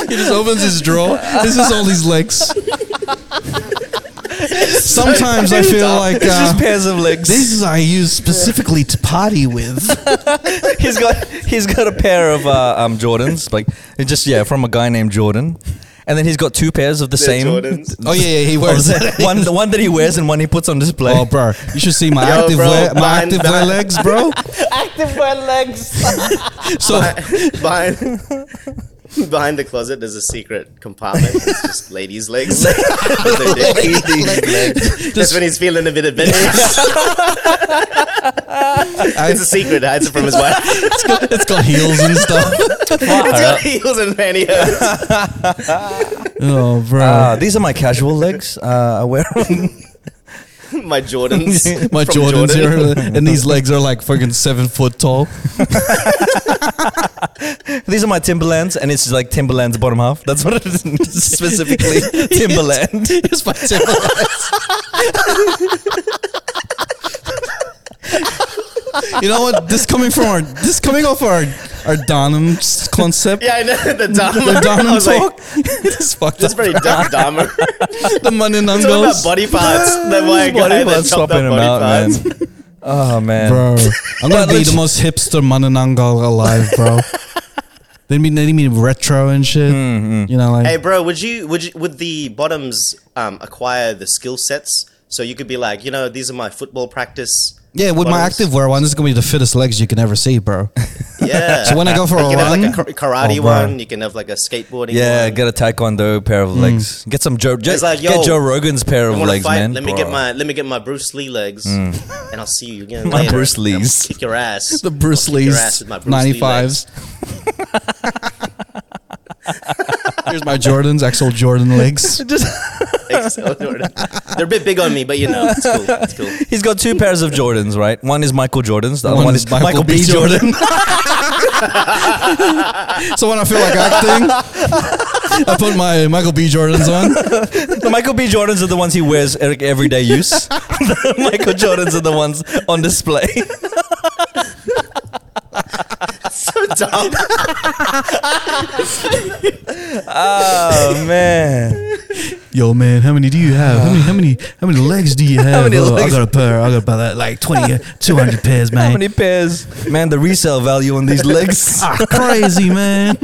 Speaker 1: He just opens his drawer. This is all his legs. Sometimes I feel like
Speaker 2: it's just
Speaker 1: uh,
Speaker 2: pairs of legs
Speaker 1: these I use specifically to party with.
Speaker 2: he's got he's got a pair of uh, um jordans like it's just yeah from a guy named jordan and then he's got two pairs of the
Speaker 3: They're
Speaker 2: same
Speaker 3: Jordans.
Speaker 1: Oh yeah, yeah, he wears it.
Speaker 2: one, the one that he wears and one he puts on display.
Speaker 1: Oh, bro, you should see my
Speaker 3: Yo,
Speaker 1: active
Speaker 3: bro,
Speaker 1: wear, my
Speaker 3: behind
Speaker 1: active wear
Speaker 3: that-
Speaker 1: legs, bro.
Speaker 2: active my legs.
Speaker 1: So
Speaker 3: behind behind the closet there's a secret compartment it's just ladies legs that's when he's feeling a bit adventurous it's a secret hides it from his wife
Speaker 1: it's got, it's got heels and stuff.
Speaker 3: it's got heels and uh, pantyhose
Speaker 1: Oh, bro.
Speaker 3: Ah,
Speaker 2: Uh, these are my casual legs. Uh, I wear them.
Speaker 3: my Jordans.
Speaker 1: My
Speaker 3: from
Speaker 1: Jordans here,
Speaker 3: Jordan.
Speaker 1: and these legs are like fucking seven foot tall.
Speaker 2: These are my Timberlands, and it's just like Timberland's bottom half. That's what it is specifically. Timberland.
Speaker 1: It's my Timberlands. you know what? This coming from our this coming off our our Donham s- concept.
Speaker 3: Yeah, I know the Dahmer.
Speaker 1: The
Speaker 3: I
Speaker 1: Donham
Speaker 3: was like,
Speaker 1: talk. It's fucked
Speaker 3: that's
Speaker 1: up.
Speaker 3: very dumb, Dahmer.
Speaker 1: The money none
Speaker 3: Talking
Speaker 1: goes.
Speaker 3: about body parts. That why I got
Speaker 2: Body
Speaker 3: that
Speaker 2: parts
Speaker 3: chopped up
Speaker 2: swapping 'em
Speaker 3: body
Speaker 2: out,
Speaker 3: parts.
Speaker 2: man. Oh man,
Speaker 1: bro. I'm gonna
Speaker 2: But
Speaker 1: be
Speaker 2: let's-
Speaker 1: the most hipster Mananangal alive, bro. they mean they mean retro and shit. You know, like
Speaker 3: Mm-hmm. Hey, bro, would you would you, would the bottoms um, acquire the skill sets so you could be like, you know, these are my football practice.
Speaker 1: yeah, with my
Speaker 3: bottoms.
Speaker 1: active wear one, this is gonna be the fittest legs you can ever see, bro.
Speaker 3: Yeah.
Speaker 1: So when I go for
Speaker 3: you
Speaker 1: a
Speaker 3: can
Speaker 1: run,
Speaker 3: have like a kar- karate
Speaker 1: Oh, bro.
Speaker 3: one. You can have like a skateboarding.
Speaker 2: Yeah,
Speaker 3: one.
Speaker 2: get a taekwondo pair of legs. Get some Joe. Joe
Speaker 3: It's like, yo,
Speaker 2: get Joe Rogan's pair
Speaker 3: I
Speaker 2: of
Speaker 3: wanna
Speaker 2: legs,
Speaker 3: fight.
Speaker 2: man.
Speaker 3: Let me
Speaker 2: Bro. Hmm.
Speaker 3: get my let me get my Bruce Lee legs, and I'll see you again.
Speaker 2: My
Speaker 3: later.
Speaker 2: Bruce Lees.
Speaker 3: I'll kick your ass.
Speaker 1: the Bruce
Speaker 3: I'll kick your ass
Speaker 1: Lee's
Speaker 3: with my Bruce Lee
Speaker 1: ninety fives.
Speaker 3: legs.
Speaker 1: Here's my Jordans, actual Jordan legs.
Speaker 3: Thanks, Jordan. They're a bit big on me, but you know, it's cool. It's cool.
Speaker 2: He's got two pairs of Jordans, right? One is Michael Jordan's, the other one, is Michael, B. Jordan.
Speaker 1: so when I feel like acting, I put my Michael B. Jordans on.
Speaker 2: the Michael B. Jordans are the ones he wears like, everyday use. the Michael Jordans are the ones on display.
Speaker 3: So dumb.
Speaker 2: oh man,
Speaker 1: Yo, man, how many do you have? How many, how many, how many legs do you have?
Speaker 2: many
Speaker 1: Oh,
Speaker 2: legs?
Speaker 1: I got a pair. I got about that, like 20, 200 pairs, man.
Speaker 2: how many pairs? Man, the resale value on these legs.
Speaker 1: Ah, crazy, man.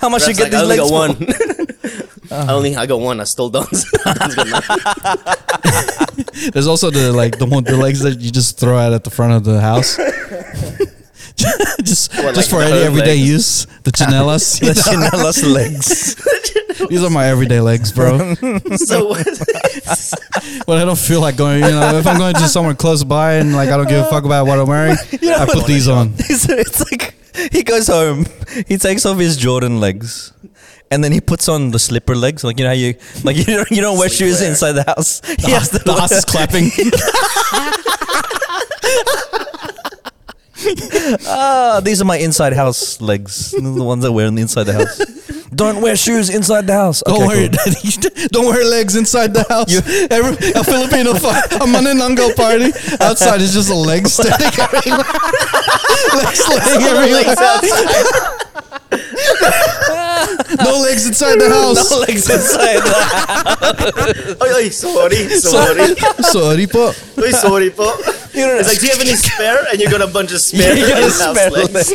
Speaker 2: How much you
Speaker 3: Brad's
Speaker 2: get these
Speaker 3: like, I only
Speaker 2: legs
Speaker 3: got
Speaker 2: for?
Speaker 3: one. I only I got one. I stole Don's. Don's got none.
Speaker 1: There's also the like the one the legs that you just throw out at the front of the house. just
Speaker 3: What, like
Speaker 1: just for
Speaker 3: the
Speaker 1: any
Speaker 3: home
Speaker 1: everyday
Speaker 3: legs?
Speaker 1: use. The chinelas.
Speaker 2: The chinelas legs.
Speaker 1: These are my everyday legs, bro.
Speaker 3: so what?
Speaker 1: when I don't feel like going, you know, if I'm going to somewhere close by and like I don't give a fuck about what I'm wearing, I put these on.
Speaker 2: It's, it's like he goes home, he takes off his Jordan legs, and then he puts on the slipper legs. Like you know how you like you don't, you don't wear shoes
Speaker 3: Sleepwear.
Speaker 2: inside the house. He has
Speaker 1: The ass is clapping.
Speaker 2: Ah, these are my inside house legs. These are the ones I wear in the inside the house. Don't wear shoes inside the house.
Speaker 1: Don't worry,
Speaker 2: Okay, cool.
Speaker 1: don't wear legs inside the house. Every, a Filipino, fi- a Manananggal party outside is just legs standing everywhere. legs laying everywhere. No legs inside the house.
Speaker 2: No legs inside. The house.
Speaker 3: Oi, oi, sorry, sorry,
Speaker 1: sorry, sorry, po.
Speaker 3: oi, sorry, po.
Speaker 2: You don't
Speaker 3: It's like, do you have any spare? And you got a bunch of spare
Speaker 2: You got a
Speaker 3: in-house
Speaker 2: spare
Speaker 3: legs.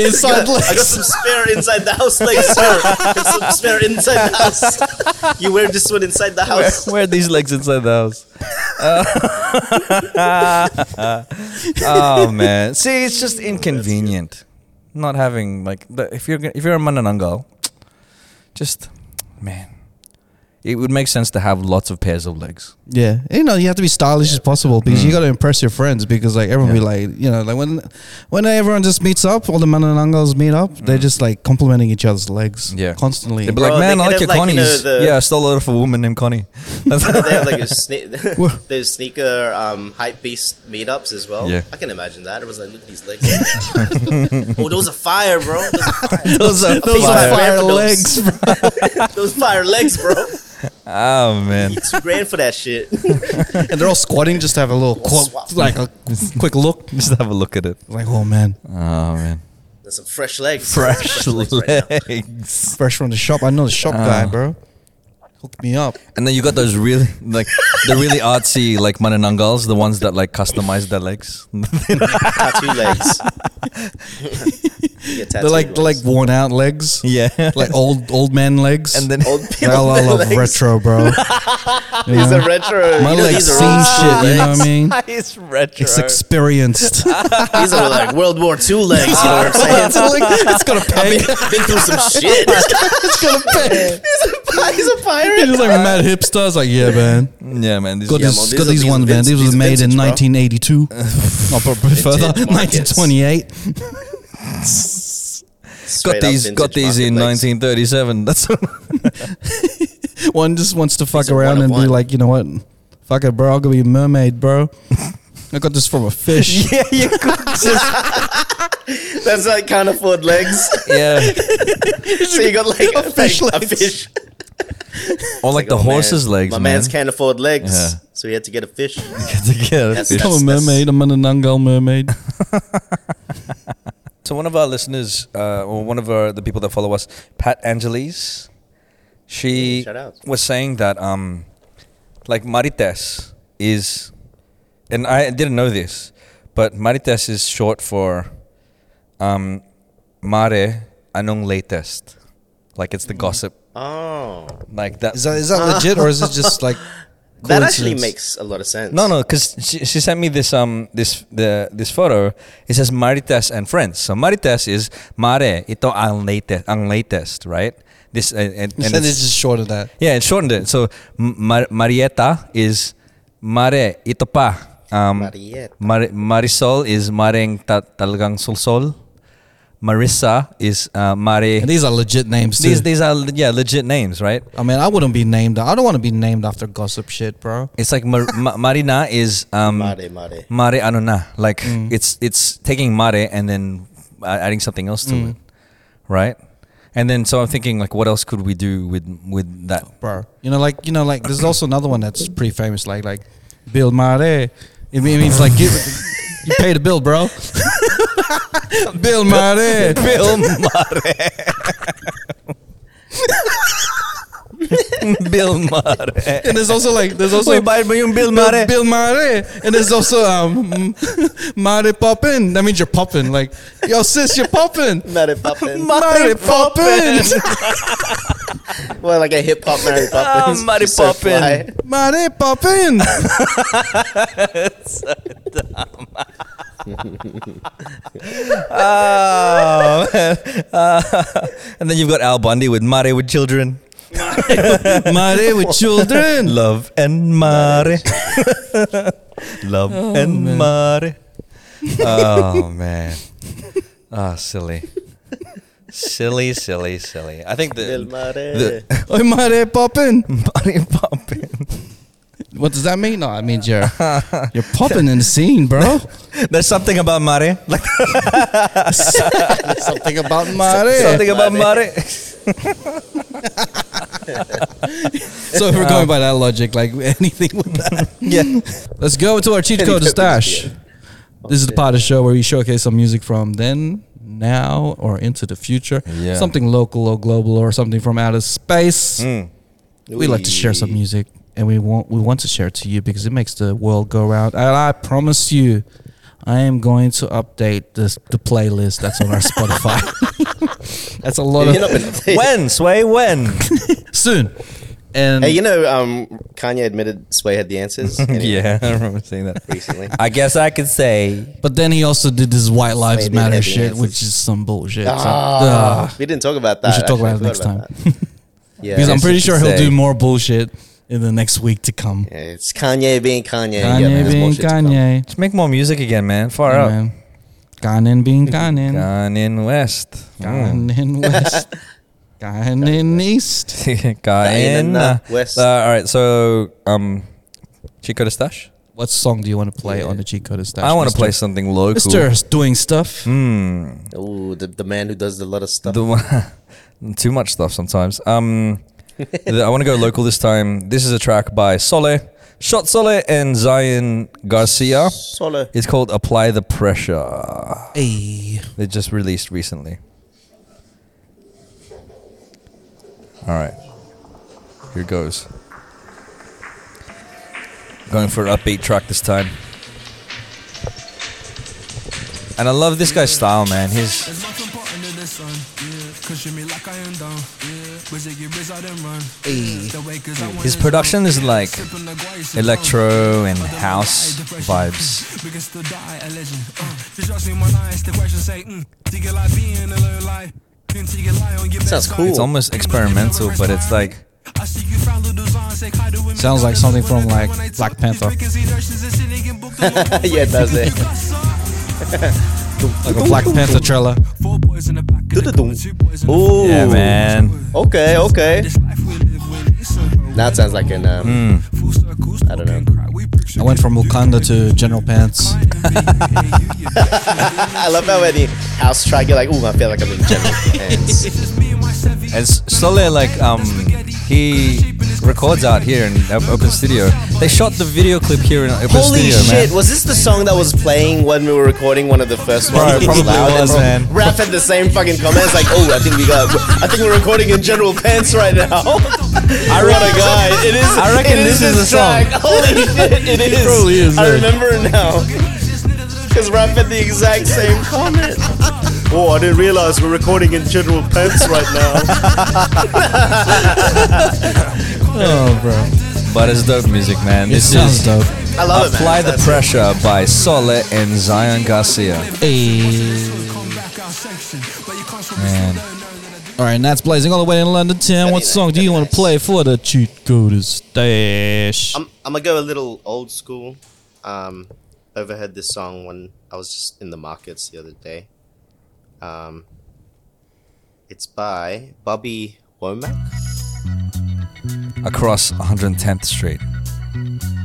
Speaker 1: Inside
Speaker 3: I got
Speaker 1: legs.
Speaker 3: some spare inside the house legs, sir. Got some spare inside the house. You wear this one inside the
Speaker 2: wear,
Speaker 3: house.
Speaker 2: wear these legs inside the house. Uh, oh man, see, it's just inconvenient not having like the, if you're gonna- if you're a mananangal, just man, it would make sense to have lots of pairs of legs.
Speaker 1: Yeah, you know, you have to be stylish as possible because
Speaker 2: Mm.
Speaker 1: you got to impress your friends. Because like everyone be like, you know, like when when everyone just meets up, all the Mananangals meet up, they're just like complimenting each other's legs,
Speaker 2: Mm. Yeah.
Speaker 1: constantly.
Speaker 2: They'd be
Speaker 3: Bro,
Speaker 2: like,
Speaker 3: they
Speaker 2: man,
Speaker 3: could
Speaker 2: I like
Speaker 3: have,
Speaker 2: your
Speaker 3: like, you know,
Speaker 2: Connie's.
Speaker 3: the-
Speaker 2: yeah, I stole it off a woman named Connie.
Speaker 3: They have like a sne-
Speaker 1: What?
Speaker 3: there's sneaker um, hype beast meetups as well.
Speaker 2: Yeah.
Speaker 3: I can imagine that. It was like, look at these legs. oh, those are fire, bro. Those are fire.
Speaker 2: Those are
Speaker 1: Those
Speaker 3: Fire.
Speaker 1: are fire
Speaker 3: Those-
Speaker 1: legs, bro.
Speaker 3: Those fire legs, bro.
Speaker 2: Oh man,
Speaker 3: Two grand for that shit.
Speaker 1: and they're all squatting just to have a little
Speaker 3: Swap.
Speaker 1: qu- like a quick look.
Speaker 2: just have a look at it.
Speaker 1: Like, oh man,
Speaker 2: Oh man,
Speaker 3: There's some fresh legs.
Speaker 2: fresh
Speaker 3: right now.
Speaker 2: legs.
Speaker 1: fresh from the shop. I know the shop
Speaker 2: Uh.
Speaker 1: guy, bro. Hook me up.
Speaker 2: And then you got those really like the really artsy like mananangals, the ones that like customize their legs.
Speaker 3: tattoo legs. yeah,
Speaker 1: They're like they're like worn out legs,
Speaker 2: yeah.
Speaker 1: like old old man legs.
Speaker 2: and then
Speaker 3: old
Speaker 1: I
Speaker 3: people.
Speaker 1: love,
Speaker 3: their legs.
Speaker 1: retro, bro. You
Speaker 3: These
Speaker 1: know?
Speaker 3: are retro.
Speaker 1: My
Speaker 3: you know,
Speaker 1: legs
Speaker 3: these
Speaker 1: seen
Speaker 3: are
Speaker 1: shit.
Speaker 3: old
Speaker 1: You know
Speaker 3: legs.
Speaker 1: what I mean?
Speaker 2: it's retro.
Speaker 1: It's experienced.
Speaker 3: These are like World War II legs. You know what I'm saying?
Speaker 1: it's, like, it's gonna pay.
Speaker 3: Been through some shit.
Speaker 1: it's gonna pay.
Speaker 3: He's a
Speaker 1: He's
Speaker 3: pirate.
Speaker 1: just like mad hipster. I was like, yeah, man.
Speaker 2: yeah, man. These
Speaker 1: Got
Speaker 2: yeah,
Speaker 1: this, got
Speaker 3: man, these are-
Speaker 1: these
Speaker 3: these
Speaker 1: ones, man.
Speaker 3: are vintage-
Speaker 1: These was
Speaker 3: these are
Speaker 1: made in
Speaker 3: vintage, bro.
Speaker 1: 1982. Not probably further.
Speaker 3: markets.
Speaker 1: 1928.
Speaker 2: got these got these in 1937. That's
Speaker 1: One just wants to fuck
Speaker 3: are one
Speaker 1: around
Speaker 3: of
Speaker 1: and be
Speaker 3: one.
Speaker 1: like, you know what? Fuck it, bro. I'm gonna be a mermaid, bro. I got this from a fish.
Speaker 2: yeah, you could just
Speaker 3: That's like can't afford legs.
Speaker 2: yeah.
Speaker 3: so you got like a,
Speaker 1: fish
Speaker 3: like, a
Speaker 1: legs.
Speaker 3: fish.
Speaker 2: Or like, the
Speaker 3: Oh, man,
Speaker 2: horse's legs.
Speaker 3: My
Speaker 2: man.
Speaker 3: man's can't afford legs,
Speaker 2: Yeah.
Speaker 3: so he had to get a fish.
Speaker 2: Yeah,
Speaker 3: That's-
Speaker 2: fish.
Speaker 1: I'm a
Speaker 3: that's-
Speaker 1: mermaid. I'm an Anangal mermaid.
Speaker 2: So one of our listeners, uh, or one of our, the people that follow us, Pat Angeles, she
Speaker 3: Shout out.
Speaker 2: was saying that um, like marites is, and I didn't know this, but marites is short for um, mare anung latest, like it's the gossip,
Speaker 3: Oh,
Speaker 2: like that.
Speaker 1: Is that is that legit or is it just like
Speaker 3: that actually
Speaker 1: coincidence?
Speaker 3: makes a lot of sense.
Speaker 2: no, no, because she, she sent me this um this the this photo. It says marites and friends. So marites is mare ito ang latest ang latest, right? This uh, and, and
Speaker 1: And then it's just short of that.
Speaker 2: yeah, it shortened it. So M- Mar- Marieta is mare ito pa. Um,
Speaker 3: Marieta.
Speaker 2: Mar- Marisol is mareng ta- talagang solsol. Marissa is uh, mare.
Speaker 1: And these are legit names too.
Speaker 2: These these are yeah legit names, right?
Speaker 1: I mean, I wouldn't be named. I don't want to be named after gossip shit, bro.
Speaker 2: It's like Mar- Ma- Marina is um,
Speaker 3: Mare, mare.
Speaker 2: mare ano na. Like it's it's taking mare and then uh, adding something else to it, right? And then so I'm thinking like, what else could we do with with that?
Speaker 1: bro. You know, like you know, like there's also another one that's pretty famous, like like Bill Mare. It mean- it means like you, you pay the bill, bro. Bill Mare.
Speaker 2: Bill Mare. Bill Mare.
Speaker 1: And there's also like there's also
Speaker 2: Uy, bayad mo yung Bill Mare.
Speaker 1: Bill Mare. And there's also um Mare poppin. That means you're poppin. Like yo sis, you're poppin.
Speaker 3: Mare Poppin.
Speaker 1: Mare poppin.
Speaker 3: well, like a hip hop Mary Poppins.
Speaker 2: Ah, Mary
Speaker 3: So
Speaker 2: Poppin.
Speaker 3: fly.
Speaker 1: Mare poppin.
Speaker 2: Oh, man. Uh, and then you've got Al Bundy with Mare with children.
Speaker 1: Mare with children.
Speaker 2: Love and Mare. Love and Mare. Oh, man. Ah, silly. Silly, silly, silly. I think
Speaker 3: Del
Speaker 2: the.
Speaker 3: Mare.
Speaker 2: the
Speaker 1: Oi Mare poppin.
Speaker 2: Mare popping.
Speaker 1: What does that mean? No, it means you're you're popping in the scene, bro.
Speaker 2: There's something about Mare. Like,
Speaker 1: Something about Mare.
Speaker 2: something about Mare.
Speaker 1: So if we're going by that logic, like anything with that.
Speaker 2: yeah.
Speaker 1: Let's go into our cheat code
Speaker 3: Anything
Speaker 1: stash.
Speaker 3: with
Speaker 1: This is the part of the show where we showcase some music from then, now, or into the future.
Speaker 2: Yeah.
Speaker 1: Something local or global or something from outer space. We like to share some music, and we want we want to share it to you because it makes the world go round. And I promise you, I am going to update this the playlist that's on our Spotify. that's a lot
Speaker 3: You're not
Speaker 1: of
Speaker 3: gonna-
Speaker 2: when sway when
Speaker 1: soon, and
Speaker 3: Hey, you know, um, Kanye admitted Sway had the answers. Anyway,
Speaker 2: yeah i remember seeing that
Speaker 3: Recently.
Speaker 2: i guess i could say
Speaker 1: but then he also did this White Lives
Speaker 3: Maybe
Speaker 1: Matter
Speaker 3: heavy
Speaker 1: shit,
Speaker 3: asses.
Speaker 1: which is some bullshit. So, ugh.
Speaker 3: We didn't talk about that.
Speaker 1: we should talk about it
Speaker 3: actually. Ah, I
Speaker 1: next
Speaker 3: forgot
Speaker 1: time
Speaker 3: about that. Yeah.
Speaker 1: because I'm
Speaker 2: Yes,
Speaker 1: pretty
Speaker 2: you
Speaker 1: sure
Speaker 2: could
Speaker 1: he'll
Speaker 2: say.
Speaker 1: do more bullshit in the next week to come.
Speaker 3: Yeah, It's Kanye being Kanye. Yeah, man,
Speaker 1: Kanye
Speaker 3: there's more
Speaker 1: being
Speaker 3: shit to come.
Speaker 1: Kanye,
Speaker 2: just make more music again man far
Speaker 1: Yeah,
Speaker 2: out
Speaker 1: man. Kanye being Kanye.
Speaker 2: gone in west
Speaker 1: Gone in west. Gone in east.
Speaker 2: gone in
Speaker 3: uh,
Speaker 2: west
Speaker 3: west.
Speaker 2: uh, all right so um chico de stash
Speaker 1: What song do you want to play on the cheat code stash?
Speaker 2: i want to
Speaker 1: Mr.
Speaker 2: play Mm. something local
Speaker 1: Mr. Doing Stuff.
Speaker 3: Ooh, the, the man who does a lot of stuff.
Speaker 2: the one too much stuff sometimes um the- i want to go local this time this is a track by sole shot sole and zion garcia
Speaker 3: Solo.
Speaker 2: it's called apply the pressure
Speaker 1: Hey.
Speaker 2: They just released recently. All right. Here goes. Going for an upbeat track this time. And I love this guy's style, man. His
Speaker 5: It's nothing important to the sun. Yeah. Cushion me like I am down. Yeah. Wish they get rich, I didn't run.
Speaker 1: Ayy.
Speaker 5: The way 'cause I want
Speaker 2: his
Speaker 5: it
Speaker 2: production is like
Speaker 5: down. Sipping the guay's and
Speaker 2: electro and
Speaker 5: down.
Speaker 2: house
Speaker 5: Other than high
Speaker 2: vibes.
Speaker 5: depression. We can still die a legend. Uh, just trust me when I ask the question, say, mm. Take a lie, be in a little lie. Then take a lie on your
Speaker 3: Sounds
Speaker 5: best
Speaker 3: cool.
Speaker 2: It's almost experimental, but it's like
Speaker 5: I see you found little design, say, hi to him.
Speaker 1: Sounds like something from, like, Black Panther.
Speaker 3: yeah, it does eh? it.
Speaker 1: Like a Black Panther trailer.
Speaker 5: Four boys in the back. of the
Speaker 1: Oh,
Speaker 3: Doo-doo-doo.
Speaker 5: car, two boys in the
Speaker 3: Ooh.
Speaker 2: yeah, man.
Speaker 3: Okay, okay.
Speaker 5: This life we live with, it's a hell
Speaker 3: Now it sounds like an um,
Speaker 1: Mm.
Speaker 3: I don't know.
Speaker 1: I went from Wakanda to General Pants.
Speaker 3: I love how when you house track, you're like, ooh, I feel like I'm in general pants.
Speaker 2: And s- slowly, like um, he records out here in Op- Open Studio. They shot the video clip here in Open
Speaker 3: Holy
Speaker 2: Studio,
Speaker 3: shit!
Speaker 2: man.
Speaker 3: Was this the song that was playing when we were recording one of the first ones?
Speaker 2: Bro, it probably
Speaker 3: Loud.
Speaker 2: was, man.
Speaker 3: Raph had the same fucking comments, like, "Oh, I think we got, I think we're recording in general pants right now." I what a guy! It is.
Speaker 2: I reckon
Speaker 3: it
Speaker 2: this is
Speaker 3: this
Speaker 2: the song.
Speaker 3: track. Holy shit! It is.
Speaker 1: probably is,
Speaker 3: I
Speaker 1: man.
Speaker 3: remember it now. Because Raph had the exact same comment. Oh, I didn't realize we're recording in general pants right now.
Speaker 1: Oh, bro.
Speaker 2: But it's dope music, man.
Speaker 1: It
Speaker 2: This
Speaker 1: sounds
Speaker 2: is
Speaker 1: dope.
Speaker 3: I love it, man.
Speaker 2: Apply the
Speaker 3: That's-
Speaker 2: Pressure by Sole and Zion Garcia.
Speaker 1: Hey.
Speaker 2: Man.
Speaker 1: All right, and that's blazing all the way in London town. What
Speaker 3: Anyway,
Speaker 1: song do you want to
Speaker 3: nice.
Speaker 1: play for the cheat code stash?
Speaker 3: I'm, I'm gonna go a little old school. Um, overheard this song when I was just in the markets the other day. Um, it's by Bobby Womack.
Speaker 2: Across 110th Street.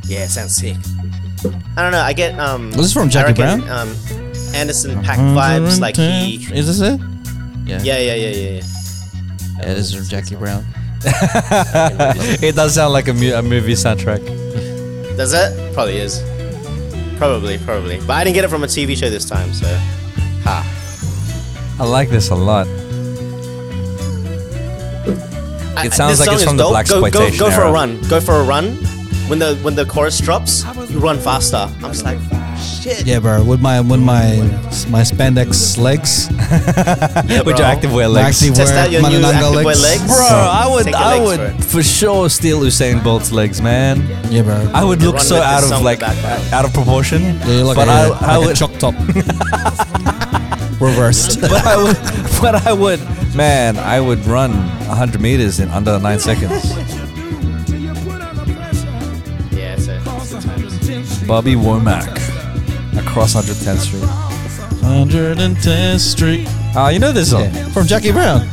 Speaker 3: Yeah, sounds sick. I don't know. I get um.
Speaker 1: Was this from
Speaker 3: I
Speaker 1: Jackie Brown?
Speaker 3: reckon, Um, Anderson Pack vibes. Like he.
Speaker 1: Is this it?
Speaker 3: Yeah, yeah, yeah, yeah. yeah.
Speaker 1: Yeah, this is from Jackie Brown.
Speaker 2: It does sound like a, mu- a movie soundtrack.
Speaker 3: Does that probably is? Probably, probably. But I didn't get it from a TV show this time, so. Ha.
Speaker 2: I like this a lot.
Speaker 3: I-
Speaker 2: It sounds
Speaker 3: this
Speaker 2: like
Speaker 3: song
Speaker 2: it's
Speaker 3: is
Speaker 2: from the
Speaker 3: dope. go, go,
Speaker 2: blaxploitation
Speaker 3: go for
Speaker 2: era.
Speaker 3: a run. Go for a run. When the when the chorus drops, you run faster. I'm just like,
Speaker 1: Yeah, bro. With my with my my spandex legs,
Speaker 3: yeah,
Speaker 2: With
Speaker 3: bro.
Speaker 2: your activewear
Speaker 1: my
Speaker 2: legs.
Speaker 1: activewear,
Speaker 3: Test out your
Speaker 1: my
Speaker 3: new
Speaker 1: Nananga
Speaker 3: activewear legs.
Speaker 2: Bro, I would,
Speaker 3: Take your
Speaker 2: I
Speaker 3: legs
Speaker 2: would
Speaker 3: for it.
Speaker 2: for, sure steal Usain Bolt's legs, man.
Speaker 1: Yeah, bro.
Speaker 2: I would look
Speaker 3: run
Speaker 2: so
Speaker 3: with the
Speaker 2: out
Speaker 3: song
Speaker 2: of
Speaker 3: in
Speaker 2: like
Speaker 3: the background.
Speaker 2: out of proportion.
Speaker 1: yeah, you're like
Speaker 2: but
Speaker 1: a,
Speaker 2: I-
Speaker 1: like
Speaker 2: I
Speaker 1: a
Speaker 2: would-
Speaker 1: chalk top. Reversed.
Speaker 2: but I would, but I would, man, I would run 100 meters in under nine seconds.
Speaker 3: Yeah, so it's good times.
Speaker 2: Bobby Womack across 110th Street.
Speaker 1: 110th Street.
Speaker 2: Ah, you know this song.
Speaker 1: Yeah, from Jackie Brown.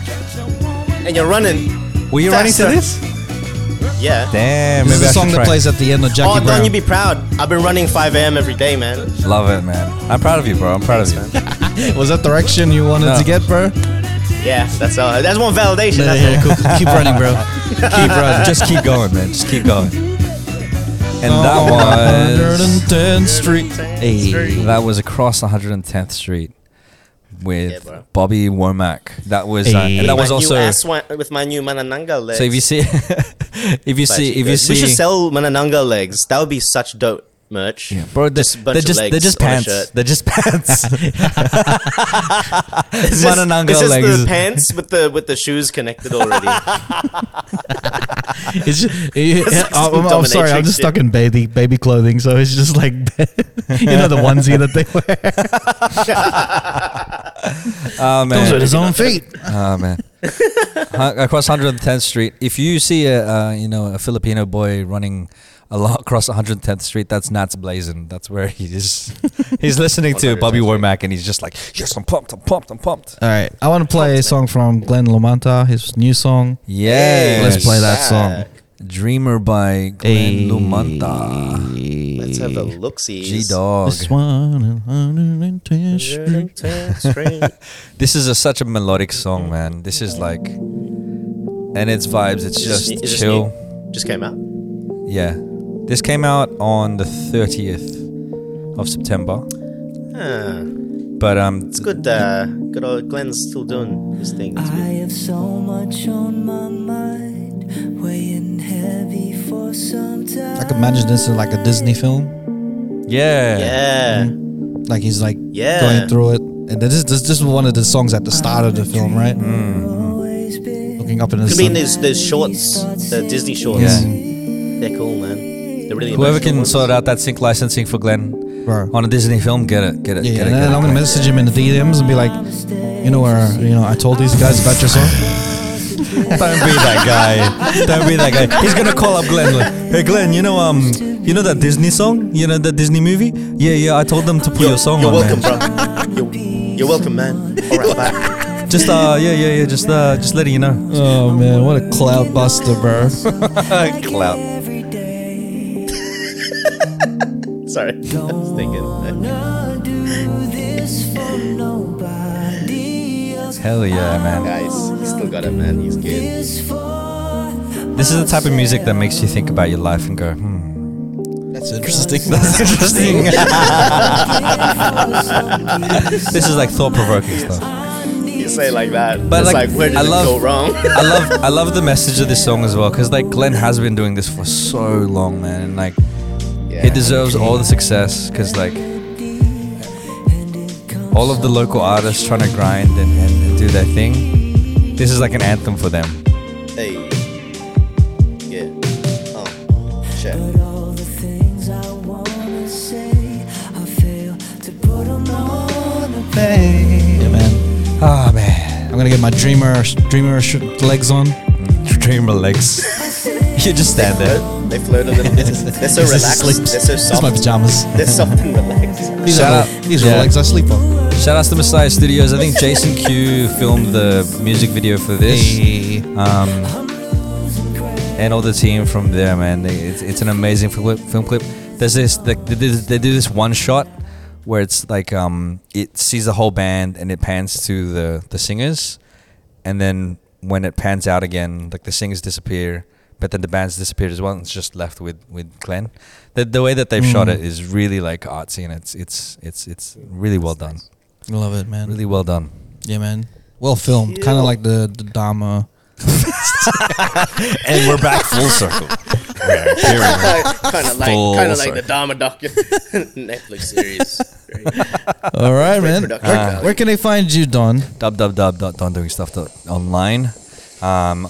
Speaker 3: and you're running.
Speaker 2: Were you
Speaker 3: Faster.
Speaker 2: running to this?
Speaker 3: Yeah.
Speaker 2: Damn,
Speaker 1: This
Speaker 2: maybe
Speaker 1: is the
Speaker 2: I
Speaker 1: song
Speaker 2: should
Speaker 1: that
Speaker 2: try.
Speaker 1: plays at the end of Jackie
Speaker 3: Oh,
Speaker 1: Brown.
Speaker 3: don't you be proud. I've been running 5 a.m. every day, man.
Speaker 2: Love it, man. I'm proud of you, bro. I'm proud of you.
Speaker 1: Was that the direction you wanted
Speaker 2: No.
Speaker 1: to get, bro?
Speaker 3: Yeah, that's all. That's one validation.
Speaker 1: Yeah,
Speaker 3: That's
Speaker 1: yeah, cool. Keep running, bro. Keep running.
Speaker 2: Just keep going, man. Just keep going. And that was
Speaker 1: 110th Street. Hey.
Speaker 2: that was across 110th Street
Speaker 3: Yeah,
Speaker 2: with
Speaker 3: bro.
Speaker 2: Bobby Womack. That was uh,
Speaker 1: Hey.
Speaker 2: and that
Speaker 3: my
Speaker 2: was
Speaker 3: new
Speaker 2: also.
Speaker 3: ass wi- with my new Manananga legs.
Speaker 2: So if you see, if you
Speaker 3: But
Speaker 2: see, if you
Speaker 3: we should
Speaker 2: see,
Speaker 3: sell Manananga legs. That would be such dope merch.
Speaker 2: Yeah, bro, they're just,
Speaker 3: bunch
Speaker 2: they're
Speaker 3: of
Speaker 2: just, they're
Speaker 3: legs
Speaker 2: just
Speaker 3: on a
Speaker 2: pants.
Speaker 3: shirt.
Speaker 2: They're just pants.
Speaker 3: Is this,
Speaker 2: Manananga
Speaker 3: is this
Speaker 2: legs.
Speaker 3: the pants with the with the shoes connected already?
Speaker 1: It's just, yeah, I'm, I'm
Speaker 3: Dominatrix
Speaker 1: sorry, I'm just
Speaker 3: shit.
Speaker 1: stuck in baby baby clothing, so it's just like you know the onesie that they wear.
Speaker 2: oh
Speaker 1: Comes
Speaker 2: man,
Speaker 1: his own feet.
Speaker 2: oh man. Hun- across 110th Street. If you see a uh, you know a Filipino boy running along across 110th Street, that's Nats Blazin. That's where he is. He's listening to Bobby Womack, and he's just like, "Yes, I'm pumped. I'm pumped. I'm pumped."
Speaker 1: All right, I want to play a song from Glenn Lamanta, his new song.
Speaker 2: Yeah,
Speaker 1: Let's play that song.
Speaker 2: Dreamer by
Speaker 1: Hey.
Speaker 2: Glenn Lumanta.
Speaker 3: Let's have a look. See,
Speaker 2: G Dog.
Speaker 1: This one, in 110th Street.
Speaker 2: This is a, such a melodic song, man. This is like, and it's vibes. It's just chill.
Speaker 3: Just came out.
Speaker 2: Yeah, this came out on the thirtieth of September.
Speaker 3: Ah,
Speaker 2: But um,
Speaker 3: it's good. Uh, good old Glenn's still doing his thing. It's good.
Speaker 6: I have so much on my mind, weighing heavy for some
Speaker 1: I
Speaker 6: time.
Speaker 1: could imagine this in like a Disney film.
Speaker 2: yeah,
Speaker 3: Yeah.
Speaker 1: Like he's like
Speaker 3: Yeah.
Speaker 1: going through it, and this is this, this is one of the songs at the start of the film, right?
Speaker 6: Always
Speaker 2: Mm-hmm.
Speaker 6: been
Speaker 1: Looking up in the
Speaker 3: Could be in
Speaker 1: sun.
Speaker 3: those, those shorts, the Disney shorts.
Speaker 2: Yeah.
Speaker 3: They're cool, man. They're really
Speaker 2: Whoever can
Speaker 3: emotional ones.
Speaker 2: sort out that sync licensing for Glenn
Speaker 1: Bro.
Speaker 2: on a Disney film, get it, get it,
Speaker 1: Yeah,
Speaker 2: get it.
Speaker 1: and
Speaker 2: get
Speaker 1: then
Speaker 2: it,
Speaker 1: I'm gonna
Speaker 2: get it.
Speaker 1: message him in the DMs and be like, you know, where you know, I told these guys about your song.
Speaker 2: Don't be that guy. Don't be that guy. He's gonna call up Glenn. Like, hey Glenn, you know um, you know that Disney song? You know that Disney movie? Yeah, yeah. I told them to put your song
Speaker 3: You're
Speaker 2: on. man."
Speaker 3: welcome, bro. You're, you're welcome, man. All right, bye.
Speaker 2: Just uh, yeah, yeah, yeah. Just uh, just letting you know.
Speaker 1: Oh man, what a cloud buster, bro.
Speaker 2: Clout.
Speaker 6: Every day.
Speaker 3: Sorry, I was thinking.
Speaker 6: Gonna do this for nobody else.
Speaker 2: Hell yeah, man.
Speaker 3: Guys, he still got it, man. He's good.
Speaker 6: This for
Speaker 2: This is the type of music that makes you think about your life and go, hmm,
Speaker 1: That's interesting.
Speaker 2: that's interesting.
Speaker 6: somebody
Speaker 2: this is like thought provoking stuff.
Speaker 3: You say it like that,
Speaker 2: But,
Speaker 3: it's
Speaker 2: like,
Speaker 3: like, where did
Speaker 2: I
Speaker 3: it
Speaker 2: love-
Speaker 3: go wrong?
Speaker 2: I love I love the message of this song as well because like Glenn has been doing this for so long, man, and like
Speaker 3: yeah.
Speaker 2: it deserves all the success because like all of the local artists trying to grind and, and, and do their thing. This is like an anthem for them.
Speaker 3: Hey. Yeah. Oh. Shit.
Speaker 6: But all the things I wanna say, I fail to put 'em on a
Speaker 1: Yeah, man.
Speaker 2: Ah man,
Speaker 1: I'm gonna get my dreamer dreamer sh- legs on.
Speaker 2: dreamer legs. you just stand there.
Speaker 3: They float a little bit. They're so
Speaker 1: This is
Speaker 3: relaxed.
Speaker 1: sleep.
Speaker 3: They're so
Speaker 1: This is my
Speaker 3: soft.
Speaker 1: pajamas.
Speaker 3: They're soft and relaxed.
Speaker 1: These
Speaker 2: Shout
Speaker 1: are
Speaker 2: out.
Speaker 1: the, these are the
Speaker 2: Yeah.
Speaker 1: legs I sleep on.
Speaker 2: Shout outs to Messiah Studios. I think Jason Q filmed the music video for this.
Speaker 1: Hey.
Speaker 2: um, and all the team from there, man. They, it's, it's an amazing film clip, film clip. There's this, they, they, do this- they do this one shot where it's like um, it sees the whole band and it pans to the the singers, and then when it pans out again, like the singers disappear, but then the band's disappeared as well. And it's just left with with Glenn. The, the way that they've shot it is really like artsy, and it's it's it's it's really well done.
Speaker 1: Love it, man.
Speaker 2: Really well done.
Speaker 1: Yeah, man. Well filmed. Kind of like the the Dharma.
Speaker 2: And we're back full circle.
Speaker 3: kind of like,
Speaker 2: Full
Speaker 3: kind of like
Speaker 2: circle.
Speaker 3: the Dharma docu Netflix series.
Speaker 1: All right, man.
Speaker 3: production
Speaker 1: Where,
Speaker 3: value.
Speaker 1: where can they find you, Don?
Speaker 2: www.dondoingstuff.online. Um,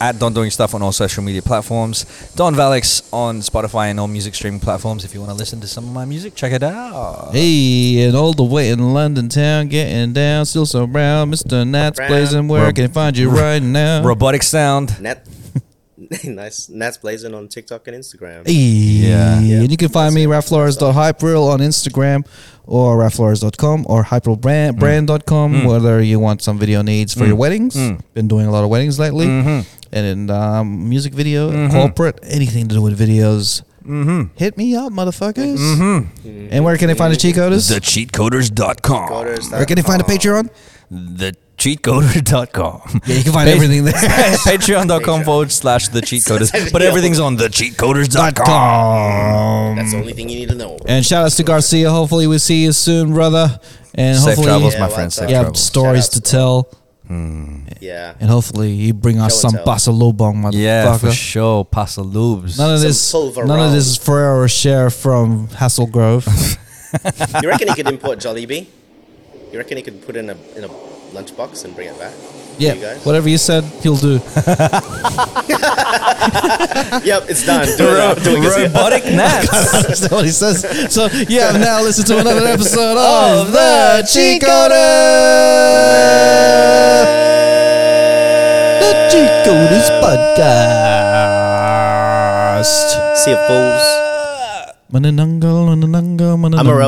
Speaker 2: at Don Doing Stuff on all social media platforms. Don Valix on Spotify and all music streaming platforms. If you want to listen to some of my music, check it out.
Speaker 1: Hey, and all the way in London town, getting down, still so brown. Mr. Nats
Speaker 3: Brown.
Speaker 1: blazing. Where
Speaker 2: Rob-
Speaker 1: can they find you right now?
Speaker 2: Robotic Sound.
Speaker 3: Nat, nice. Nat's blazing on TikTok and Instagram.
Speaker 1: Hey,
Speaker 2: Yeah.
Speaker 3: Yeah.
Speaker 1: And you can find me, raflores.hyperreal on Instagram or raflores.com or hyperbrand.com, whether you want some video needs for your weddings. Been doing a lot of weddings lately. And in um, music video, corporate, anything to do with videos. Mm-hmm. Hit me up, motherfuckers. Mm-hmm. And where can they find the cheat coders?
Speaker 2: TheCheatCoders.com.
Speaker 3: Orders
Speaker 1: where
Speaker 3: that-
Speaker 1: can they find the Patreon?
Speaker 2: TheCheatCoder.com.
Speaker 1: Yeah, you can find everything there.
Speaker 2: Patreon.com forward slash the cheat coders. But everything's on thecheatcoders.com.
Speaker 3: That's the only thing you need to know.
Speaker 1: And shout outs to Garcia. Hopefully, we see you soon, brother. And
Speaker 2: Safe
Speaker 1: hopefully,
Speaker 2: travels,
Speaker 3: Yeah,
Speaker 2: my friend.
Speaker 3: what's
Speaker 2: Safe
Speaker 3: up?
Speaker 1: yeah,
Speaker 2: travels.
Speaker 1: stories
Speaker 3: Shout
Speaker 1: to
Speaker 3: outs.
Speaker 1: tell.
Speaker 3: Yeah.
Speaker 1: And hopefully you bring us
Speaker 3: Show
Speaker 1: some
Speaker 3: and tell.
Speaker 1: Basa Lubong, motherfucker.
Speaker 2: Yeah, for sure. Pasta lubes.
Speaker 1: None of
Speaker 3: Some
Speaker 1: this,
Speaker 3: pulver
Speaker 1: none of
Speaker 3: roll.
Speaker 1: this is Ferrero Share from Hasselgrove.
Speaker 3: You reckon he could import Jollibee? You reckon he could put in a in a lunchbox and bring it back?
Speaker 1: yeah,
Speaker 3: You guys?
Speaker 1: whatever you said, he'll do.
Speaker 3: Yep, it's done. Do it now. Do it.
Speaker 2: Robotic gnats.
Speaker 1: That's what he says. So you have now listened to another episode of the Chicoders, the Chicoders podcast.
Speaker 3: See you fools.
Speaker 1: Manananga, manananga, manananga.
Speaker 3: I'm a robot.